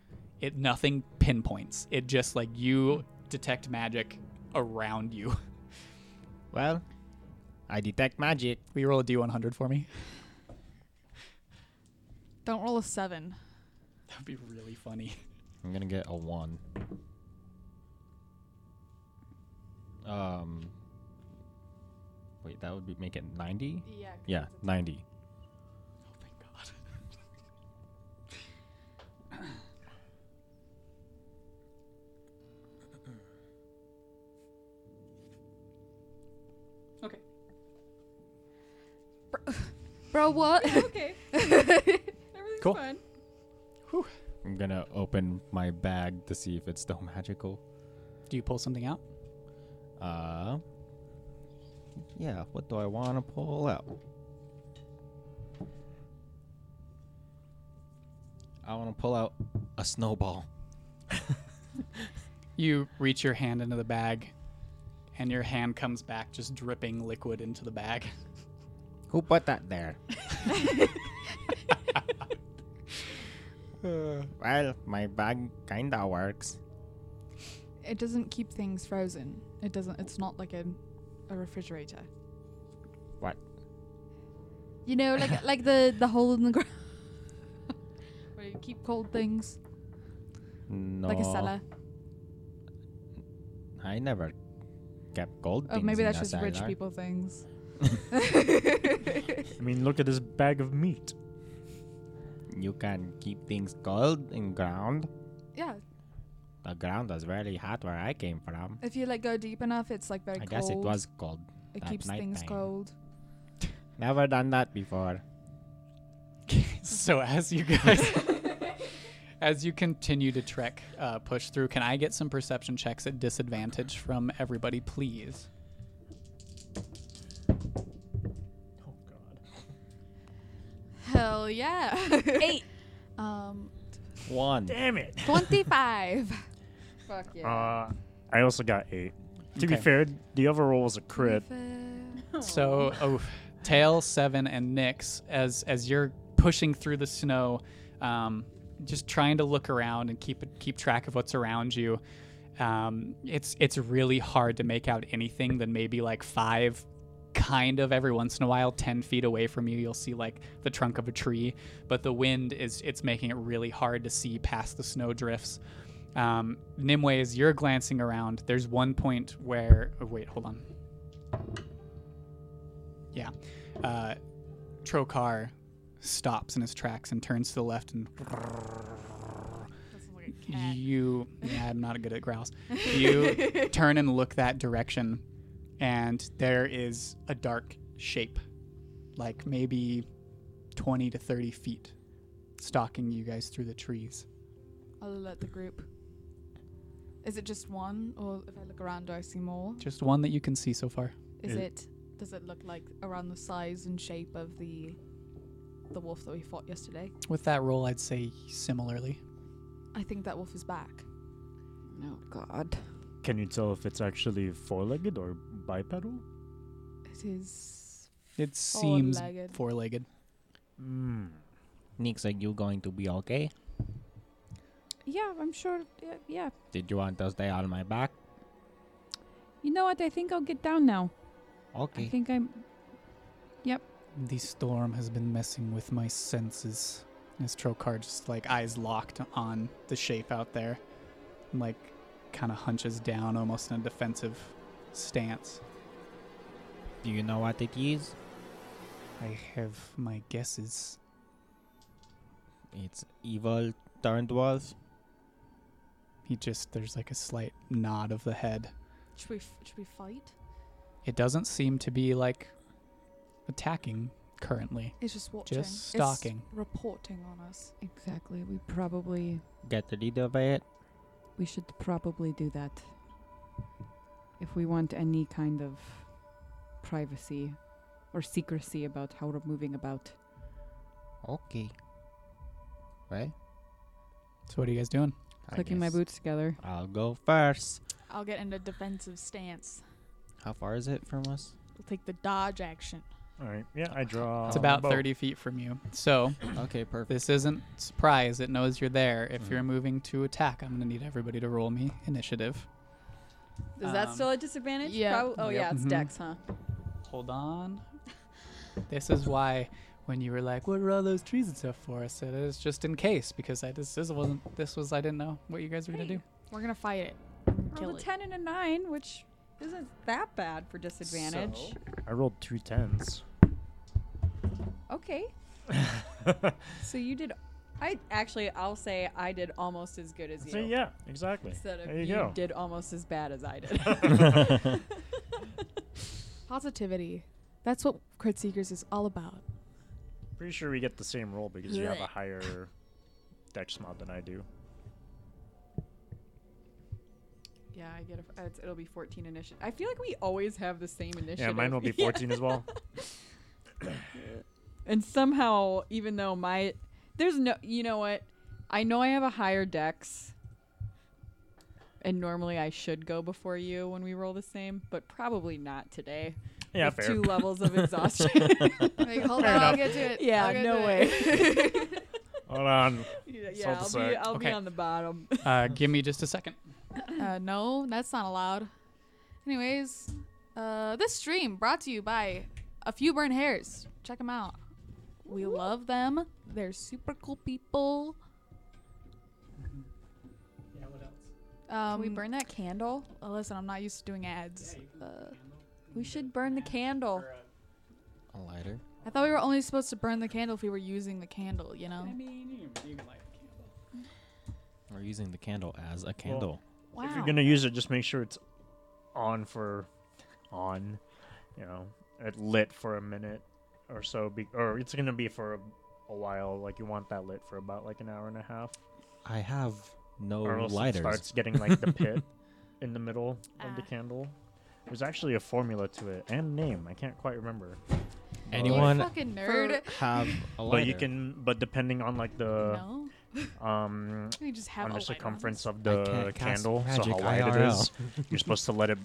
A: it nothing pinpoints. It just like you detect magic around you.
B: Well, I detect magic.
A: Will you roll a d100 for me?
D: Don't roll a seven.
A: That'd be really funny.
F: I'm gonna get a one. Um. Wait, that would be make it ninety.
E: Yeah.
F: Yeah, ninety.
A: Oh thank God. Okay.
D: Bro, what?
E: Okay. Everything's
A: Cool.
E: fine.
F: I'm gonna open my bag to see if it's still magical.
A: Do you pull something out?
F: Uh. Yeah. What do I want to pull out? I want to pull out a snowball.
A: You reach your hand into the bag, and your hand comes back just dripping liquid into the bag.
B: Who put that there?
A: Uh.
B: Well, my bag kinda works.
D: It doesn't keep things frozen. It doesn't. It's not like a, a refrigerator.
B: What?
D: You know, like like the the hole in the ground where you keep cold things,
F: No.
D: like a cellar.
F: I never kept gold.
D: Oh,
F: things
D: maybe
F: in
D: that's
F: a
D: just rich
F: cellar.
D: people things.
C: I mean, look at this bag of meat.
B: You can keep things cold in ground.
D: Yeah,
B: The ground was very hot where I came from.
D: if you like go deep enough, it's like very
B: I
D: cold.
B: guess it was cold.
D: It
B: at
D: keeps things
B: nighttime.
D: cold.
B: Never done that before.
A: so as you guys as you continue to trek uh, push through can i get some perception checks at disadvantage from everybody please
C: Oh, God.
D: Hell yeah.
E: Eight.
D: um,
B: One.
C: Damn it.
D: twenty-five.
E: Fuck
C: Uh, I also got eight. To be
A: Okay.
C: fair, the overall was a crit.
A: So, oh, Tail, Seven, and Nyx, as as you're pushing through the snow, um, just trying to look around and keep keep track of what's around you. Um, it's it's really hard to make out anything than maybe like five, kind of every once in a while, ten feet away from you, you'll see like the trunk of a tree. But the wind is it's making it really hard to see past the snow drifts. Um, Nimue, as you're glancing around, there's one point where oh, wait, hold on. Yeah. Uh, Trokar stops in his tracks and turns to the left and you yeah, I'm not good at growls. You turn and look that direction and there is a dark shape like maybe 20 to 30 feet stalking you guys through the trees.
D: I'll alert the group. Is it just one, or if I look around, do I see more?
A: Just one that you can see so far.
D: Is
C: It-
D: it? Does it look like around the size and shape of the the wolf that we fought yesterday?
A: With that roll I'd say similarly.
D: I think that wolf is back.
E: No, God.
C: Can you tell if it's actually four-legged or bipedal?
D: It is.
A: It seems
D: Four-legged.
A: four-legged.
C: Hmm.
B: Nick's are you going to be okay?
G: Yeah, I'm sure. Yeah, yeah.
B: Did you want to stay on my back?
G: You know what? I think I'll get down now. I
B: Okay.
G: think I'm.
A: The storm has been messing with my senses. As Trokar just like eyes locked on the shape out there, and, like kind of hunches down almost in a defensive stance.
B: Do you know what it is?
A: I have my guesses.
B: It's evil turned wolf.
A: He just there's like a slight nod of the head.
D: Should we f- should we fight?
A: It doesn't seem to be like attacking currently.
D: It's just watching.
A: Just stalking.
D: It's reporting on us.
E: Exactly. We probably
B: Get rid of it.
E: we should probably do that if we want any kind of privacy or secrecy about how we're moving about.
B: Okay. Well,
A: So what are you guys doing?
B: I
E: Clicking my
B: guess
E: boots together.
B: I'll go first.
D: I'll get in a defensive stance.
B: How far is it from us?
D: I'll take the dodge action.
C: All right. Yeah, I draw.
A: It's about
C: bow.
A: 30 feet from you. So
B: Okay, perfect.
A: this isn't surprise. It knows you're there. If
B: Mhm.
A: you're moving to attack, I'm gonna need everybody to roll me initiative.
E: Is that
A: Um,
E: still a disadvantage?
D: yeah.
E: Prob- oh
A: Yep.
E: yeah, it's
A: Mhm.
E: Dex, huh?
A: Hold on. This is why when you were like, "What are all those trees and stuff for?" I said it's just in case because I just this wasn't this was I didn't know what you guys were
E: Hey,
A: gonna do.
D: We're gonna fight it. Kill
E: Rolled a
D: it.
E: ten and a nine, which isn't that bad for disadvantage.
A: So-
C: I rolled two tens.
E: Okay. so you did. I actually, I'll say I did almost as good as you.
C: So yeah, exactly.
E: Instead of
C: There you
E: you,
C: go.
E: did almost as bad as I did.
D: Positivity. That's what Crit Seekers is all about.
C: Pretty sure we get the same roll because you have a higher dex mod than I do.
E: yeah, I get a, it's, it'll be 14 initiative. I feel like we always have the same initiative.
C: Yeah, mine will be 14 as well.
E: And somehow, even though my there's no, you know what? I know I have a higher dex, and normally I should go before you when we roll the same, but probably not today.
C: Yeah,
E: with
C: fair.
E: Two levels of exhaustion.
D: Like, hold
C: Fair
D: on, I'll
C: enough.
D: get to it.
E: yeah,
D: I'll get to
E: no
D: it.
E: way.
C: Hold on.
E: yeah,
C: Salt
E: I'll
C: the
E: be
C: sack.
E: I'll
A: Okay.
E: be on the bottom.
A: Uh, give me just a second.
D: Uh, no, that's not allowed. Anyways, uh, this stream brought to you by A Few Burn Hairs. Check them out. We love them. They're super cool people.
A: Yeah, what else?
D: Um,
E: Can we burn that candle?
D: uh, Listen, I'm not used to doing ads. Uh,
E: We should burn the candle.
A: uh,
B: A lighter.
D: I thought we were only supposed to burn the candle if we were using the candle, you know?
A: mean, you can light
B: We're using the candle as a candle.
D: Wow.
C: If you're gonna use it, just make sure it's on for on. You know, it lit for a minute or so, be, or it's gonna be for a, a while. Like you want that lit for about like an hour and a half,
B: I have no
C: or else it
B: lighters.
C: starts getting like the pit in the middle of the
D: Ah.
C: candle. There's actually a formula to it and name. I can't quite remember.
B: Anyone
D: fucking nerd.
B: have a lighter?
C: But you can, but depending on like
B: uh,
C: the
D: no?
C: um
D: Can we just have
C: on
D: a
C: the
D: light on?
C: circumference of
B: I
C: the
B: can't cast
C: candle, so
B: magic
C: how wide it
B: IRL.
C: is. You're supposed to let it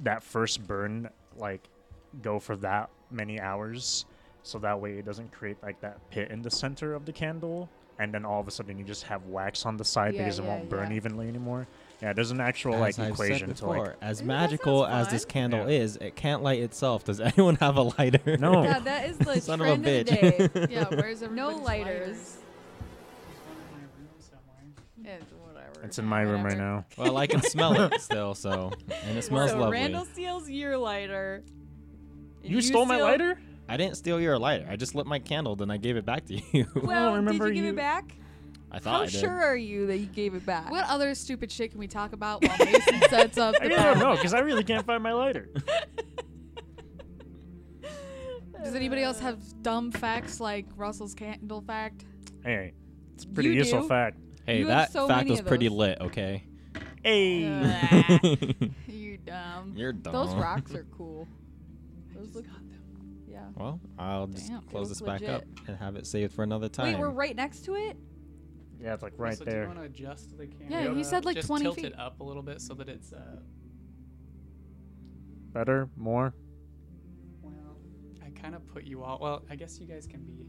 C: that first burn like go for that many hours, so that way it doesn't create like that pit in the center of the candle, and then all of a sudden you just have wax on the side
E: Yeah,
C: because it
E: yeah,
C: won't burn
E: yeah.
C: evenly anymore. Yeah, there's an actual
B: As
C: like
B: I've said
C: equation to
B: before,
C: like.
B: as
E: Ooh, that
B: magical
E: sounds
B: as this
E: fun.
B: candle
C: Yeah.
B: is, it can't light itself. Does anyone have a lighter?
C: No.
E: Yeah, that is the
B: Son of a
E: trend of, the
B: bitch.
E: day.
D: Yeah, where's
E: No
D: everybody's
E: lighters. It's whatever.
C: It's in my room right
D: Whatever.
C: now.
B: well, I can smell it still, so and it smells
E: so
B: lovely.
E: Randall steals your lighter. and
C: You, stole my
E: steal-
C: lighter?
F: I didn't steal your lighter. I just lit my candle, then I gave it back to you.
E: Well,
C: remember
E: did you give
C: you-
E: it back?
F: I thought
E: How
F: I did.
E: sure are you that you gave it back?
D: What other stupid shit can we talk about while Mason sets up? The
C: I really don't
D: bomb?
C: know because I really can't find my lighter.
D: Does anybody else have dumb facts like Russell's candle fact?
C: Hey, it's a pretty
E: You
C: useful
E: do.
C: fact.
F: Hey,
E: You have
F: that
E: so
F: fact
E: many
F: was
E: of
F: pretty
E: those.
F: lit. Okay.
C: Hey,
D: you dumb.
F: You're dumb.
E: Those rocks are cool. Those look, yeah.
F: Well, I'll just
E: Damn, they
F: close
E: look
F: this back up and have it saved for another time.
E: Wait, we're right next to it.
C: yeah, it's like right
A: Also, Do you
C: there.
A: want to adjust the camera?
D: Yeah, he said like
A: Just
D: 20
A: tilt
D: feet.
A: it up a little bit so that it's. Uh,
C: Better, more.
A: well, I kind of put you all. Well, I guess you guys can be.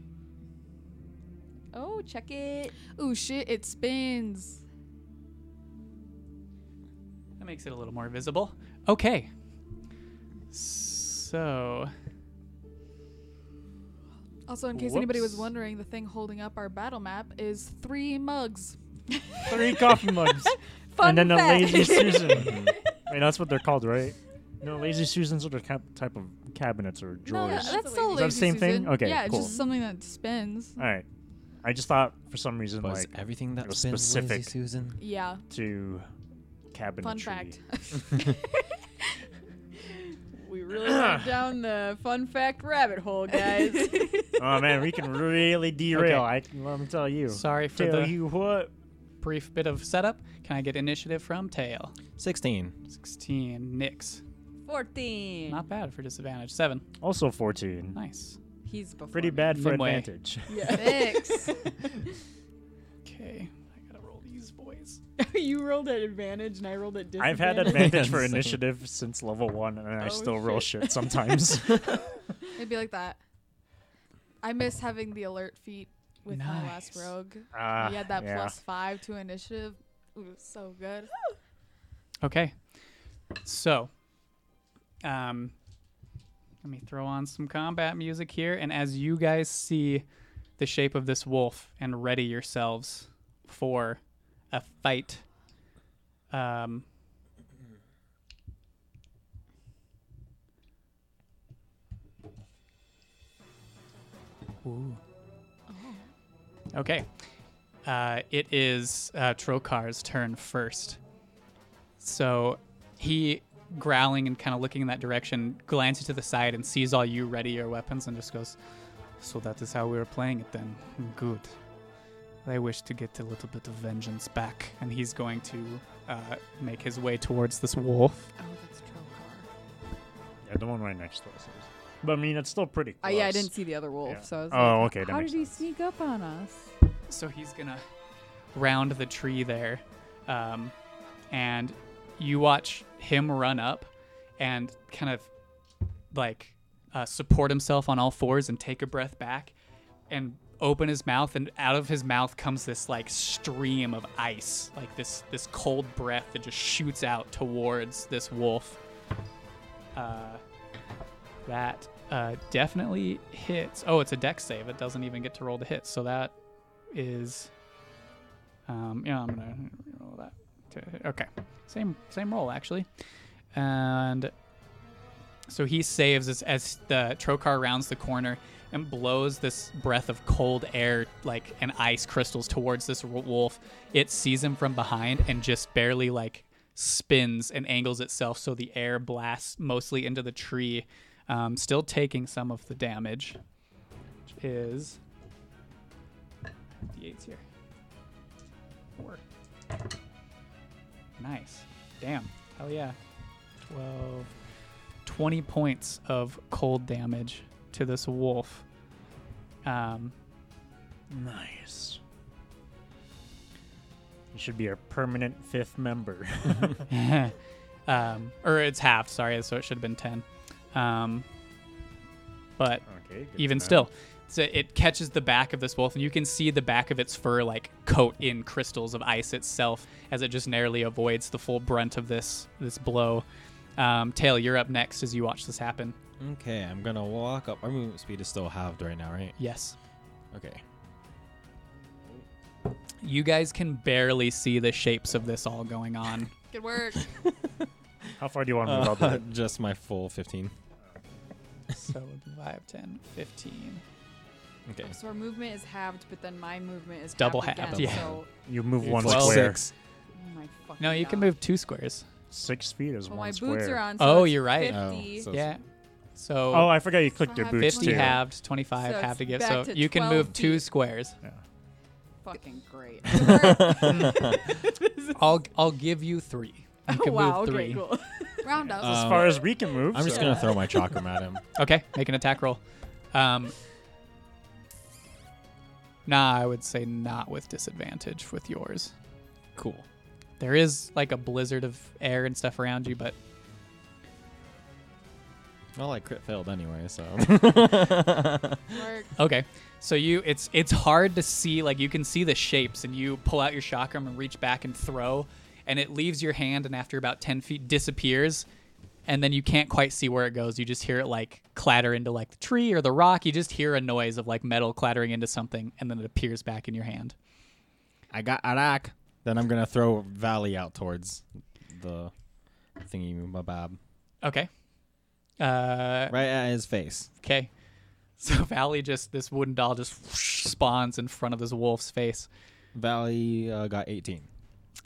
E: Oh, check it.
D: Ooh shit, it spins.
A: That makes it a little more visible. Okay. So
D: Also, in case anybody was
C: Whoops.
D: wondering, the thing holding up our battle map is three mugs.
C: Three coffee mugs.
E: Fun
C: and then
E: fact.
C: a lazy Susan. I mean, that's what they're called, right? No, lazy Susans are the cap- type of cabinets or
D: No,
C: drawers.
D: no,
E: That's
D: that's
E: the lazy-
D: still
C: Is that the same
D: lazy
C: thing?
D: Susan.
C: Okay,
D: Yeah,
C: cool.
D: it's just something that spins.
C: All right. I just thought for some reason
F: was
C: like
F: everything
C: it
F: that
C: was
F: spins lazy
C: specific.
F: Susan?
D: Yeah.
C: to cabinetry.
D: Fun fact.
E: uh,
H: We really went down the fun fact rabbit hole, guys.
C: oh man, we can really derail.
A: Okay.
C: I can, let me tell you.
A: sorry for
C: tell
A: the
C: you what.
A: brief bit of setup. Can I get initiative from Tail?
F: 16.
A: 16. Nix.
E: 14.
A: Not bad for disadvantage. 7.
C: Also 14.
A: Nice.
E: He's before
C: Pretty
E: me.
C: bad for
A: Nimue.
C: advantage.
D: Six.
A: Okay. I gotta roll these boys.
H: you rolled at advantage and I rolled at disadvantage.
C: I've had advantage for
F: Same.
C: initiative since level one, and I
H: Oh,
C: still roll shit sometimes.
D: It'd be like that. I miss having the alert feet with my last
A: Nice.
D: rogue.
C: Ah,
D: we had that
C: yeah.
D: plus five to initiative. It was so good.
A: Okay. So, um, let me throw on some combat music here. And as you guys see the shape of this wolf and ready yourselves for a fight, um, Ooh. Okay. Uh, it is uh, Trokar's turn first. So he, growling and kind of looking in that direction, glances to the side and sees all you ready your weapons and just goes, So that is how we were playing it then. Good. I wish to get a little bit of vengeance back. And he's going to uh, make his way towards this wolf.
D: Oh, that's Trokar.
C: Yeah, the one right next to us. is- But I mean, it's still pretty
E: Oh,
C: close.
E: yeah, I didn't see the other wolf,
C: Yeah.
E: so I was like,
C: Oh, okay. That
G: How
C: makes
G: did he
C: sense.
G: sneak up on us?
D: Oh
A: So he's going to round the tree there. Um, and you watch him run up and kind of like uh, support himself on all fours and take a breath back and open his mouth and out of his mouth comes this like stream of ice like this this cold breath that just shoots out towards this wolf uh, that uh, definitely hits oh it's a deck save it doesn't even get to roll the hit so that is um yeah i'm gonna roll that to- okay same same roll actually and so he saves as, as the Trokar rounds the corner and blows this breath of cold air, like and ice crystals, towards this w- wolf. It sees him from behind and just barely like spins and angles itself so the air blasts mostly into the tree, um, still taking some of the damage. Which is d8s here. Four. Nice. Damn. Hell yeah. Twelve. 20 points of cold damage to this wolf. Um,
C: Nice. You should be a permanent fifth member.
A: um, or it's half, sorry, so it should have been 10. Um, but
C: okay. good
A: even
C: to know.
A: still, so it catches the back of this wolf, and you can see the back of its fur like coat in crystals of ice itself as it just narrowly avoids the full brunt of this this blow. Um, Tail, you're up next as you watch this happen.
F: Okay, I'm gonna walk up. Our movement speed is still halved right now, right?
A: Yes.
F: Okay.
A: You guys can barely see the shapes of this all going on.
D: Good work.
A: Uh,
C: How far do you want to move up?
F: just my full 15.
A: so it would be 5, 10, 15.
F: Okay.
E: So our movement is halved, but then my movement is
A: Double
E: halved
A: halved,
E: again,
A: yeah.
E: So,
C: You move
A: You're
C: one
A: twelve.
C: square.
F: Six.
E: oh my fucking
A: No, you can
E: God.
A: move two squares.
C: Six feet is
E: Well, Oh,
C: one
E: my
C: square.
E: boots are on. So
A: Oh,
E: it's
A: you're right.
F: Oh,
E: 50.
F: so-
A: Yeah. So
C: Oh, I forgot you clicked
E: So
C: your
E: I have
C: boots
A: 50
C: too.
A: halved, 25
E: So
A: halved
E: it's
A: again.
E: back
A: So
E: to
A: you can
E: 12
A: move two
E: feet.
A: squares.
E: fucking great.
A: I'll I'll give you three. You
E: oh,
A: can
E: wow.
A: move
E: Okay,
A: three.
E: cool.
D: Round up.
C: As
F: Um,
C: far as we can move.
F: I'm just
C: so-
F: gonna throw my chakram at him.
A: Okay, make an attack roll. Um, nah, I would say not with disadvantage with yours.
F: Cool.
A: There is like a blizzard of air and stuff around you, but
F: Well, I crit failed anyway, so
D: Work.
A: okay. So you, it's it's hard to see. Like you can see the shapes, and you pull out your chakram and reach back and throw, and it leaves your hand, and after about ten feet, disappears, and then you can't quite see where it goes. You just hear it like clatter into like the tree or the rock. You just hear a noise of like metal clattering into something, and then it appears back in your hand.
F: I got Arak. Then I'm gonna throw Valley out towards the thingy mabob
A: Okay. Uh,
F: right at his face.
A: okay. So Valley just this wooden doll just whoosh, spawns in front of this wolf's face.
F: Valley uh, got 18.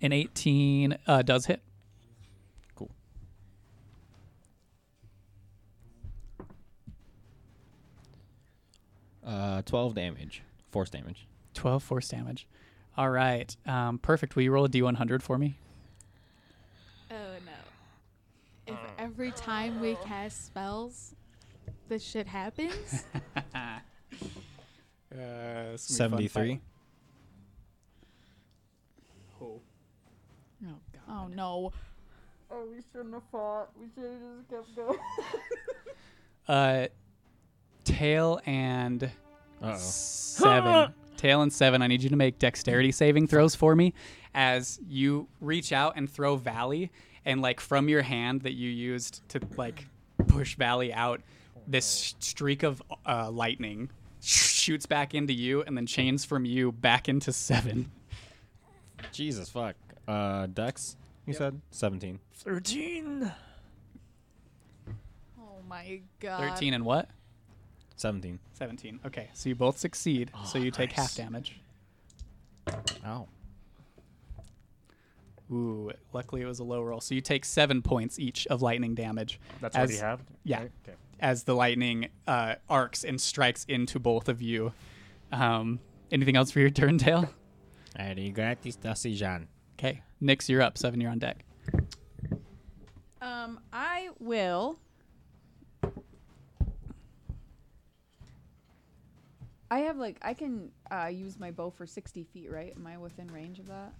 A: An 18 uh, does hit.
F: Cool. Uh, 12 damage, force damage.
A: 12 force damage. All right. Um, perfect. Will you roll a d100 for me?
D: Oh no. If every time we cast spells, this shit happens.
A: Uh,
F: 73.
E: Oh, God.
D: oh no.
H: Oh, we shouldn't have fought. We should have just kept going.
A: Uh, tail and
F: Uh oh.
A: seven. Tail and seven. I need you to make dexterity saving throws for me as you reach out and throw Valley, and like from your hand that you used to like push Valley out, this streak of uh, lightning shoots back into you and then chains from you back into seven.
F: Jesus fuck. Uh, Dex, you said? 17.
C: 13.
D: Oh my god.
A: 13 and what?
F: 17.
A: 17. Okay, so you both succeed, so you take half damage.
B: Oh.
F: Ow.
A: Ooh, luckily it was a low roll. So you take seven points each of lightning damage.
C: That's
A: as,
C: what he had.
A: yeah.
C: Right? Okay.
A: as the lightning uh, arcs and strikes into both of you. Um, anything else for your turn, Tail?
B: Alrighty, gratis decision.
A: Okay. Nix, you're up. Seven, you're on deck.
E: Um, I will. I have like I can uh, use my bow for sixty feet, right? Am I within range of that?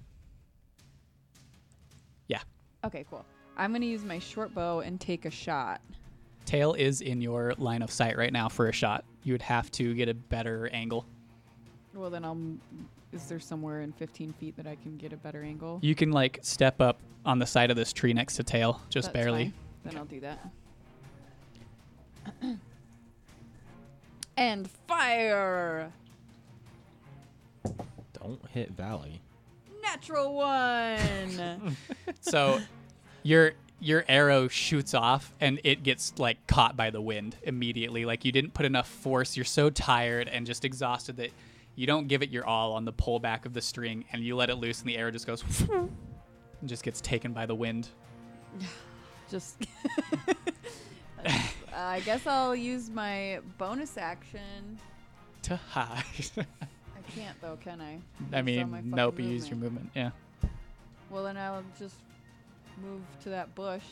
A: Yeah.
E: Okay, cool. I'm gonna use my short bow and take a shot.
A: Tail is in your line of sight right now for a shot. You would have to get a better angle.
E: Well, then I'll. Is there somewhere in fifteen feet that I can get a better angle?
A: You can like step up on the side of this tree next to Tail, just
E: That's
A: barely.
E: fine. Then I'll do that. and fire!
F: Don't hit Valley.
E: Natural one!
A: So your your arrow shoots off and it gets like caught by the wind immediately. Like you didn't put enough force. You're so tired and just exhausted that you don't give it your all on the pullback of the string and you let it loose and the arrow just goes and just gets taken by the wind.
E: Just. I guess I'll use my bonus action.
A: Ta-ha.
E: I can't though, can I? Based
A: I
E: on
A: mean,
E: my fucking
A: nope, you used your movement. Yeah.
E: Well, then I'll just move to that bush.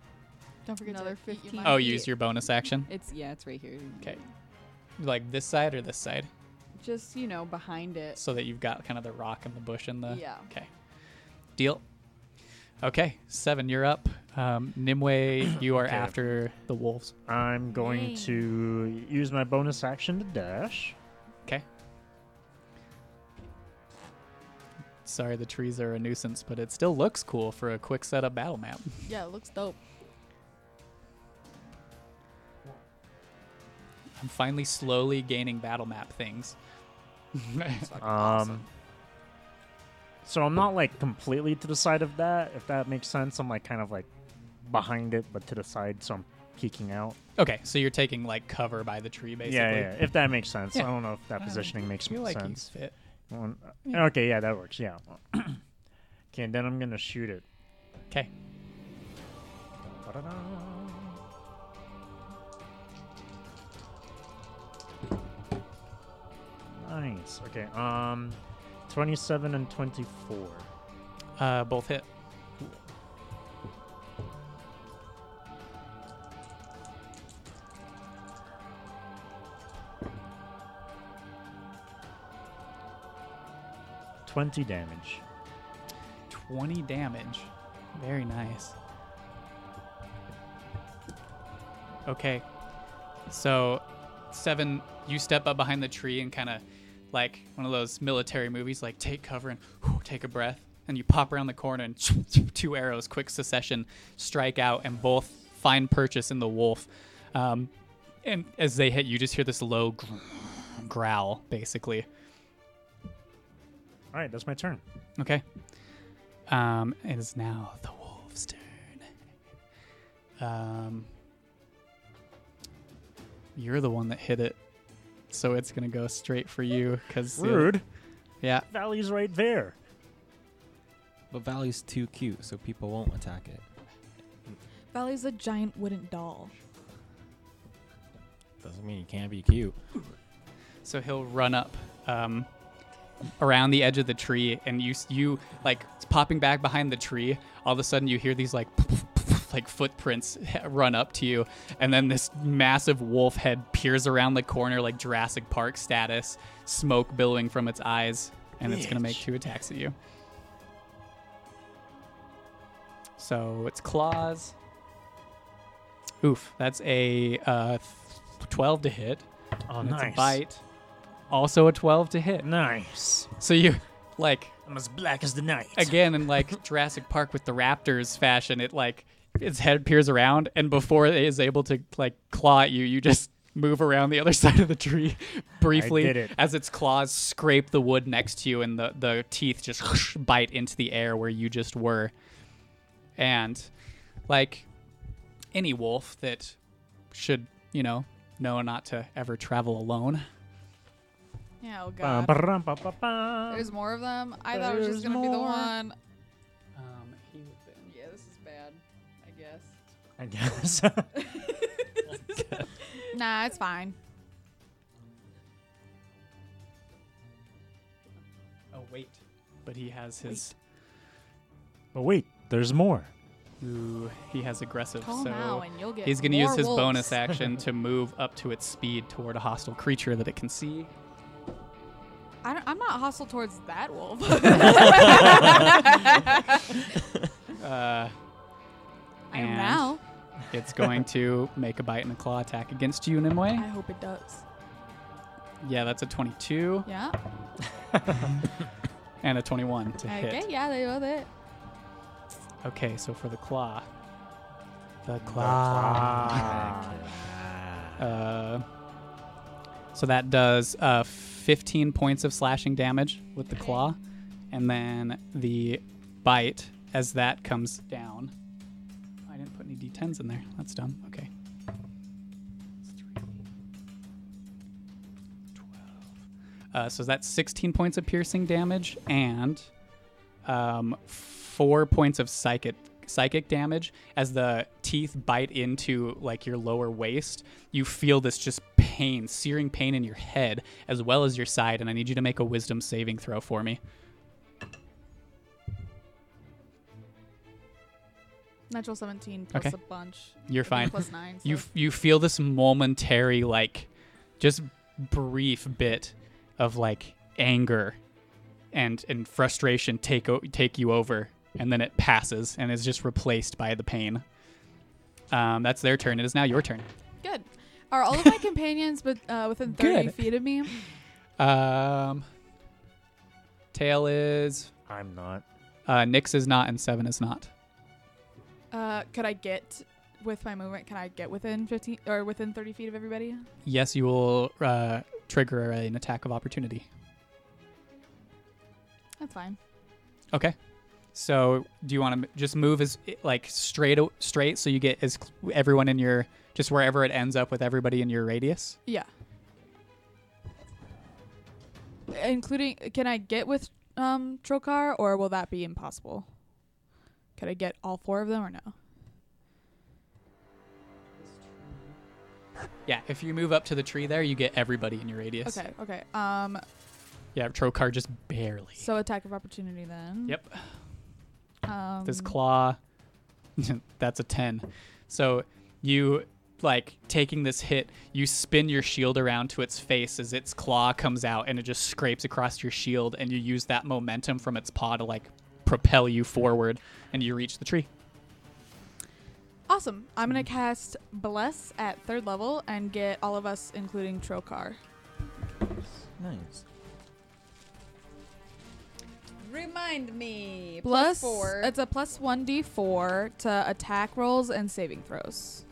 D: Don't forget
E: Another
D: to eat
E: 15.
D: might
A: Oh,
D: be-
A: you use your bonus action?
E: It's, yeah, it's right here.
A: 'Kay. Like this side or this side?
E: Just, you know, behind it.
A: So that you've got kind of the rock and the bush and the.
E: Yeah.
A: Okay. Deal. Okay, seven, you're up. Um, Nimue, you are
C: Okay.
A: after the wolves.
C: I'm going
D: Yay.
C: to use my bonus action to dash.
A: Okay. Sorry, the trees are a nuisance, but it still looks cool for a quick setup battle map.
D: Yeah, it looks dope.
A: I'm finally slowly gaining battle map things.
C: Um, So I'm not like completely to the side of that, if that makes sense. I'm like kind of like behind it, but to the side, so I'm peeking out.
A: Okay, so you're taking like cover by the tree, basically.
C: Yeah, yeah, yeah, if that makes sense.
A: Yeah.
C: I don't know if that
A: don't
C: positioning makes
A: You're like
C: sense.
A: you fit.
C: One- Okay, yeah, that works. Yeah. okay, then I'm gonna shoot it.
A: 'Kay.
C: Ta-da-da. Nice. Okay. Um, twenty-seven and twenty-four.
A: Uh, both hit.
C: Twenty damage.
A: 20 damage. Very nice. Okay. So, Seven, you step up behind the tree and kind of like one of those military movies, like take cover and whew, take a breath. And you pop around the corner and two arrows, quick succession, strike out and both find purchase in the wolf. Um, and as they hit, you just hear this low gr- growl, basically.
C: All right, that's my turn.
A: Okay. Um, it is now the wolf's turn. Um, you're the one that hit it, so it's gonna go straight for you because
C: Rude.
A: Yeah.
C: Valley's right there.
F: But Valley's too cute, so people won't attack it.
D: Valley's a giant wooden doll.
F: Doesn't mean you can't be cute.
A: So he'll run up um, around the edge of the tree, and you s- you like popping back behind the tree. All of a sudden, you hear these like like footprints run up to you, and then this massive wolf head peers around the corner like Jurassic Park status, smoke billowing from its eyes, and it's gonna make two attacks at you. So it's claws. Oof, that's a uh, twelve to hit.
C: Oh,
A: And that's
C: nice.
A: a bite. Also a 12 to hit.
C: Nice.
A: So you, like,
C: I'm as black as the night.
A: again, in like Jurassic Park with the Raptors fashion, it like, its head peers around, and before it is able to, like, claw at you, you just move around the other side of the tree briefly
C: did it.
A: as its claws scrape the wood next to you, and the, the teeth just bite into the air where you just were. And, like, any wolf that should, you know, know not to ever travel alone.
D: Yeah, oh
C: Bum,
D: god.
C: ba-rum, ba-ba-bum.
D: There's more of them. I thought it was just
C: There's
D: gonna be the
C: more.
D: one.
A: Um, he would have been.
E: Yeah, this is bad. I guess.
C: I guess.
D: Nah, it's fine.
A: Oh wait, but he has his.
C: but wait, there's more.
A: Ooh, he has aggressive.
D: Call
A: so
D: now and you'll get.
A: he's going to
D: more
A: use his
D: wolves.
A: bonus action to move up to its speed toward a hostile creature that it can see.
D: I don't, I'm not hostile towards that wolf.
A: Uh,
D: I am
A: And-
D: now.
A: it's going to make a bite and a claw attack against you,
D: I
A: Nimue.
D: hope it does.
A: Yeah, that's a 22
D: Yeah.
A: and a 21 to
D: Okay.
A: hit.
D: Yeah, they both it.
A: Okay, so for the claw, the
C: claw.
A: Ah. Uh, so that does uh, 15 points of slashing damage with the claw, and then the bite as that comes down. I didn't put any d10s in there. That's dumb. Okay. It's three, 12. Uh, so that's 16 points of piercing damage and um, four points of psychic psychic damage as the teeth bite into like your lower waist you feel this just pain searing pain in your head as well as your side and i need you to make a wisdom saving throw for me
D: Natural 17 plus
A: Okay.
D: a bunch.
A: You're
D: I mean,
A: fine.
D: Plus nine. So.
A: you f- you feel this momentary like just brief bit of like anger and and frustration take o- take you over and then it passes and is just replaced by the pain um, that's their turn it is now your turn
D: Good. Are all of my companions but uh, within 30
A: Good.
D: feet of me?
A: um tail is
C: I'm not.
A: uh nix is not and seven is not
D: Uh, could I get with my movement? Can I get within 15 or within 30 feet of everybody?
A: yes you will uh trigger an attack of opportunity
D: That's fine.
A: Okay. So do you want to just move as like straight o- straight so you get as cl- everyone in your Just wherever it ends up with everybody in your radius.
D: Yeah. Including, can I get with um Trokar or will that be impossible? Could I get all four of them or no?
A: Yeah, if you move up to the tree there, you get everybody in your radius.
D: Okay, okay. Um,
A: Yeah, Trokar just barely.
D: so attack of opportunity then.
A: Yep.
D: Um,
A: this claw that's a 10 so you like taking this hit you spin your shield around to its face as its claw comes out and it just scrapes across your shield and you use that momentum from its paw to like propel you forward and you reach the tree
D: Awesome. I'm
A: Mm.
D: gonna cast Bless at third level and get all of us, including Trokar.
B: Nice.
I: Remind me.
D: Plus,
I: four.
D: It's a plus one d four to attack rolls and saving throws.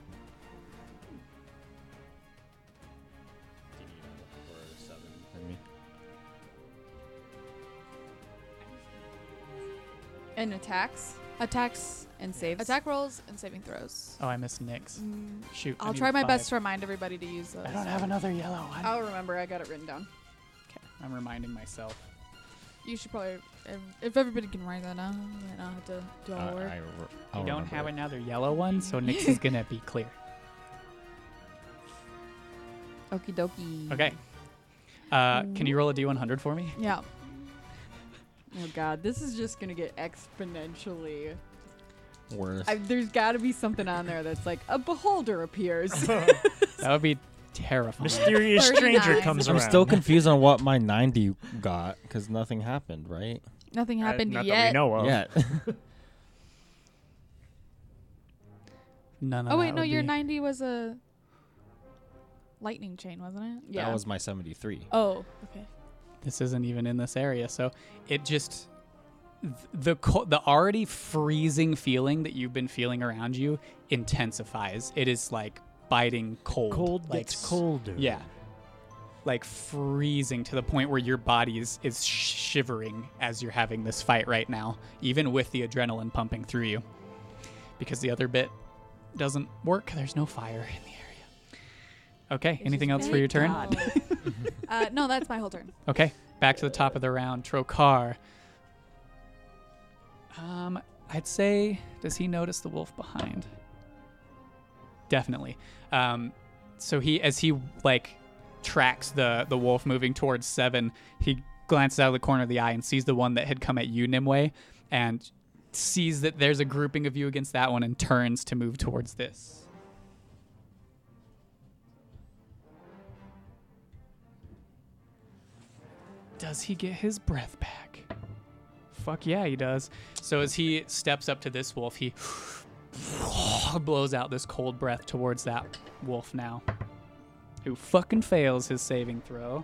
E: And attacks
D: Attacks,
E: and saves.
D: attack rolls, and saving throws.
A: oh i missed nick's
D: Mm,
A: shoot I
D: I'll
A: need
D: try my
A: five.
D: best to remind everybody to use those.
A: i don't have another yellow I'm,
E: I'll remember. I got it written down.
A: I'm reminding myself
D: You should probably, if- if everybody can write that down, then I'll have to do
A: Uh,
F: Uh,
D: all the work.
A: i don't have another yellow one so nick's is gonna be clear
E: Okie dokie.
A: okay uh, can
D: Mm.
A: you roll a d100 for me
D: yeah.
E: Oh god, this is just gonna get exponentially.
B: Worse.
E: I, there's got to be something on there that's like a beholder appears.
A: that would be terrifying
C: Mysterious stranger
D: 39.
C: comes
B: I'm
C: around.
B: still confused on what my 90 got because nothing happened, right?
D: Nothing
C: Uh,
D: happened
C: not that we
D: yet.
C: know of.
B: Yeah.
A: none of
D: Oh
A: that
D: wait, no,
A: would
D: your
A: be-
D: 90 was a lightning chain, wasn't it?
E: yeah.
B: That was my 73.
D: Oh, okay.
A: this isn't even in this area so it just th- the co- the already freezing feeling that you've been feeling around you intensifies it is like biting cold
C: Cold
A: like
C: gets
A: s-
C: colder.
A: yeah like freezing to the point where your body is, is shivering as you're having this fight right now even with the adrenaline pumping through you because the other bit doesn't work there's no fire in the area okay anything else for your turn
D: uh, no, that's my whole turn.
A: Okay, back to the top of the round. Trokar. Um, I'd say, does he notice the wolf behind? Definitely. Um, so he, as he like tracks the the wolf moving towards seven, he glances out of the corner of the eye and sees the one that had come at you, Nimue, and sees that there's a grouping of you against that one and turns to move towards this. Does he get his breath back? Fuck yeah, he does. So as he steps up to this wolf, he blows out this cold breath towards that wolf now, who fucking fails his saving throw.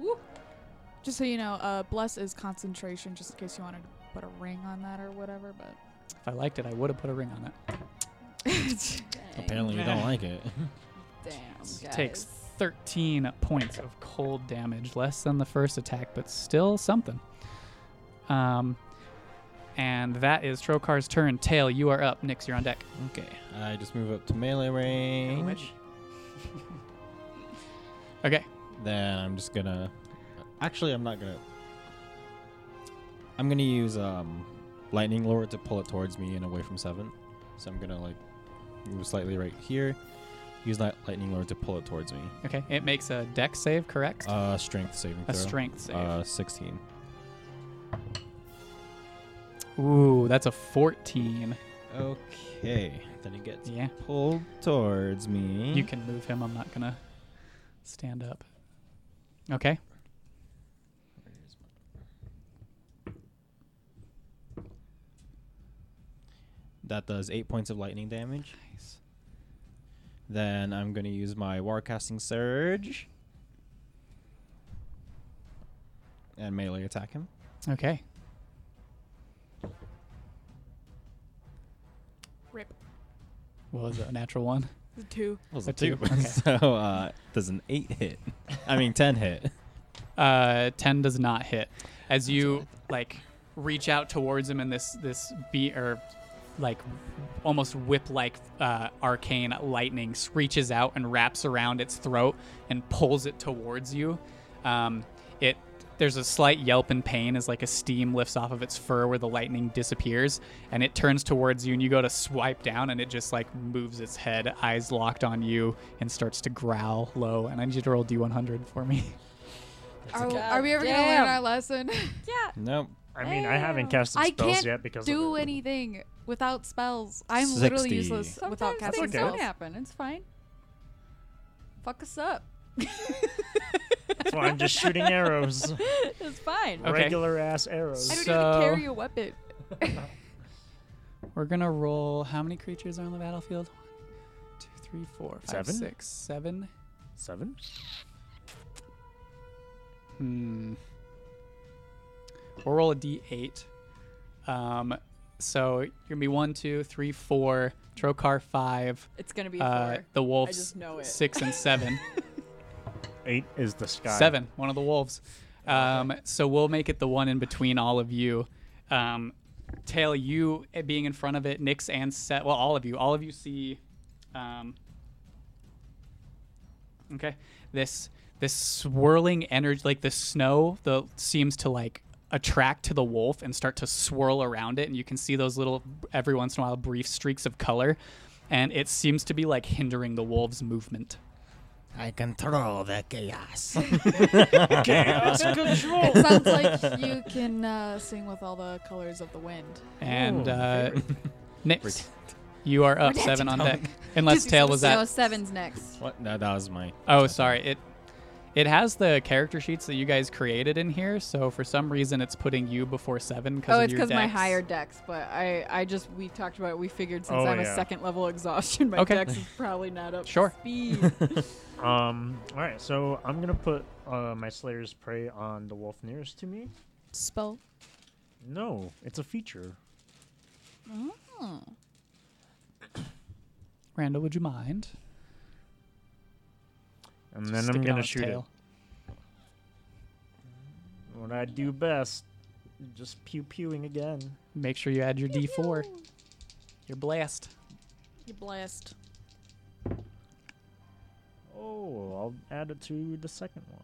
D: Just so you know, uh, bless is concentration, just in case you wanted to put a ring on that or whatever. But
A: If I liked it, I would have put a ring on it.
B: Apparently, you don't like it.
E: Damn. Guys.
A: Takes 13 points of cold damage, less than the first attack, but still something. Um, and that is Trokar's turn. Tail, you are up. Nix, you're on deck.
B: Okay. I just move up to melee range.
A: Okay.
B: Then I'm just gonna. Actually, I'm not gonna. I'm gonna use um, lightning lure to pull it towards me and away from seven. So I'm gonna like move slightly right here. Use that lightning lure to pull it towards me.
A: Okay. It makes a deck save, correct?
B: Uh, strength saving
A: a
B: throw.
A: strength save.
B: Uh, 16.
A: Ooh, that's a 14.
B: Okay. Then it gets
A: Yeah.
B: pulled towards me.
A: You can move him. I'm not going to stand up. Okay.
B: That does eight points of lightning damage. Nice. Then I'm gonna use my warcasting surge and melee attack him.
A: Okay.
D: Rip.
A: What was it? A natural one?
D: the two.
B: Was
A: a two. Okay.
B: so uh, does an eight hit? I mean ten hit.
A: Uh, 10 does not hit. As you like reach out towards him in this this beat or like almost whip-like uh, arcane lightning screeches out and wraps around its throat and pulls it towards you. Um, it there's a slight yelp in pain as like a steam lifts off of its fur where the lightning disappears and it turns towards you and you go to swipe down and it just like moves its head, eyes locked on you, and starts to growl low. And I need you to roll D100 for me.
D: Are,
E: okay.
D: are we ever gonna
E: Damn.
D: learn our lesson?
E: Yeah.
F: Nope.
C: I mean, I haven't casted
D: I
C: spells
D: can't
C: yet because
D: Do
C: of the-
D: anything without spells. I'm literally
F: 60.
D: useless without
E: Sometimes
D: casting
E: things
C: okay.
E: don't
D: spells.
E: happen. It's fine. Fuck us up.
C: That's why I'm just shooting arrows,
E: it's fine.
A: Okay.
C: regular ass arrows.
D: I don't
A: So-
D: even carry a weapon.
A: We're gonna roll. How many creatures are on the battlefield? One, two, three, four, five,
C: Seven?
A: six, seven.
C: Seven.
A: Hmm. We'll roll a d8. Um, so you're gonna be one, two, three, four. Trokar five.
E: It's gonna be a
A: Uh,
E: four.
A: the wolves
E: just know it.
A: six and seven.
C: Eight is the sky.
A: Seven, one of the wolves. Um, so we'll make it the one in between all of you. Um, Tail, you eh, being in front of it, Nix and Set, well, all of you, all of you see. Um, okay, this this swirling energy, like the snow, the seems to like attract to the wolf and start to swirl around it, and you can see those little every once in a while brief streaks of color, and it seems to be like hindering the wolf's movement.
B: I control the chaos.
C: Chaos control.
D: it sounds like you can uh, sing with all the colors of the wind.
A: And
C: Ooh,
A: uh, Nix, you are up seven on deck. Unless Tail was
E: No,
A: at.
E: seven's next.
F: What? No, that was my.
A: Oh, sorry. It it has the character sheets that you guys created in here. So for some reason, it's putting you before seven because
E: Oh, it's
A: because
E: because my higher decks, but I, I just we talked about it. We figured since
C: Oh,
E: I'm
C: yeah.
E: a second level exhaustion, my
A: Okay.
E: dex is probably not up. to
A: Sure.
E: Speed.
C: Um. All right. So I'm gonna put uh, my Slayer's prey on the wolf nearest to me.
D: Spell.
C: No, it's a feature.
A: Randall, would you mind?
C: And
A: Just
C: then
A: stick it
C: I'm
A: on
C: gonna
A: its
C: shoot
A: tail.
C: it. What I do best, just pew pewing again.
A: Make sure you add your D4. You're blessed.
D: You're blessed.
C: Oh, I'll add it to the second one.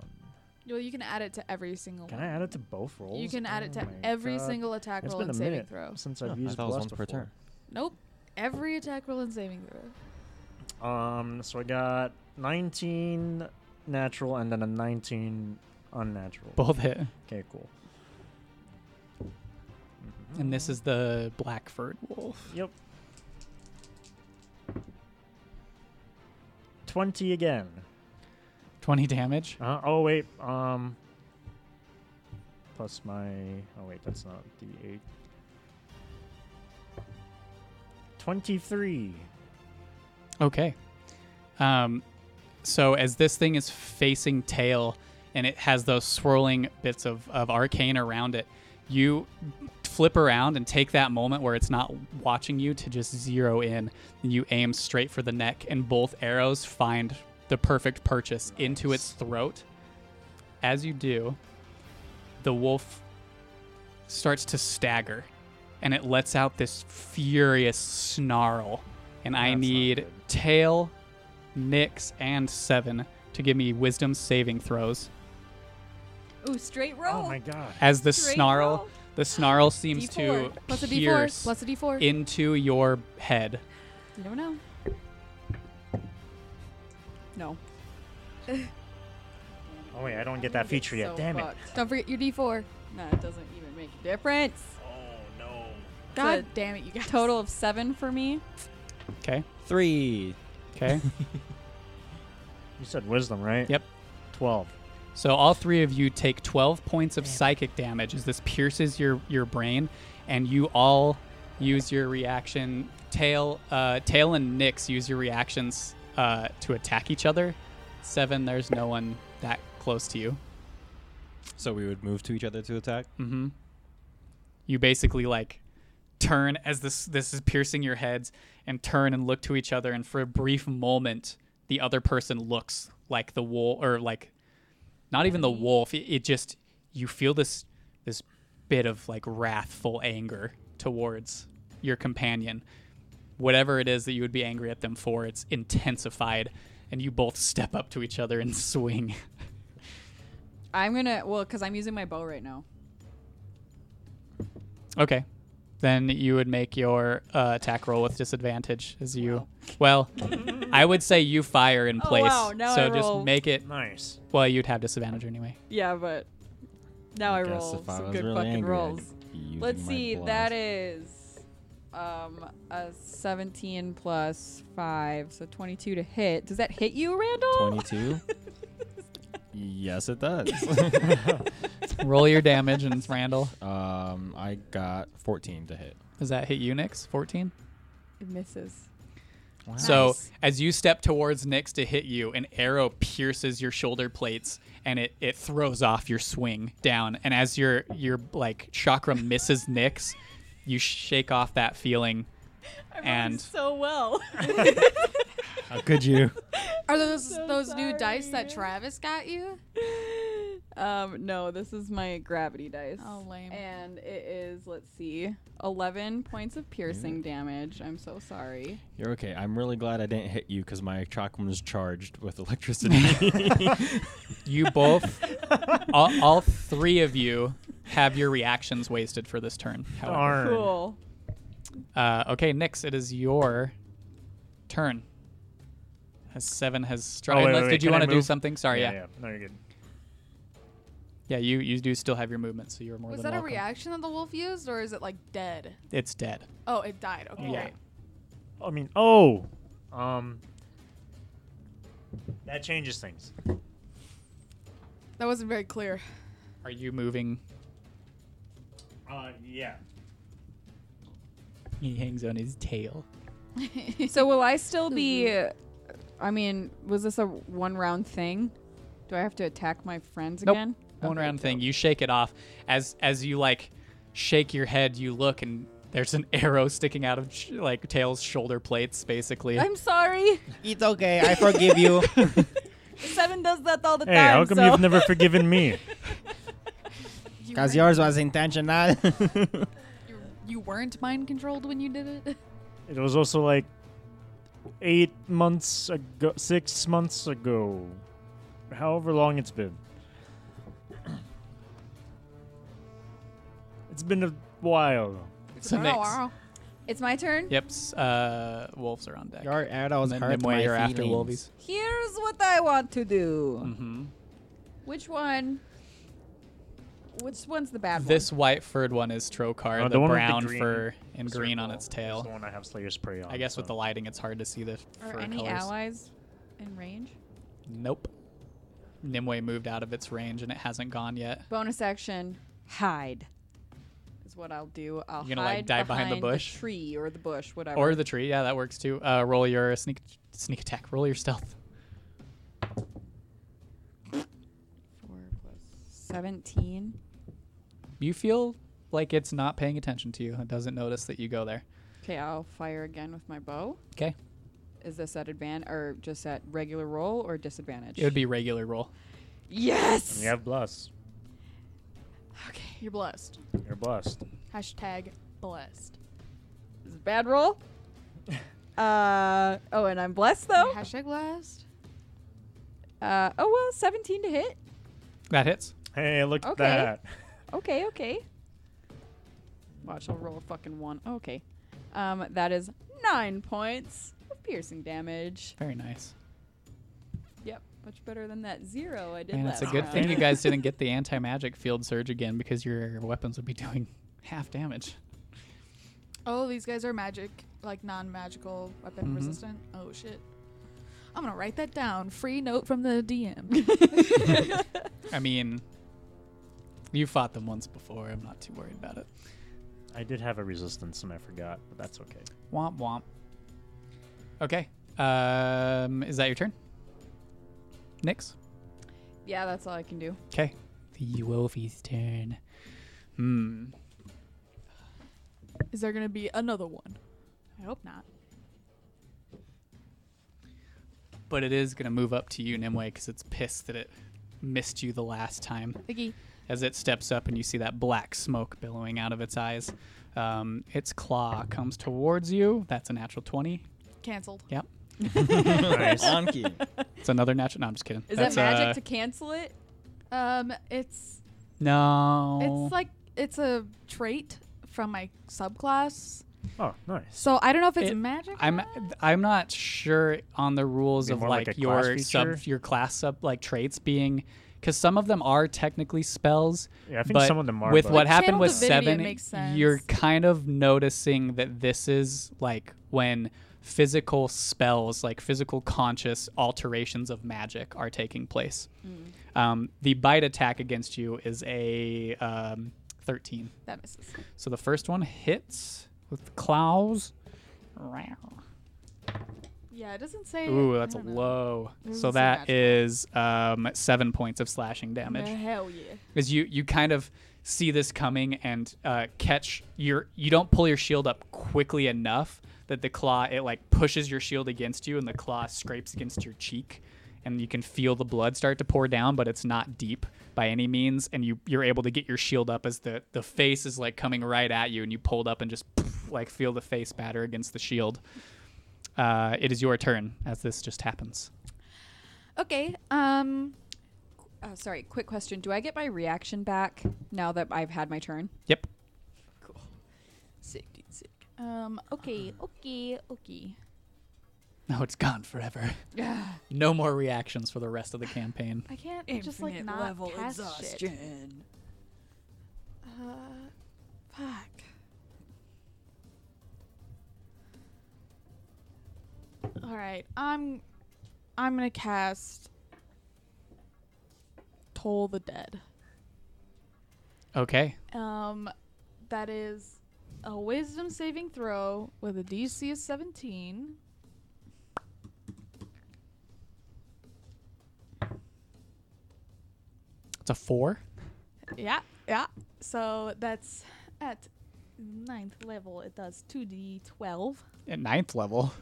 D: Well, you can add it to every single
C: Can
D: one.
C: I add it to both rolls?
D: Oh. You can add it
C: Oh
D: to
C: my
D: every
C: God.
D: single attack
C: It's
D: roll
C: been a
D: and saving
C: minute
D: throw.
C: since
F: Oh,
C: I've
F: I
C: used
F: thought it was
C: blast
F: once per
C: before.
F: turn.
D: Nope. Every attack roll and saving throw.
C: Um, so I got 19 natural and then a 19 unnatural.
A: Both hit.
C: Okay, cool.
A: And
C: Mm-hmm.
A: this is the Blackford wolf.
C: Yep. 20 again.
A: 20 damage.
C: Uh, oh wait, um plus my Oh wait, that's not d8. 23.
A: Okay. Um, so as this thing is facing tail and it has those swirling bits of, of arcane around it, you flip around and take that moment where it's not watching you to just zero in. And you aim straight for the neck, and both arrows find the perfect purchase into its throat. As you do, the wolf starts to stagger and it lets out this furious snarl. And I
C: That's not
A: need
C: good.
A: tail, nix, and seven to give me wisdom saving throws.
E: Ooh, straight roll.
C: Oh my god.
A: As the
E: Straight
A: snarl,
E: roll.
A: the snarl seems to
E: D4.
D: Plus a
A: pierce
D: d4. Plus a d4.
A: into your head.
E: You never know. No.
C: Oh wait, I don't get that feature yet.
E: So
C: Damn it.
E: fucked.
D: Don't forget your d4.
E: No, it doesn't even make a difference.
C: Oh no.
D: God
E: a
D: damn it, you guys.
E: Total of seven for me.
A: Okay.
F: Three.
A: Okay.
C: You said wisdom, right?
A: Yep.
C: 12.
A: So all three of you take 12 points of psychic damage as this pierces your your brain, and you all use your reaction. Tail, uh, tail, and Nix use your reactions uh, to attack each other. Seven, there's no one that close to you.
F: So we would move to each other to attack.
A: Mm-hmm. You basically like turn as this this is piercing your heads, and turn and look to each other, and for a brief moment, the other person looks like the wolf, or like not even the wolf. It, it just you feel this this bit of like wrathful anger towards your companion. Whatever it is that you would be angry at them for, it's intensified, and you both step up to each other and swing.
D: I'm gonna well, because I'm using my bow right now.
A: Okay. Then you would make your uh, attack roll with disadvantage as you. Well, I would say you fire in
D: Oh,
A: place.
D: wow, now
A: so
D: I
A: just
D: roll.
A: make it.
C: Nice.
A: Well, you'd have disadvantage anyway.
D: Yeah, but now Oh, I,
B: guess
D: roll
B: if I
D: some
B: was
D: good
B: really
D: fucking
B: angry, I
D: rolls.
B: could be using
D: Let's
B: my
D: see.
B: blast.
D: That is um a 17 plus 5, so 22 to hit. Does that hit you, Randall?
B: 22. yes, it does.
A: Roll your damage, and Randall.
B: um, I got 14 to hit.
A: Does that hit you, Nyx? 14?
D: It misses.
A: So
D: Nice.
A: as you step towards Nyx to hit you, an arrow pierces your shoulder plates and it, it throws off your swing down. And as your your like chakra misses Nyx, you shake off that feeling. and
D: so well.
B: How could you?
J: Are those those new
D: sorry.
J: dice that Travis got you?
D: um, no, this is my gravity dice.
J: Oh, lame.
D: And it is, let's see, 11 points of piercing damage. I'm so sorry.
B: You're okay. I'm really glad I didn't hit you because my chakram was charged with electricity.
A: you both, all, all three of you, have your reactions wasted for this turn. however.
C: Darn.
D: Cool.
A: Uh, okay, Nyx, it is your turn. As seven has struck.
C: Oh, wait,
A: Unless,
C: wait, wait,
A: did you
C: can I
A: want to do
C: move?
A: something? Sorry, yeah.
C: yeah,
A: Yeah,
C: No, you're good.
A: you, you do still have your movement, so you're more
J: Was
A: than
J: that a
A: welcome.
J: reaction that the wolf used, or is it like dead?
A: It's dead.
J: Oh, it died. Okay,
A: Yeah.
J: great.
C: I mean, oh, um, that changes things.
J: That wasn't very clear.
A: Are you moving?
C: Uh, yeah.
A: He hangs on his tail.
D: so will I still be. I mean, was this a one round thing? Do I have to attack my friends
A: Nope.
D: again?
A: One round thing. You shake it off. As as you like shake your head, you look and there's an arrow sticking out of sh- like Tail's shoulder plates, basically.
D: I'm sorry.
K: It's okay. I forgive you.
D: Seven does that all the
C: Hey,
D: time.
C: how come
D: so-
C: you've never forgiven me?
J: You
K: Because yours
J: weren't,
K: was intentional.
J: you, you weren't mind controlled when you did it.
C: It was also like eight months ago, six months ago, however long it's been. it's been a while.
A: so Nyx.
D: It's my turn.
A: Yep. s- Uh, wolves are on deck.
K: Your arrows
A: And
K: hurt
A: Nimue,
K: my
A: you're
K: feelings.
A: after Wolvies.
D: Here's what I want to do.
C: Mm. Mm-hmm.
A: hmm
D: Which one? Which one's the bad
A: This white furred one is Trokar,
C: Uh,
A: the,
C: the one with the
A: brown
C: green
A: fur and green on
C: Circle
A: its
C: is The
A: tail.
C: one I have Slayer spray on.
A: I guess with the
C: so-
A: lighting, it's hard to see the f-
D: one?
A: fur
D: Are any
A: colors.
D: allies in range?
A: Nope. Nimue moved out of its range and it hasn't gone yet.
D: Bonus action, hide. Is what I'll do. I'll
A: You gonna, like,
D: hide
A: dive behind the bush?
D: tree or the bush, whatever.
A: Or the tree, yeah, that works too. Uh, roll your sneak sneak attack. Roll your stealth.
D: four plus seventeen.
A: You feel like it's not paying attention to you. It doesn't notice that you go there.
D: Okay, I'll fire again with my bow.
A: 'Kay.
D: Is this at advantage or just at regular roll or disadvantage?
A: It would be regular roll.
D: yes.
C: And you have bless.
J: Okay, you're blessed.
C: You're blessed.
J: Hashtag blessed.
D: Is it bad roll? uh oh, and I'm blessed though.
J: Hashtag blessed.
D: Uh, oh well, 17 to hit.
A: That hits.
C: Hey, look
D: Okay.
C: at that.
D: Okay, okay. Watch, I'll roll a fucking one. Okay, um, that is nine points of piercing damage.
A: Very nice.
D: Yep, much better than that zero I did
A: And
D: last.
A: it's a good
D: round.
A: thing you guys didn't get the anti magic field surge again because your weapons would be doing half damage.
J: Oh, these guys are magic, like non-magical weapon
A: Mhm.
J: resistant. Oh shit. I'm gonna write that down. Free note from the DM.
A: I mean, you fought them once before. I'm not too worried about it.
C: I did have a resistance and I forgot, but that's okay.
A: Womp womp. Okay. Um, is that your turn? Nyx?
D: Yeah, that's all I can do.
A: Okay. The Wolfie's turn. Hmm.
J: Is there gonna be another one? I hope not.
A: but it is going to move up to you, Nimue, because it's pissed that it missed you the last time.
J: Iggy.
A: As it steps up and you see that black smoke billowing out of its eyes, Um, its claw comes towards you. That's a natural 20.
J: Cancelled.
C: nice.
B: Anki.
A: It's another natural. No, I'm just kidding.
D: Is
A: That's,
D: that magic
A: uh,
D: to cancel it?
J: Um, it's
A: no.
J: it's like it's a trait from my subclass.
C: Oh, nice.
J: So I don't know if it's
A: It-
J: magic. or
A: I'm
J: not.
A: I'm not sure on the rules
C: Be
A: of
C: more
A: like,
C: like a class
A: your sub
C: feature?
A: your class sub like traits being because some of them are technically spells.
C: Yeah, I think
A: but
C: some of them are.
A: with
C: but-
A: what
J: Like,
A: happened
J: channel
A: with
J: divinity, it
A: seven,
J: makes sense.
A: you're kind of noticing that this is like when physical spells, like physical conscious alterations of magic, are taking place.
J: Mm.
A: Um, the bite attack against you is a um, thirteen.
J: that misses.
A: So the first one hits with claws. Rawr.
J: Yeah, it doesn't say.
A: Ooh,
J: I
A: that's
J: don't know.
A: low.
J: This
A: So
J: is
A: that
J: magical.
A: is um, seven points of slashing damage.
J: Hell yeah.
A: Because you you kind of see this coming and uh, catch your you don't pull your shield up quickly enough that the claw it like pushes your shield against you and the claw scrapes against your cheek and you can feel the blood start to pour down but it's not deep by any means and you you're able to get your shield up as the the face is like coming right at you and you pulled up and just like feel the face batter against the shield. Uh, it is your turn as this just happens.
D: Okay. Um, uh, sorry. Quick question: Do I get my reaction back now that I've had my turn?
A: Yep.
D: Cool. Sick, dude. Sick.
J: Um. Okay. Okay. Okay.
A: No, Oh, it's gone forever. no more reactions for the rest of the campaign.
J: I can't just like not cast shit. Uh, fuck. All right, I'm, I'm gonna cast Toll the Dead.
A: Okay.
J: Um, that is a Wisdom saving throw with a DC of 17.
A: It's a four.
J: Yeah, yeah. So that's at ninth level. It does 2d12.
A: At ninth level.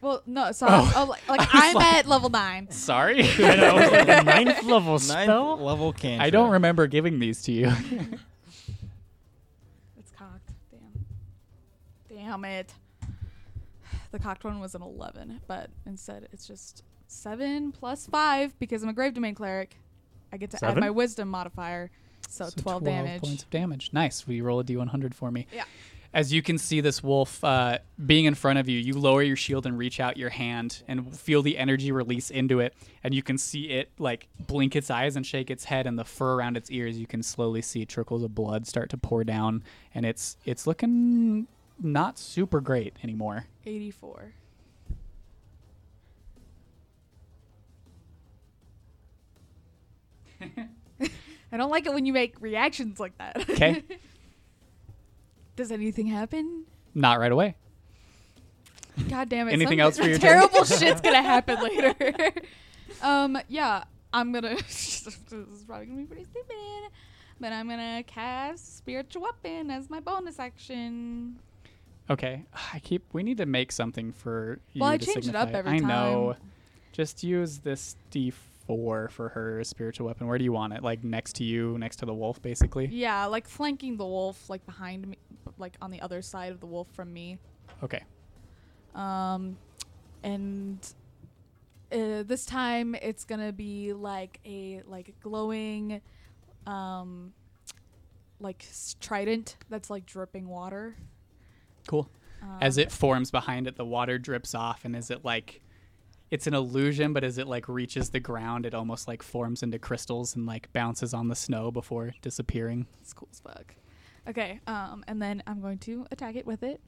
J: Well, no, sorry. Oh. like, like I'm at level nine.
A: Sorry.
C: I was like, a ninth level spell.
B: Ninth level cantrip.
A: I don't remember giving these to you.
J: It's cocked. Damn. Damn it. The cocked one was an 11, but instead it's just 7 plus 5 because I'm a Grave Domain Cleric. I get to add
C: Seven?
J: my Wisdom modifier. So, 12, damage.
A: points of damage. Nice. We roll a d100 for me.
J: Yeah.
A: As you can see this wolf uh, being in front of you, you lower your shield and reach out your hand and feel the energy release into it. And you can see it like blink its eyes and shake its head, and the fur around its ears, you can slowly see trickles of blood start to pour down. And it's it's looking not super great anymore.
J: 84. I don't like it when you make reactions like that.
A: Okay.
J: Does anything happen?
A: not right away.
J: God damn it.
A: Anything
J: some
A: else for your turn?
J: terrible shit's gonna happen later. um, yeah, I'm gonna this is probably gonna be pretty stupid. But I'm gonna cast spiritual weapon as my bonus action.
A: Okay, I keep. We need to make something for you.
J: Well, I
A: to
J: change it up
A: signify.
J: every
A: I know.
J: time.
A: Just use this D4 for her spiritual weapon. Where do you want it? Like next to you, next to the wolf, basically.
J: Yeah, like flanking the wolf, like behind me like on the other side of the wolf from me.
A: Okay.
J: Um, and uh, this time it's gonna be like a like glowing, um, like s- trident that's like dripping water.
A: Cool.
J: Um,
A: as it forms behind it, the water drips off, and is it like? It's an illusion, but as it like reaches the ground, it almost like forms into crystals and like bounces on the snow before disappearing.
J: It's cool as fuck. Okay, um, and then I'm going to attack it with it.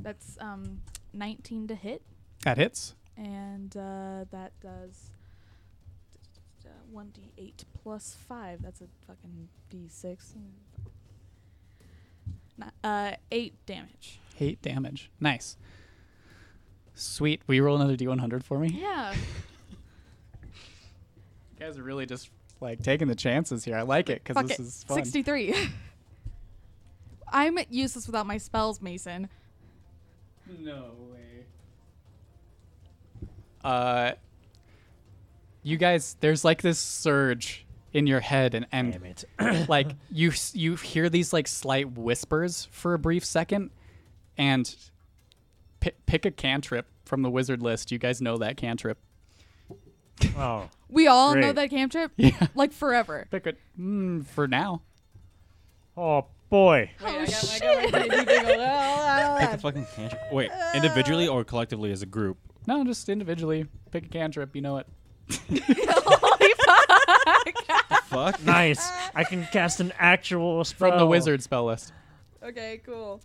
J: That's um, 19 to hit,
A: That hits.
J: and uh, that does. 1d8 plus 5. That's a fucking d6. Not, uh, 8 damage.
A: Eight damage. Nice. Sweet. Will you roll another D100 for me?
J: Yeah.
A: You guys are really just like taking the chances here. I like it because
J: Fuck
A: this
J: it.
A: is fun.
J: 63. I'm useless without my spells, Mason.
A: No way. Uh, you guys, there's like this surge in your head and and
C: Damn it.
A: like you s- you hear these like slight whispers for a brief second and pi pick a cantrip from the wizard list you guys know that cantrip
C: oh.
J: We all know
C: Great.
J: that camp trip,
A: yeah
J: like forever.
A: pick it mm, for now
C: Oh boy.
D: Wait, I got- I got my
B: Pick a fucking cantrip. Wait, individually or collectively as a group?
A: no just individually pick a cantrip you know it
B: Fuck.
C: Nice. I can cast an actual spell.
A: from the wizard spell list
D: Okay, cool.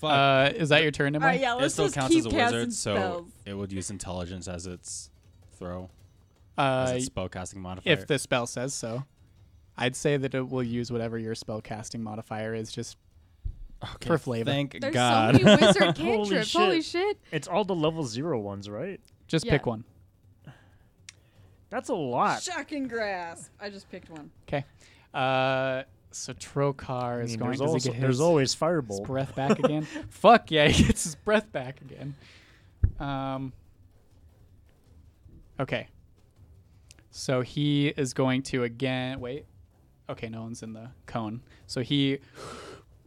B: Fuck.
A: uh is that your turn
D: All
A: Emily?
D: right, yeah,
B: it
D: let's
B: still
D: just
B: counts as
D: keep
B: a
D: casting
B: wizard, so
D: spells.
B: it would use intelligence as its throw, as
A: uh
B: its spellcasting modifier.
A: if the spell says so i'd say that it will use whatever your spell casting modifier is just
B: Okay,
A: for flavor.
B: Thank
J: There's
B: God.
J: so many wizard
C: Holy
J: cantrips. Holy shit.
C: It's all the level zero ones, right?
A: just
J: Yeah.
A: pick one
C: That's a lot.
D: Shocking grasp. I just picked one.
A: okay uh so Trokar
C: I
A: is
C: mean,
A: going.
C: there's,
A: does he
C: also-
A: get
C: there's
A: his-
C: always
A: his
C: fireball.
A: breath back again. Fuck yeah, he gets his breath back again. Um. Okay. So he is going to again. Wait. Okay, no one's in the cone. So he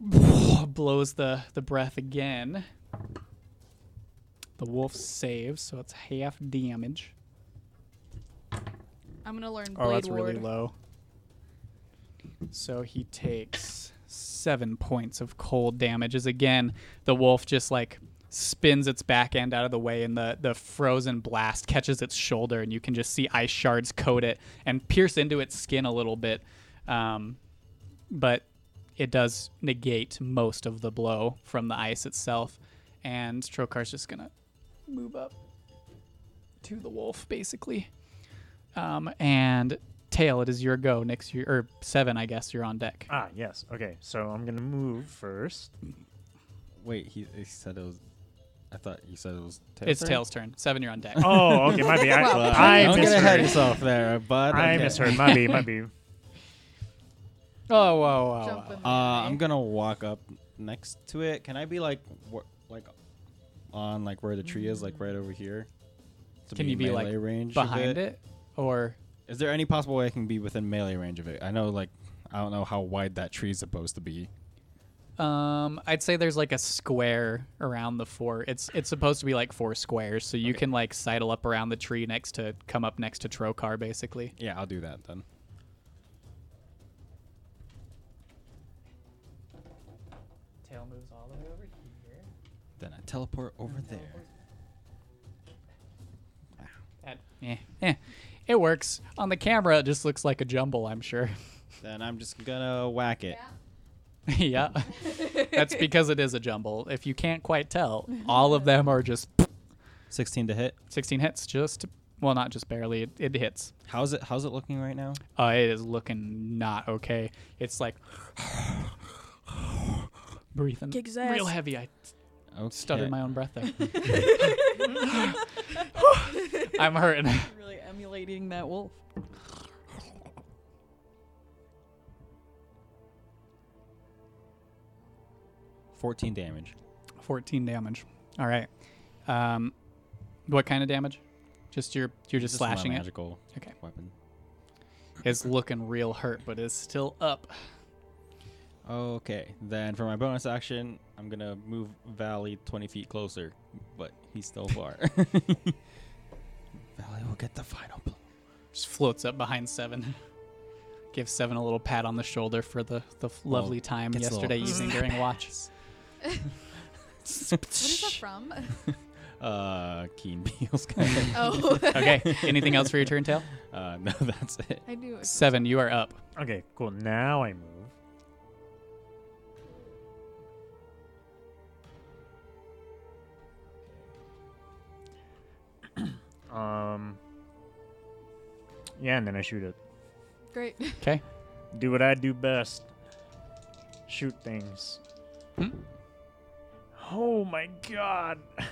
A: blows the the breath again. The wolf saves, so it's half damage.
J: I'm gonna learn Blade
A: Oh, that's
J: Ward.
A: really low. So he takes seven points of cold damage. As again, the wolf just like spins its back end out of the way, and the the frozen blast catches its shoulder, and you can just see ice shards coat it and pierce into its skin a little bit. Um, but it does negate most of the blow from the ice itself, and Trokar's just gonna move up to the wolf basically. Um, and Tail, it is your go. Next, year or seven, I guess. You're on deck.
C: Ah, yes. Okay, so I'm gonna move first.
B: Wait, he, he said it was. I thought you said it was. Tails
A: it's
B: turn?
A: Tail's turn. Seven, you're on deck.
C: Oh, okay, my be.
B: Well,
C: I, I
B: don't get ahead of
C: misheard.
B: yourself there, bud.
C: I
B: Okay.
C: misheard. My be, my be.
A: Oh, whoa, whoa, whoa.
J: Jump in
B: Uh, I'm gonna walk up next to it. Can I be like, wh- like, on like where the tree is, like right over here? To
A: Can you
B: in
A: be, like,
B: melee range of
A: Behind it, or
B: Is there any possible way I can be within melee range of it? I know, like, I don't know how wide that tree is supposed to be.
A: um, I'd say there's like a square around the four. It's it's supposed to be like four squares, so you can like sidle up around the tree next to come up next to Trokar, basically.
B: Yeah, I'll do that then.
A: Tail moves all the way over here.
B: Then I teleport over there.
A: yeah, yeah, Eh, it works. On the camera, it just looks like a jumble. I'm sure.
B: Then I'm just gonna whack it.
A: yeah. That's because it is a jumble. If you can't quite tell, all of them are just
B: 16 to hit.
A: 16 hits. Just, well, not just barely. It, it hits.
B: How's it? How's it looking right now?
A: Uh, it is looking not okay. It's like breathing
J: Kick his
A: real
J: ass.
A: heavy. I
B: Okay.
A: stuttered my own breath there. I'm hurting.
D: Really emulating that wolf.
B: Fourteen damage.
A: 14 damage. All right. Um, what kind of damage? Just your you're just,
B: Just my
A: slashing it.
B: Magical
A: Okay.
B: weapon.
A: It's looking real hurt, but it's still up.
B: Okay. Then for my bonus action, I'm gonna move Valley 20 feet closer, but he's still far. Valley will get the final blow.
A: just floats up behind Seven. Gives Seven a little pat on the shoulder for the, the f-
B: Well,
A: lovely time
B: gets a little
A: yesterday evening during watch.
J: What is that from?
B: Uh, Keen Beals. guy.
J: oh,
A: okay. Anything else for your turn, Tail?
B: uh, no, that's it.
J: I do.
A: Seven, you are up.
C: Okay, cool. Now I move. um. Yeah, and then I shoot it.
J: Great.
A: Okay.
C: Do what I do best. Shoot things.
A: Hmm?
C: Oh my god.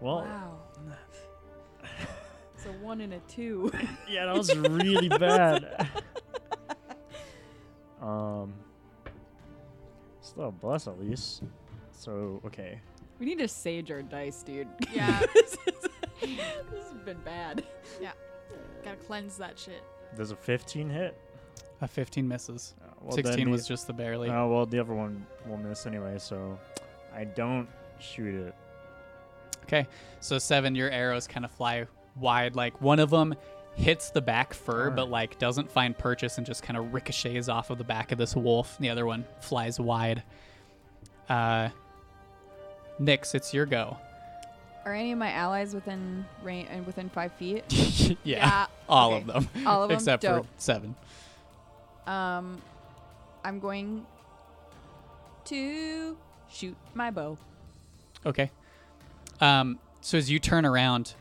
C: well,
D: Wow. It's a one and a two.
C: yeah, that was really bad. um, still a bless at least. So okay,
D: We need to sage our dice, dude.
J: Yeah,
D: this, is, this has been bad.
J: gotta cleanse that shit.
C: There's a 15 hit.
A: A 15 misses.
C: Uh, well, then
A: 16
C: the-
A: was just the barely.
C: Oh well, the other one will miss anyway, so I don't shoot it.
A: Okay, so seven, your arrows kind of fly wide. Like one of them hits the back fur, but like doesn't find purchase and just kind of ricochets off of the back of this wolf. The other one flies wide. Uh, Nyx, it's your go.
D: Are any of my allies within range and within five feet?
A: yeah, all of
D: okay.
A: them.
D: All of them.
A: except
D: Dope.
A: for seven.
D: Um, I'm going to shoot my bow.
A: Okay. Um, so as you turn around,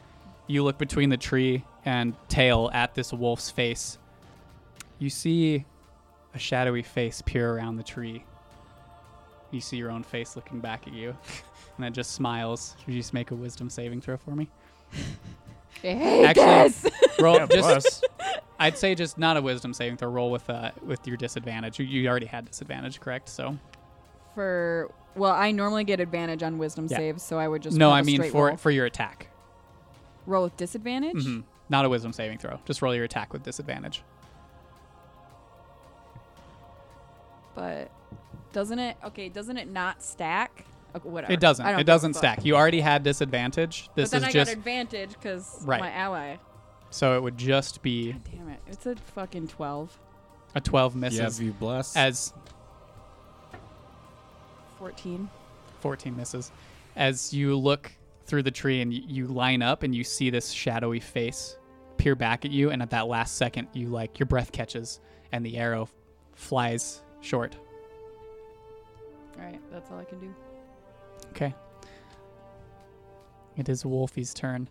A: you look between the tree and tail at this wolf's face. You see a shadowy face peer around the tree. You see your own face looking back at you, and it just smiles. Would you just make a wisdom saving throw for me? Actually, roll
C: Yeah,
A: just.
C: plus.
A: I'd say just not a wisdom saving throw. Roll with uh, with your disadvantage. You, you already had disadvantage, correct? So
D: For well, I normally get advantage on wisdom
A: Yeah.
D: saves, so I would just
A: no,
D: roll
A: I
D: a
A: mean
D: straight
A: for
D: roll.
A: for your attack.
D: roll with disadvantage.
A: Mhm. Not a wisdom saving throw. Just roll your attack with disadvantage.
D: But doesn't it? Okay, doesn't it not stack? Okay, whatever.
A: It doesn't.
D: I don't
A: It
D: give a
A: doesn't
D: fuck.
A: stack. You already had disadvantage. This
D: but then
A: is
D: I
A: just
D: got advantage because
A: Right.
D: my ally.
A: so it would just be
D: Damn it! It's a fucking twelve.
A: a 12
B: Yeah,
A: misses
B: you bless.
A: as
D: 14.
A: 14 misses as you look through the tree and y- you line up and you see this shadowy face peer back at you and at that last second you like your breath catches and the arrow flies short.
D: All right, that's all I can do.
A: Okay. It is Wolfie's turn.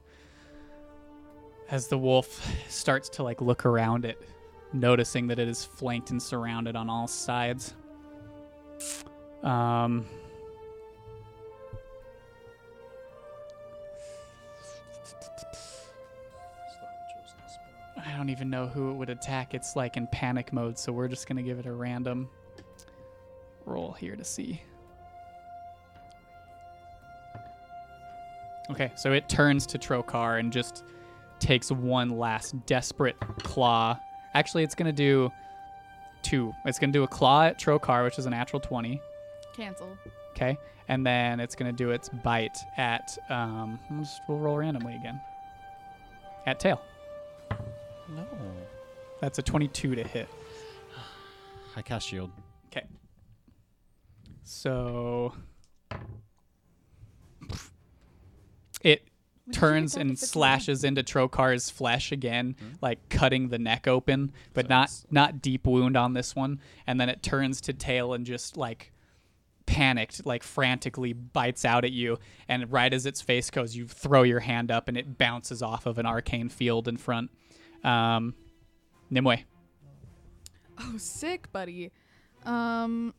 A: As the wolf starts to like look around it, noticing that it is flanked and surrounded on all sides. Um I don't even know who it would attack. It's like in panic mode, so we're just gonna give it a random roll here to see. Okay, so it turns to Trokar and just takes one last desperate claw. Actually, it's going to do two. It's going to do a claw at Trokar, which is a natural 20.
J: Cancel.
A: Okay. And then it's going to do its bite at, um, we'll just, we'll roll randomly again. At tail.
B: no.
A: That's a 22 to hit.
B: I cast shield.
A: Okay. So it turns and slashes into Trokar's flesh again, like cutting the neck open, but not not deep wound on this one. And then it turns to tail and just like panicked, like frantically bites out at you. And right as its face goes, you throw your hand up and it bounces off of an arcane field in front. Um, Nimue.
J: Oh, sick, buddy. Um,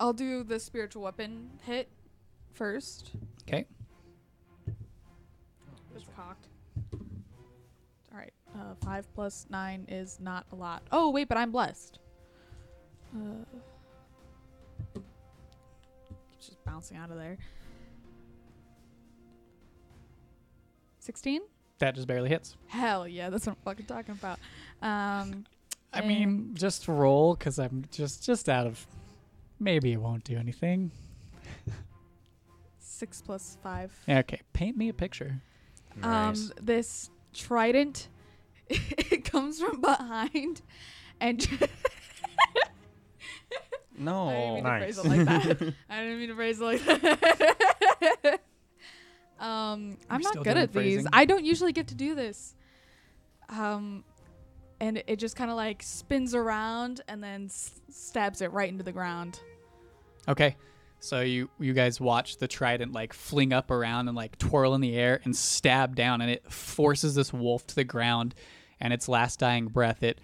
J: I'll do the spiritual weapon hit first.
A: Okay.
J: It's cocked. All right. Uh, five plus nine is not a lot. Oh wait, but I'm blessed. Uh, it's just bouncing out of there. Sixteen?
A: That just barely hits.
J: Hell yeah, that's what I'm fucking talking about. Um,
A: I
J: Eh.
A: mean, just roll because I'm just just out of. Maybe it won't do anything.
J: six plus five.
A: Okay, paint me a picture.
J: Um, this trident, it comes from behind, and I didn't
B: No.
J: mean
C: Nice.
J: to phrase it like that. I didn't mean to phrase it like that. um, I'm
A: still
J: not good
A: doing
J: at these.
A: phrasing?
J: I don't usually get to do this. Um, and it just kind of like spins around and then s- stabs it right into the ground.
A: Okay, so you you guys watch the trident like fling up around and like twirl in the air and stab down, and it forces this wolf to the ground, and its last dying breath, it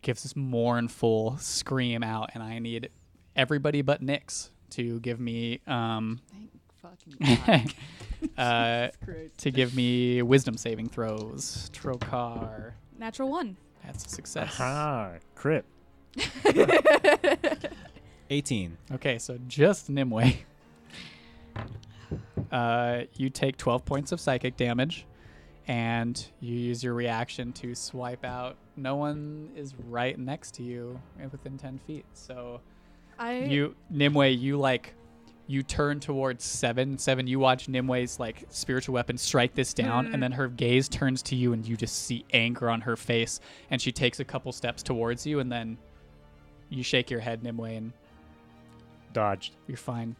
A: gives this mournful scream out, and I need everybody but Nyx to give me um
D: Fucking
A: uh
D: Christ.
A: to give me wisdom saving throws. Trokar,
J: Natural one.
A: that's a success.
C: Aha, Ah, crit.
B: 18.
A: Okay, so just Nimue. Uh, you take 12 points of psychic damage, and you use your reaction to swipe out no one is right next to you and within 10 feet. So
D: I
A: you, Nimue, you like, you turn towards Seven. Seven, you watch Nimue's like spiritual weapon strike this down, and then her gaze turns to you, and you just see anger on her face. And she takes a couple steps towards you, and then you shake your head, Nimue, and
C: Dodged.
A: you're fine.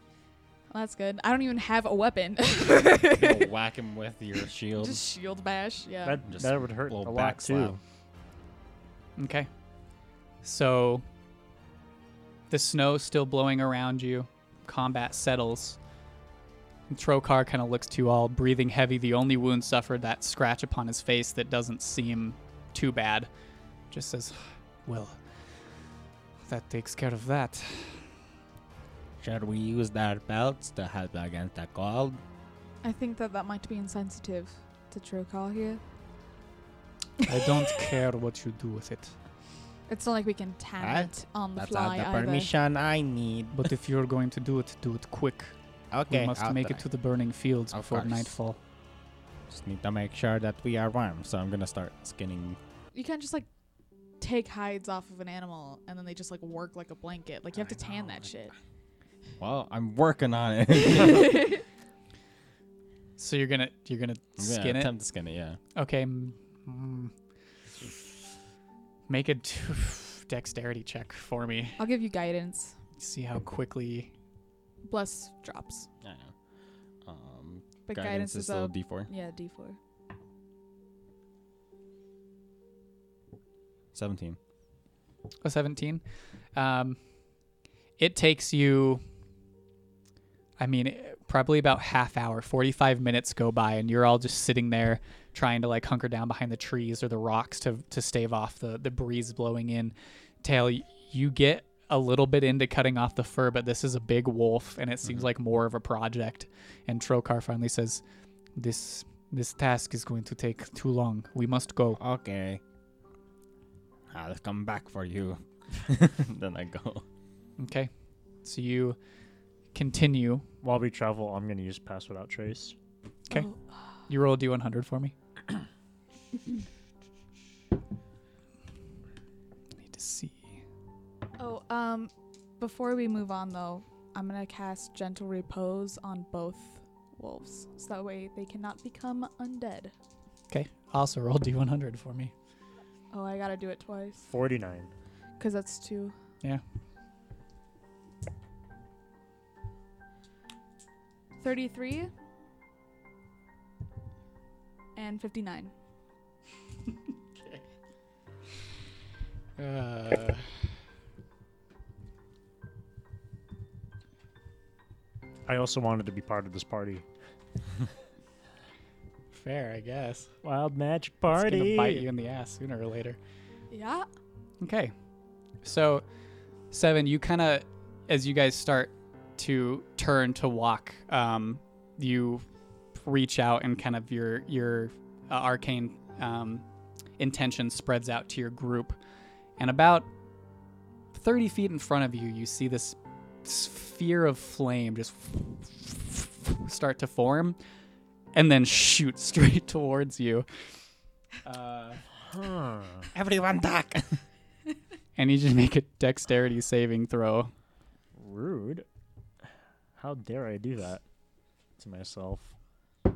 D: Well, that's good. I don't even have a weapon.
F: You'll whack him with your shield.
D: Just shield bash. Yeah.
C: That,
F: Just
C: that would hurt a
F: little
C: lot
F: back slap.
C: too.
A: Okay. So the snow still blowing around you. Combat settles. And Trokar kind of looks to you all, breathing heavy. The only wound suffered that scratch upon his face that doesn't seem too bad. Just says, "Well, that takes care of that."
B: Should we use their belts to help against the cold?
D: I think that that might be insensitive to Trokal here.
A: I don't care what you do with it,
D: It's not like we can tan
B: Right.
D: it on the
B: That's all
D: fly
B: the
D: either.
B: permission I need.
A: but if you're going to do it, do it quick.
B: Okay,
A: we must
B: I'll
A: make
B: try.
A: it to the burning fields
B: Of
A: before
B: course.
A: nightfall.
B: Just need to make sure that we are warm, so I'm gonna start skinning.
D: You can't just like take hides off of an animal and then they just like work like a blanket. Like you have to tan that shit.
F: Well, I'm working on it. I'm
A: So you're gonna you're gonna
F: gonna
A: skin it.
F: attempt to skin it, yeah.
A: Okay. mm, mm. Make a d- dexterity check for me.
D: I'll give you guidance.
A: See how quickly.
D: Bless drops.
F: I know. Um,
D: But
F: guidance,
D: guidance,
F: is
D: is
F: still
D: a
F: D4.
D: yeah D four.
F: 17.
A: a 17 um, it takes you i mean eh, probably about half hour 45 minutes go by and you're all just sitting there trying to like hunker down behind the trees or the rocks to, to stave off the, the breeze blowing in tail y- you get a little bit into cutting off the fur but this is a big wolf and it seems like more of a project and trokar finally says this this task is going to take too long we must go
B: Okay. I'll come back for you.
F: then I go.
A: okay so you continue
C: While we travel, I'm gonna use pass without trace.
A: Okay. You roll a d100 for me. Need to see.
D: Oh, um, before we move on though, I'm gonna cast Gentle Repose on both wolves, so that way they cannot become undead.
A: Also roll d100 for me.
D: Oh, I gotta do it twice,
C: Forty-nine.
D: cause that's two.
A: Yeah.
D: Thirty-three. And fifty-nine.
A: Uh,
C: I also wanted to be part of this party.
A: fair, I guess.
C: Wild magic
A: It's
C: party.
A: gonna bite you in the ass sooner or later.
D: Yeah.
A: Okay. So, Seven, you kind of, as you guys start to turn to walk, um, you reach out and kind of your your uh, arcane um, intention spreads out to your group, and about thirty feet in front of you, you see this sphere of flame just start to form, and then shoot straight towards you. Uh,
C: Huh.
B: Everyone back.
A: and you just make a dexterity saving throw.
C: Rude. How dare I do that to myself? Oh,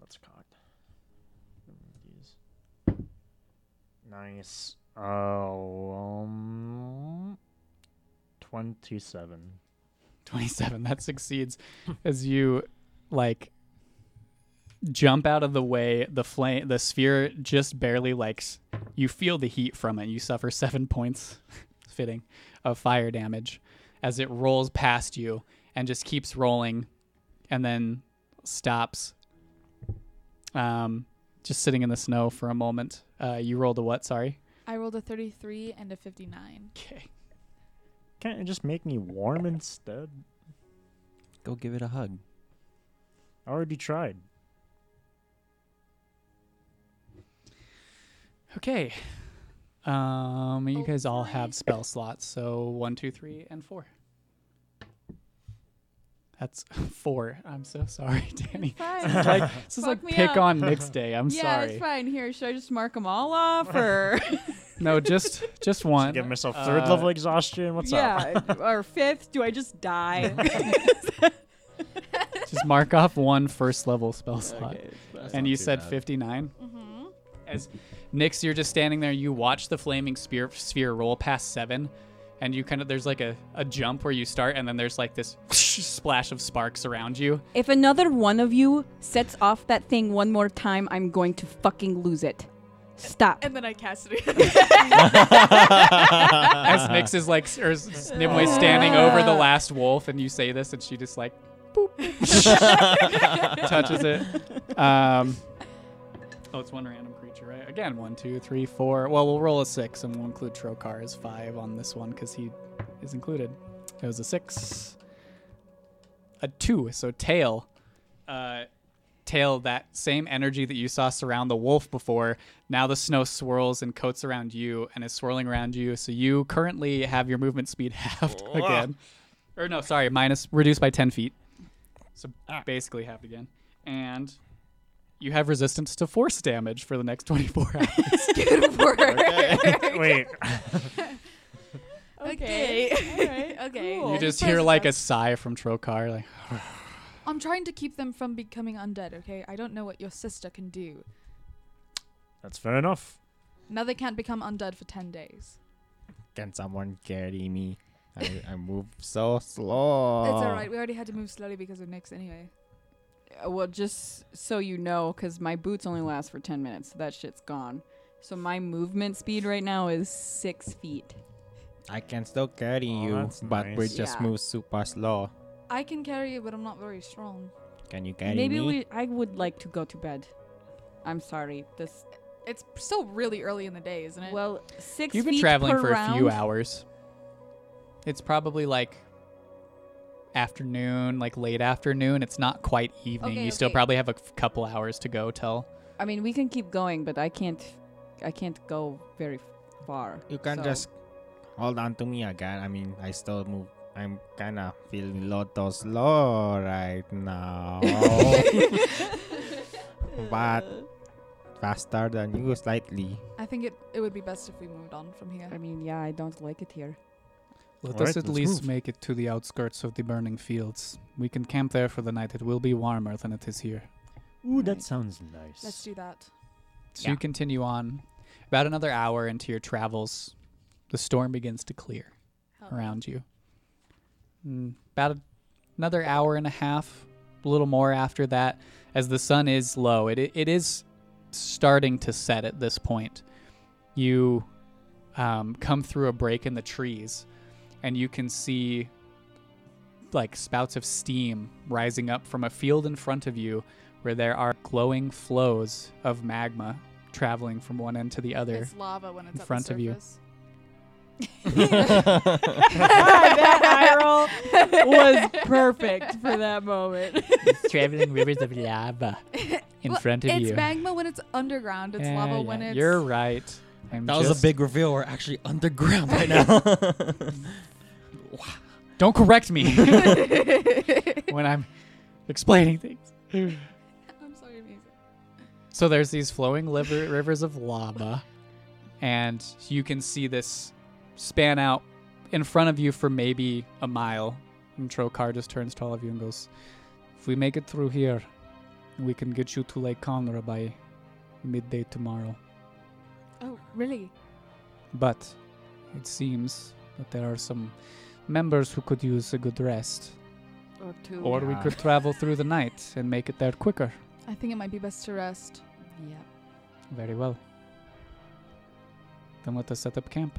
C: that's cocked. Jeez. Nice. Oh, um, twenty-seven.
A: 27 that succeeds as you like jump out of the way the flame the sphere just barely like s- you feel the heat from it you suffer seven points fitting of fire damage as it rolls past you and just keeps rolling and then stops um just sitting in the snow for a moment uh you rolled a what sorry
D: I rolled a 33 and a 59.
A: okay
C: Can't it just make me warm instead?
F: Go give it a hug.
C: I already tried.
A: Okay. Um, you
D: Oh,
A: guys all
D: sorry.
A: have spell slots, so one, two, three, and four. That's four. I'm so sorry, Danny.
E: Fine.
A: Like this is
E: Fuck
A: like
E: me
A: pick
E: up.
A: on Nick's day. I'm
E: yeah, it's
A: sorry.
E: fine. Here, should I just mark them all off or
A: No, just just one.
C: Give myself third
A: Uh,
C: level exhaustion. What's up?
E: yeah, or fifth? Do I just die?
A: Just mark off one first level spell slot.
F: Okay, that's
A: and
F: not
A: you
F: too
A: said
F: bad.
A: 59 as nix you're just standing there you watch the flaming spear sphere roll past seven and you kind of there's like a, a jump where you start and then there's like this splash of sparks around you
E: if another one of you sets off that thing one more time, I'm going to fucking lose it. Stop.
D: And then I cast it.
A: as nix is like s- or s- s- nimue standing over the last wolf and you say this and she just like boop touches it um oh it's one random creature right again one two three four well we'll roll a six and we'll include trokar as five on this one because he is included it was a six a two so tail uh tail that same energy that you saw surround the wolf before now the snow swirls and coats around you and is swirling around you so you currently have your movement speed halved again or no sorry minus reduced by 10 feet so basically halved again and you have resistance to force damage for the next 24 hours
E: Good work.
C: Wait,
E: Okay.
H: Alright,
E: Okay.
H: cool.
A: you just hear like a sigh from trokar like
D: I'm trying to keep them from becoming undead, okay? I don't know what your sister can do.
C: that's fair enough.
D: Now they can't become undead for 10 days.
B: Can someone carry me? I, I move so slow.
A: Oh.
D: It's alright. We already had to move slowly because of Nyx anyway.
E: Uh, Well, just so you know, because my boots only last for 10 minutes, so that shit's gone. So my movement speed right now is six feet.
B: I can still carry
C: Oh,
B: you,
C: that's
B: but we
C: nice.
B: just
E: Yeah.
B: move super slow.
D: I can carry you, but I'm not very strong.
B: Can you carry
E: Maybe
B: me?
E: we, I would like to go to bed. I'm sorry. This
D: It's still really early in the day, isn't it?
E: well, 6
A: You've been
E: feet
A: traveling
E: per
A: for
E: round.
A: a few hours. It's probably like afternoon, like late afternoon. It's not quite evening.
E: Okay,
A: you still
E: okay.
A: probably have a f- couple hours to go till.
E: I mean, we can keep going, but I can't. I can't go very far.
B: You can
E: so-
B: just hold on to me again. I mean, I still move. I'm kind of feeling low to slow right now.
A: Oh.
B: but faster than you slightly.
D: I think it, it would be best if we moved on from here.
E: I mean, yeah, I don't like it here.
A: Let
C: All
A: us at
C: us right, at let's
A: least
C: least move.
A: make it to the outskirts of the burning fields. We can camp there for the night. It will be warmer than it is here.
C: Ooh, that
E: Alright.
C: sounds nice.
D: Let's do that.
A: So you continue on. About another hour into your travels, the storm begins to clear around you. Mm, about a- another hour and a half, a little more after that, as the sun is low. It it is starting to set at this point. You um, come through a break in the trees, and you can see like spouts of steam rising up from a field in front of you where there are glowing flows of magma traveling from one end to the other.
D: It's lava when it's
A: in
D: at
A: front
D: the
A: of you.
D: surface.
E: that eye roll was perfect for that moment.
A: traveling rivers of lava in
D: Well,
A: front of
D: it's
A: you.
D: magma when it's underground. It's lava when it's.
A: You're right. I'm
F: That was a
A: just-
F: big reveal. We're actually underground right now.
A: Don't correct me when I'm explaining things.
D: I'm sorry, amazing.
A: So there's these flowing liver- rivers of lava, and you can see this span out in front of you for maybe a mile. And Trokar just turns to all of you and goes, "If we make it through here, we can get you to Lake Conra by midday tomorrow."
D: Oh, really?
A: But it seems that there are some members who could use a good rest.
D: Oh,
E: Or two.
A: Or we
B: Yeah.
A: could travel through the night and make it there quicker.
D: I think it might be best to rest.
E: yeah.
A: Very well. Then let us set up camp.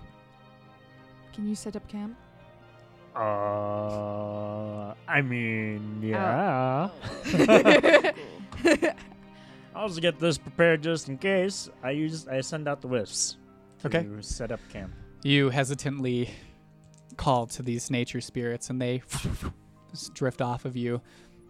D: Can you set up camp?
C: Uh, I
D: Oh.
C: mean, yeah.
E: Oh,
C: I'll just get this prepared just in case. I use I send out the whiffs. To
A: Okay.
C: Set up camp.
A: You hesitantly call to these nature spirits, and they just drift off of you.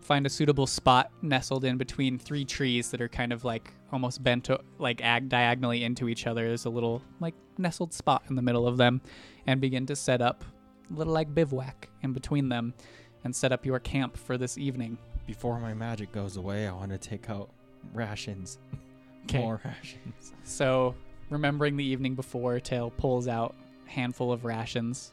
A: Find a suitable spot nestled in between three trees that are kind of like almost bent o- like ag- diagonally into each other. There's a little like nestled spot in the middle of them, and begin to set up a little like bivouac in between them. and set up your camp for this evening.
F: Before my magic goes away, I want to take out rations.
A: 'Kay.
F: More rations.
A: So, remembering the evening before, Tail pulls out a handful of rations.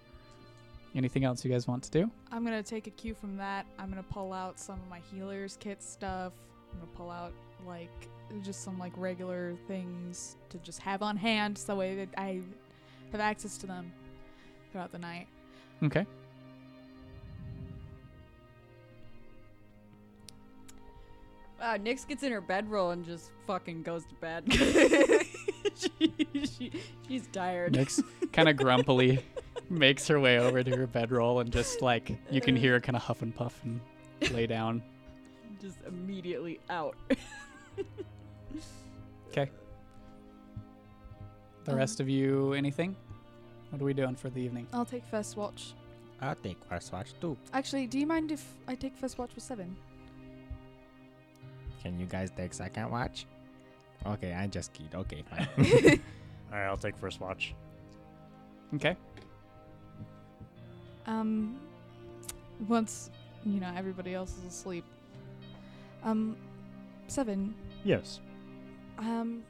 A: Anything else you guys want to do?
J: I'm gonna take a cue from that. I'm gonna pull out some of my healers kit stuff. I'm gonna pull out like just some like regular things to just have on hand, so that way that I have access to them throughout the night.
A: Okay.
D: Wow, Uh, Nyx gets in her bedroll and just fucking goes to bed. she, she, she's tired.
A: Nyx kind of grumpily makes her way over to her bedroll and just like you can hear her kind of huff and puff and lay down.
D: just immediately out.
A: The rest of you, anything? What are we doing for the evening?
J: I'll take first watch.
B: I'll take first watch too.
J: Actually, do you mind if I take first watch with seven?
B: Can you guys take second watch? Okay, I just kid. Okay, fine.
C: All right, I'll take first watch.
A: Okay.
J: Um, once you know everybody else is asleep. Um, seven.
C: Yes.
J: Um,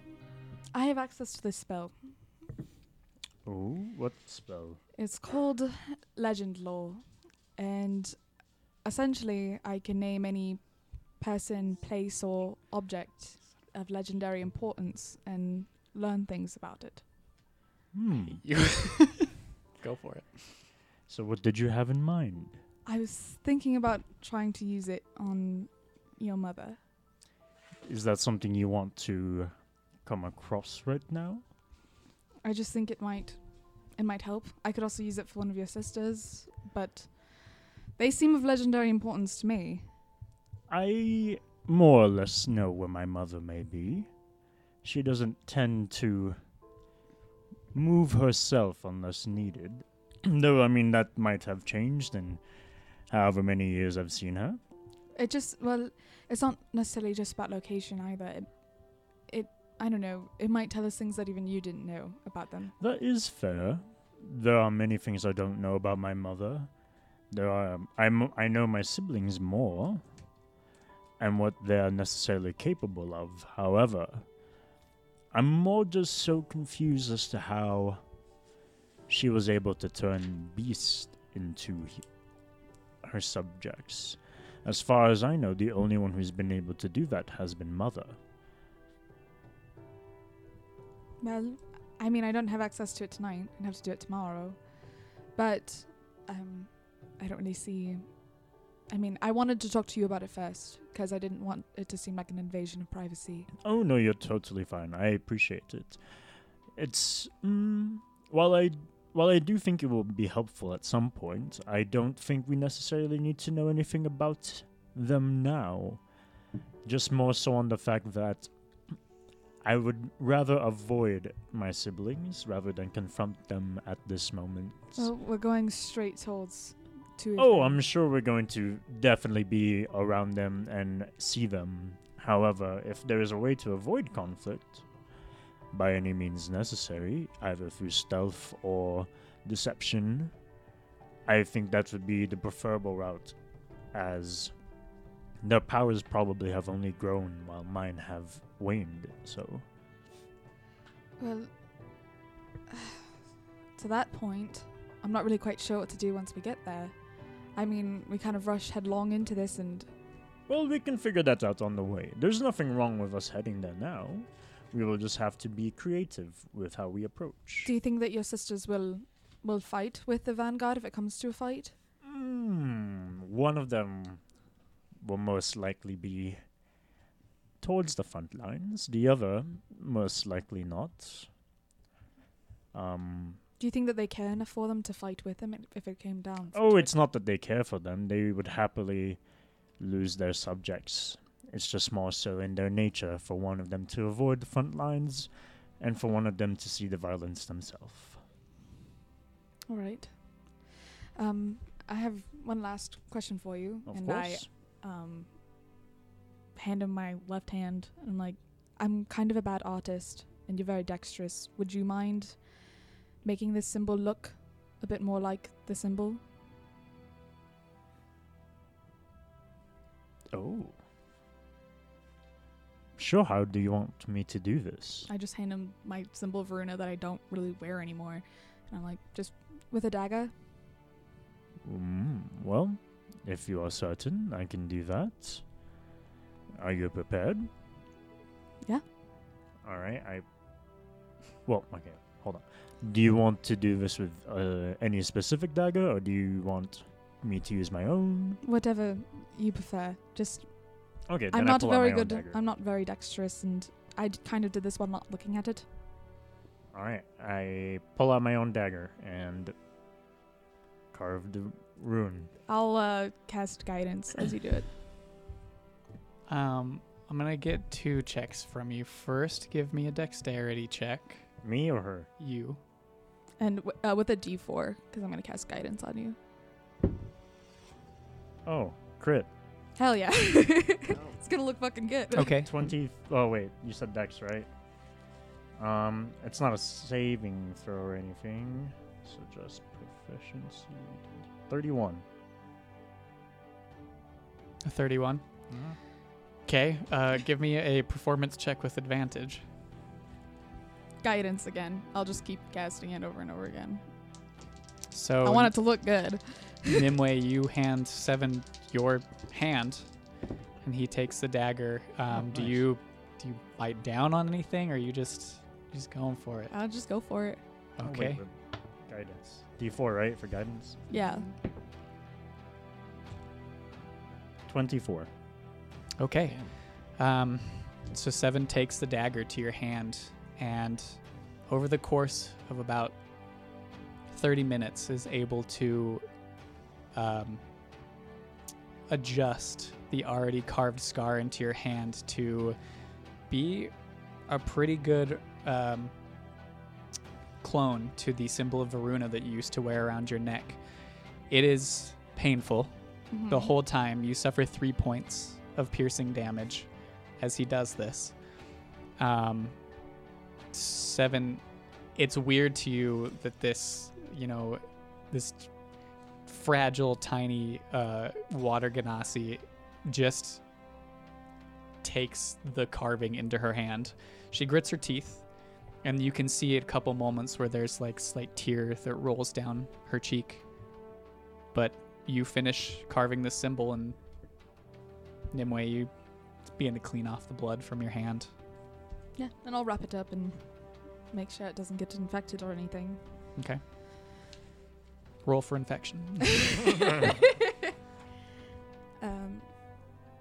J: I have access to this spell.
C: Ooh, what spell?
J: It's called Legend Law, and essentially, I can name any person, place, or object of legendary importance and learn things about it.
C: Hmm.
A: You go for it.
C: So what did you have in mind?
J: I was thinking about trying to use it on your mother.
C: Is that something you want to come across right now?
J: I just think it might it might help. I could also use it for one of your sisters, but they seem of legendary importance to me.
C: I more or less know where my mother may be. She doesn't tend to move herself unless needed. Though, I mean, that might have changed in however many years I've seen her.
J: It just well, it's not necessarily just about location either. It, it I don't know. It might tell us things that even you didn't know about them.
C: That is fair. There are many things I don't know about my mother. There are I'm, I know my siblings more and what they are necessarily capable of. However, I'm more just so confused as to how she was able to turn beast into he- her subjects. As far as I know, the only one who's been able to do that has been mother.
J: Well, I mean, I don't have access to it tonight. I'd have to do it tomorrow. But um, I don't really see. I mean, I wanted to talk to you about it first because I didn't want it to seem like an invasion of privacy.
C: Oh no, you're totally fine. I appreciate it. It's mm, while I while I do think it will be helpful at some point, I don't think we necessarily need to know anything about them now. Just more so on the fact that I would rather avoid my siblings rather than confront them at this moment.
J: Well, we're going straight towards two. of
C: Oh,
J: them.
C: I'm sure we're going to definitely be around them and see them. However, if there is a way to avoid conflict, by any means necessary, either through stealth or deception, I think that would be the preferable route, as their powers probably have only grown while mine have waned, so.
J: Well, to that point, I'm not really quite sure what to do once we get there. I mean, we kind of rush headlong into this, and
C: Well, we can figure that out on the way. There's nothing wrong with us heading there now. We will just have to be creative with how we approach.
J: do you think that your sisters will will fight with the vanguard if it comes to a fight?
C: Mm, one of them will most likely be towards the front lines. The other, most likely not. Um,
J: Do you think that they care enough for them to fight with them i- if it came down?
C: oh, it's not that they care for them. They would happily lose their subjects. It's just more so in their nature for one of them to avoid the front lines and for one of them to see the violence themselves.
J: all right. Um, I have one last question for you,
C: Of
J: and I
C: course.
J: um, hand him my left hand and I'm like, I'm kind of a bad artist and you're very dexterous. Would you mind making this symbol look a bit more like the symbol?
C: Oh. Sure, how do you want me to do this?
J: I just hand him my symbol of Veruna that I don't really wear anymore. And I'm like, just with a dagger?
C: Mm, well, if you are certain, I can do that. Are you prepared?
J: Yeah.
C: All right. I. Well, okay. Hold on. Do you want to do this with uh, any specific dagger, or do you want me to use my own?
J: Whatever you prefer. Just
C: Okay.
J: I'm
C: then I
J: not
C: pull out
J: very
C: my
J: good.
C: Own dagger.
J: I'm not very dexterous, and I d- kind of did this while not looking at it.
C: All right. I pull out my own dagger and carve the rune.
J: I'll uh, cast guidance as you do it.
A: Um, I'm gonna get two checks from you. First, give me a dexterity check.
C: Me or her?
A: You.
J: And w- uh, with a d4, because I'm going to cast guidance on you.
C: Oh, crit.
J: Hell yeah. it's going to look fucking good.
A: Okay.
C: 20 oh wait you said dex right um it's not a saving throw or anything so just proficiency 31
A: A 31. Okay. Uh, give me a performance check with advantage.
J: Guidance again. I'll just keep casting it over and over again.
A: So
J: I want it to look good.
A: Nimue, you hand Seven your hand, and he takes the dagger. Um, Do
C: nice.
A: you do you bite down on anything, or you just just going for it?
J: I'll just go for it.
C: Oh, wait,
A: Okay.
C: but guidance d4 right for guidance
J: Yeah.
C: 24
A: Okay. Um, so Seven takes the dagger to your hand, and over the course of about 30 minutes, is able to um, adjust the already carved scar into your hand to be a pretty good um, clone to the symbol of Varuna that you used to wear around your neck. It is painful
J: Mm-hmm.
A: the whole time you suffer three points of piercing damage as he does this um seven it's weird to you that this you know this fragile tiny uh water ganassi just takes the carving into her hand she grits her teeth and you can see a couple moments where there's like slight tear that rolls down her cheek but you finish carving this symbol and Nimue, you begin to clean off the blood from your hand.
J: Yeah. And I'll wrap it up and make sure it doesn't get infected or anything.
A: Roll for infection.
J: Um,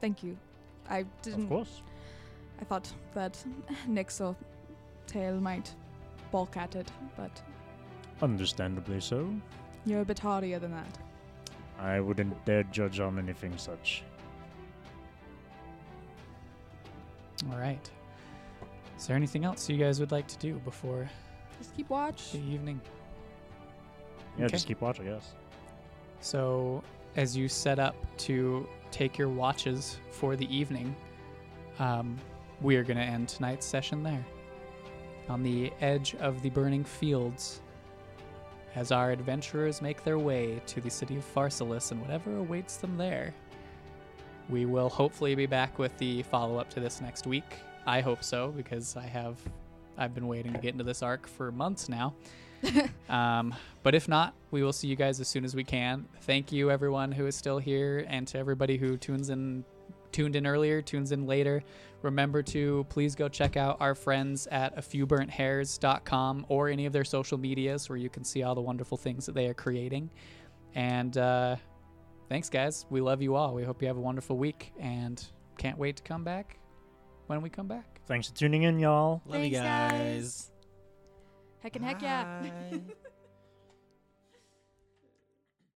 J: thank you. I
C: of
J: didn't.
C: course
J: I thought that Nyx or Tail might balk at it, but
C: understandably so
J: you're a bit hardier than that.
C: i wouldn't dare judge on anything such
A: All right. Is there anything else you guys would like to do before
J: Just keep watch.
A: the evening?
C: yeah
A: Okay.
C: just keep watching yes
A: So, as you set up to take your watches for the evening, um, we are going to end tonight's session there. On the edge of the burning fields, as our adventurers make their way to the city of Pharsalus and whatever awaits them there, we will hopefully be back with the follow up to this next week. I hope so, because I have. I've been waiting to get into this arc for months now. Um, but if not, we will see you guys as soon as we can. Thank you, everyone who is still here, and to everybody who tunes in, tuned in earlier, tunes in later. Remember to please go check out our friends at a fewburnthairs.com or any of their social medias where you can see all the wonderful things that they are creating. And uh, thanks, guys. We love you all. We hope you have a wonderful week, and can't wait to come back when we come back.
C: thanks for tuning in y'all
F: Love you guys.
J: Heck and heck yeah.
F: Bye.